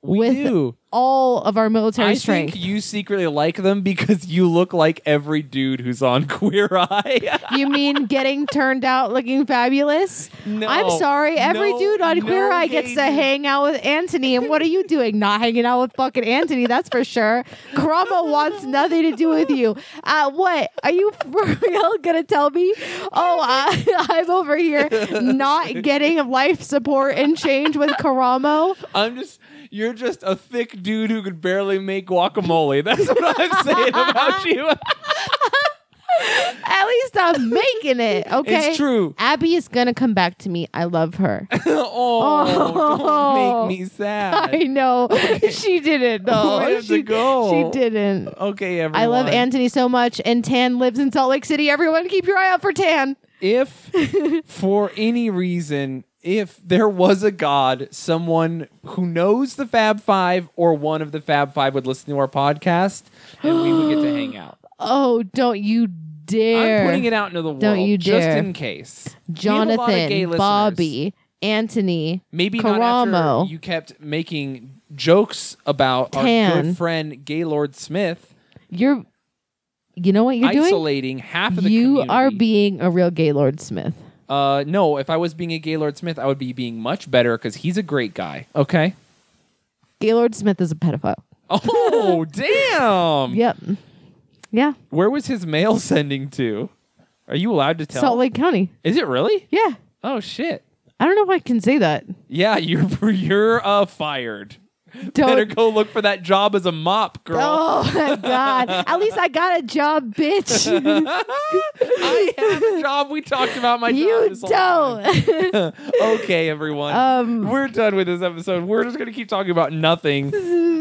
[SPEAKER 3] we
[SPEAKER 2] with
[SPEAKER 3] do.
[SPEAKER 2] all of our military
[SPEAKER 3] I
[SPEAKER 2] strength.
[SPEAKER 3] think you secretly like them because you look like every dude who's on *laughs* Queer Eye.
[SPEAKER 2] You mean getting turned out looking fabulous?
[SPEAKER 3] No.
[SPEAKER 2] I'm sorry. Every
[SPEAKER 3] No,
[SPEAKER 2] dude on
[SPEAKER 3] no,
[SPEAKER 2] Queer Eye gets to
[SPEAKER 3] Hayden.
[SPEAKER 2] hang out with Anthony. And what are you doing? Not hanging out with fucking Anthony, that's for sure. Karama wants nothing to do with you. Uh, what? Are you for real going to tell me? Oh, I, *laughs* I'm over here not getting life support and change with Karamo.
[SPEAKER 3] I'm just you're just a thick dude who could barely make guacamole. That's what I'm
[SPEAKER 2] *laughs*
[SPEAKER 3] saying about you.
[SPEAKER 2] At least I'm making it, okay?
[SPEAKER 3] true.
[SPEAKER 2] Abby is going to come back to me. I love her.
[SPEAKER 3] oh,
[SPEAKER 2] Oh.
[SPEAKER 3] don't make me sad. *laughs*
[SPEAKER 2] I know. she didn't though.
[SPEAKER 3] Way to
[SPEAKER 2] she,
[SPEAKER 3] go. Oh,
[SPEAKER 2] she didn't.
[SPEAKER 3] okay, everyone.
[SPEAKER 2] I love Anthony so much, and Tan lives in Salt Lake City. Everyone, keep your eye out for Tan. *laughs*
[SPEAKER 3] If for any reason, if there was a god, someone who knows the Fab Five or one of the Fab Five would listen to our podcast, and we would get to hang out.
[SPEAKER 2] Oh, don't you *gasps* dare!
[SPEAKER 3] I'm putting it out into the world,
[SPEAKER 2] Don't you
[SPEAKER 3] just
[SPEAKER 2] dare.
[SPEAKER 3] in case. We have a lot of gay
[SPEAKER 2] Jonathan,
[SPEAKER 3] listeners.
[SPEAKER 2] Bobby, Anthony,
[SPEAKER 3] Maybe not
[SPEAKER 2] Karamo.
[SPEAKER 3] after you kept making jokes about our
[SPEAKER 2] Tan.
[SPEAKER 3] good friend Gaylord Smith
[SPEAKER 2] You're, you know what you're doing.
[SPEAKER 3] isolating half of the
[SPEAKER 2] You
[SPEAKER 3] community.
[SPEAKER 2] are being a real Gaylord Smith.
[SPEAKER 3] uh, no, if I was being a Gaylord Smith, I would be being much better because he's a great guy. Okay.
[SPEAKER 2] *laughs* Gaylord Smith is a pedophile.
[SPEAKER 3] Oh damn!
[SPEAKER 2] Yep. Yeah.
[SPEAKER 3] Where was his mail *laughs* sending to? Are you allowed to tell?
[SPEAKER 2] Salt Lake County.
[SPEAKER 3] Is it really?
[SPEAKER 2] Yeah.
[SPEAKER 3] Oh shit!
[SPEAKER 2] I don't know if I can say that.
[SPEAKER 3] Yeah, *laughs* you're you're uh fired. Better
[SPEAKER 2] Don't
[SPEAKER 3] go look for that job as a mop, girl.
[SPEAKER 2] Oh my god! At least I got a job,
[SPEAKER 3] *laughs*
[SPEAKER 2] bitch.
[SPEAKER 3] I have a job. We talked about my
[SPEAKER 2] *laughs*
[SPEAKER 3] job.
[SPEAKER 2] you
[SPEAKER 3] this whole time.
[SPEAKER 2] don't.
[SPEAKER 3] Okay, everyone.
[SPEAKER 2] Um,
[SPEAKER 3] We're done with this episode. We're just gonna keep talking about nothing.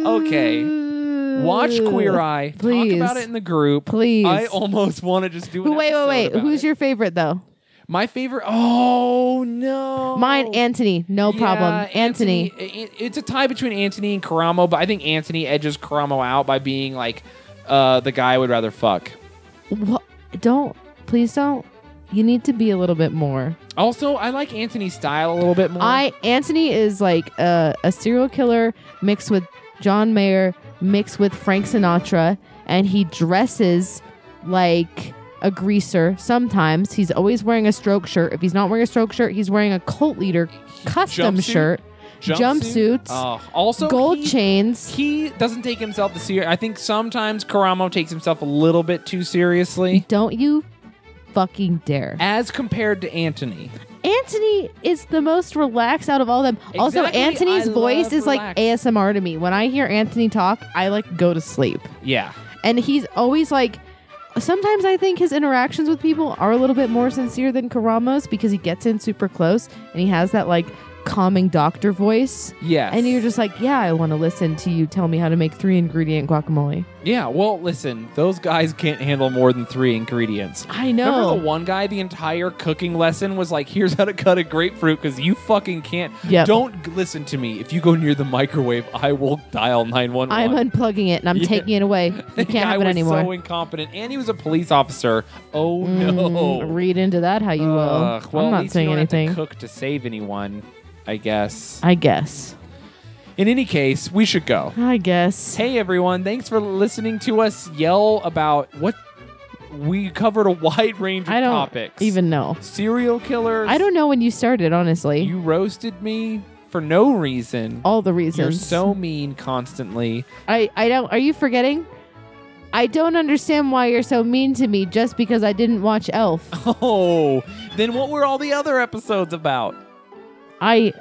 [SPEAKER 3] Okay. Watch Queer Eye.
[SPEAKER 2] Please.
[SPEAKER 3] Talk about it in the group.
[SPEAKER 2] Please.
[SPEAKER 3] I almost want to just do. An
[SPEAKER 2] wait, wait,
[SPEAKER 3] episode
[SPEAKER 2] wait.
[SPEAKER 3] about
[SPEAKER 2] Who's
[SPEAKER 3] it.
[SPEAKER 2] your favorite though?
[SPEAKER 3] my favorite? Oh no.
[SPEAKER 2] Mine, Anthony. No
[SPEAKER 3] Oh. Yeah,
[SPEAKER 2] problem, Anthony.
[SPEAKER 3] it- It's a tie between Anthony and Karamo, but I think Anthony edges Karamo out by being like uh, the guy I would rather fuck.
[SPEAKER 2] Wha- Don't. Please don't. You need to be a little bit more.
[SPEAKER 3] Also, I like Anthony's style a little bit more.
[SPEAKER 2] I Anthony is like a, a serial killer mixed with John Mayer mixed with Frank Sinatra, and he dresses like a greaser. Sometimes he's always wearing a stroke shirt. If he's not wearing a stroke shirt, he's wearing a cult leader custom
[SPEAKER 3] Jumpsuit?
[SPEAKER 2] shirt, jumpsuits,
[SPEAKER 3] Oh, also
[SPEAKER 2] gold
[SPEAKER 3] he-
[SPEAKER 2] chains.
[SPEAKER 3] He doesn't take himself the serious. I think sometimes Karamo takes himself a little bit too seriously,
[SPEAKER 2] Don't you fucking dare!
[SPEAKER 3] as compared to Anthony.
[SPEAKER 2] Anthony is the most relaxed out of all of them. Also,
[SPEAKER 3] Exactly.
[SPEAKER 2] Anthony's
[SPEAKER 3] I
[SPEAKER 2] voice
[SPEAKER 3] love
[SPEAKER 2] is like
[SPEAKER 3] relaxed.
[SPEAKER 2] ASMR to me. When I hear Anthony talk, I like go to sleep.
[SPEAKER 3] Yeah,
[SPEAKER 2] And he's always like sometimes I think his interactions with people are a little bit more sincere than Karamo's because he gets in super close and he has that like calming doctor voice.
[SPEAKER 3] yes.
[SPEAKER 2] And you're just like, yeah, I want to listen to you tell me how to make three ingredient guacamole.
[SPEAKER 3] yeah. Well, listen, those guys can't handle more than three ingredients.
[SPEAKER 2] I
[SPEAKER 3] Remember
[SPEAKER 2] know.
[SPEAKER 3] the one guy? The entire cooking lesson was like, "Here's how to cut a grapefruit," because you fucking can't.
[SPEAKER 2] Yep.
[SPEAKER 3] Don't g- listen to me. If you go near the microwave, I will dial nine
[SPEAKER 2] *laughs*
[SPEAKER 3] one
[SPEAKER 2] I'm
[SPEAKER 3] one.
[SPEAKER 2] unplugging it and I'm
[SPEAKER 3] Yeah.
[SPEAKER 2] taking it
[SPEAKER 3] *laughs*
[SPEAKER 2] away. You can't
[SPEAKER 3] guy
[SPEAKER 2] have it
[SPEAKER 3] was
[SPEAKER 2] anymore.
[SPEAKER 3] so incompetent, and he was a police officer. Oh no!
[SPEAKER 2] Mm, read into that how you will.
[SPEAKER 3] Ugh, well,
[SPEAKER 2] I'm
[SPEAKER 3] at
[SPEAKER 2] not
[SPEAKER 3] least
[SPEAKER 2] saying
[SPEAKER 3] you don't have to
[SPEAKER 2] anything.
[SPEAKER 3] cook to save anyone, I guess.
[SPEAKER 2] I guess.
[SPEAKER 3] In any case, we should go.
[SPEAKER 2] I guess.
[SPEAKER 3] Hey everyone, thanks for listening to us yell about what we covered a wide range of
[SPEAKER 2] I don't
[SPEAKER 3] topics.
[SPEAKER 2] even know.
[SPEAKER 3] serial killers.
[SPEAKER 2] I don't know when you started, honestly.
[SPEAKER 3] You roasted me for no reason.
[SPEAKER 2] All the
[SPEAKER 3] You're
[SPEAKER 2] reasons.
[SPEAKER 3] so mean constantly. *laughs*
[SPEAKER 2] I I don't. Are you forgetting? I don't understand why you're so mean to me just because I didn't watch Elf.
[SPEAKER 3] Oh, then what were all the other episodes about?
[SPEAKER 2] I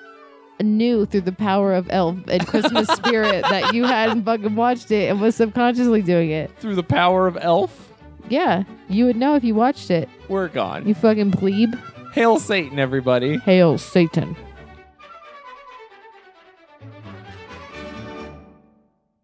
[SPEAKER 2] knew through the power of Elf and Christmas Spirit that you hadn't fucking watched it and was subconsciously doing it.
[SPEAKER 3] Through the power of Elf,
[SPEAKER 2] Yeah, you would know if you watched it.
[SPEAKER 3] we're gone.
[SPEAKER 2] You fucking plebe.
[SPEAKER 3] Hail Satan, everybody.
[SPEAKER 2] Hail Satan.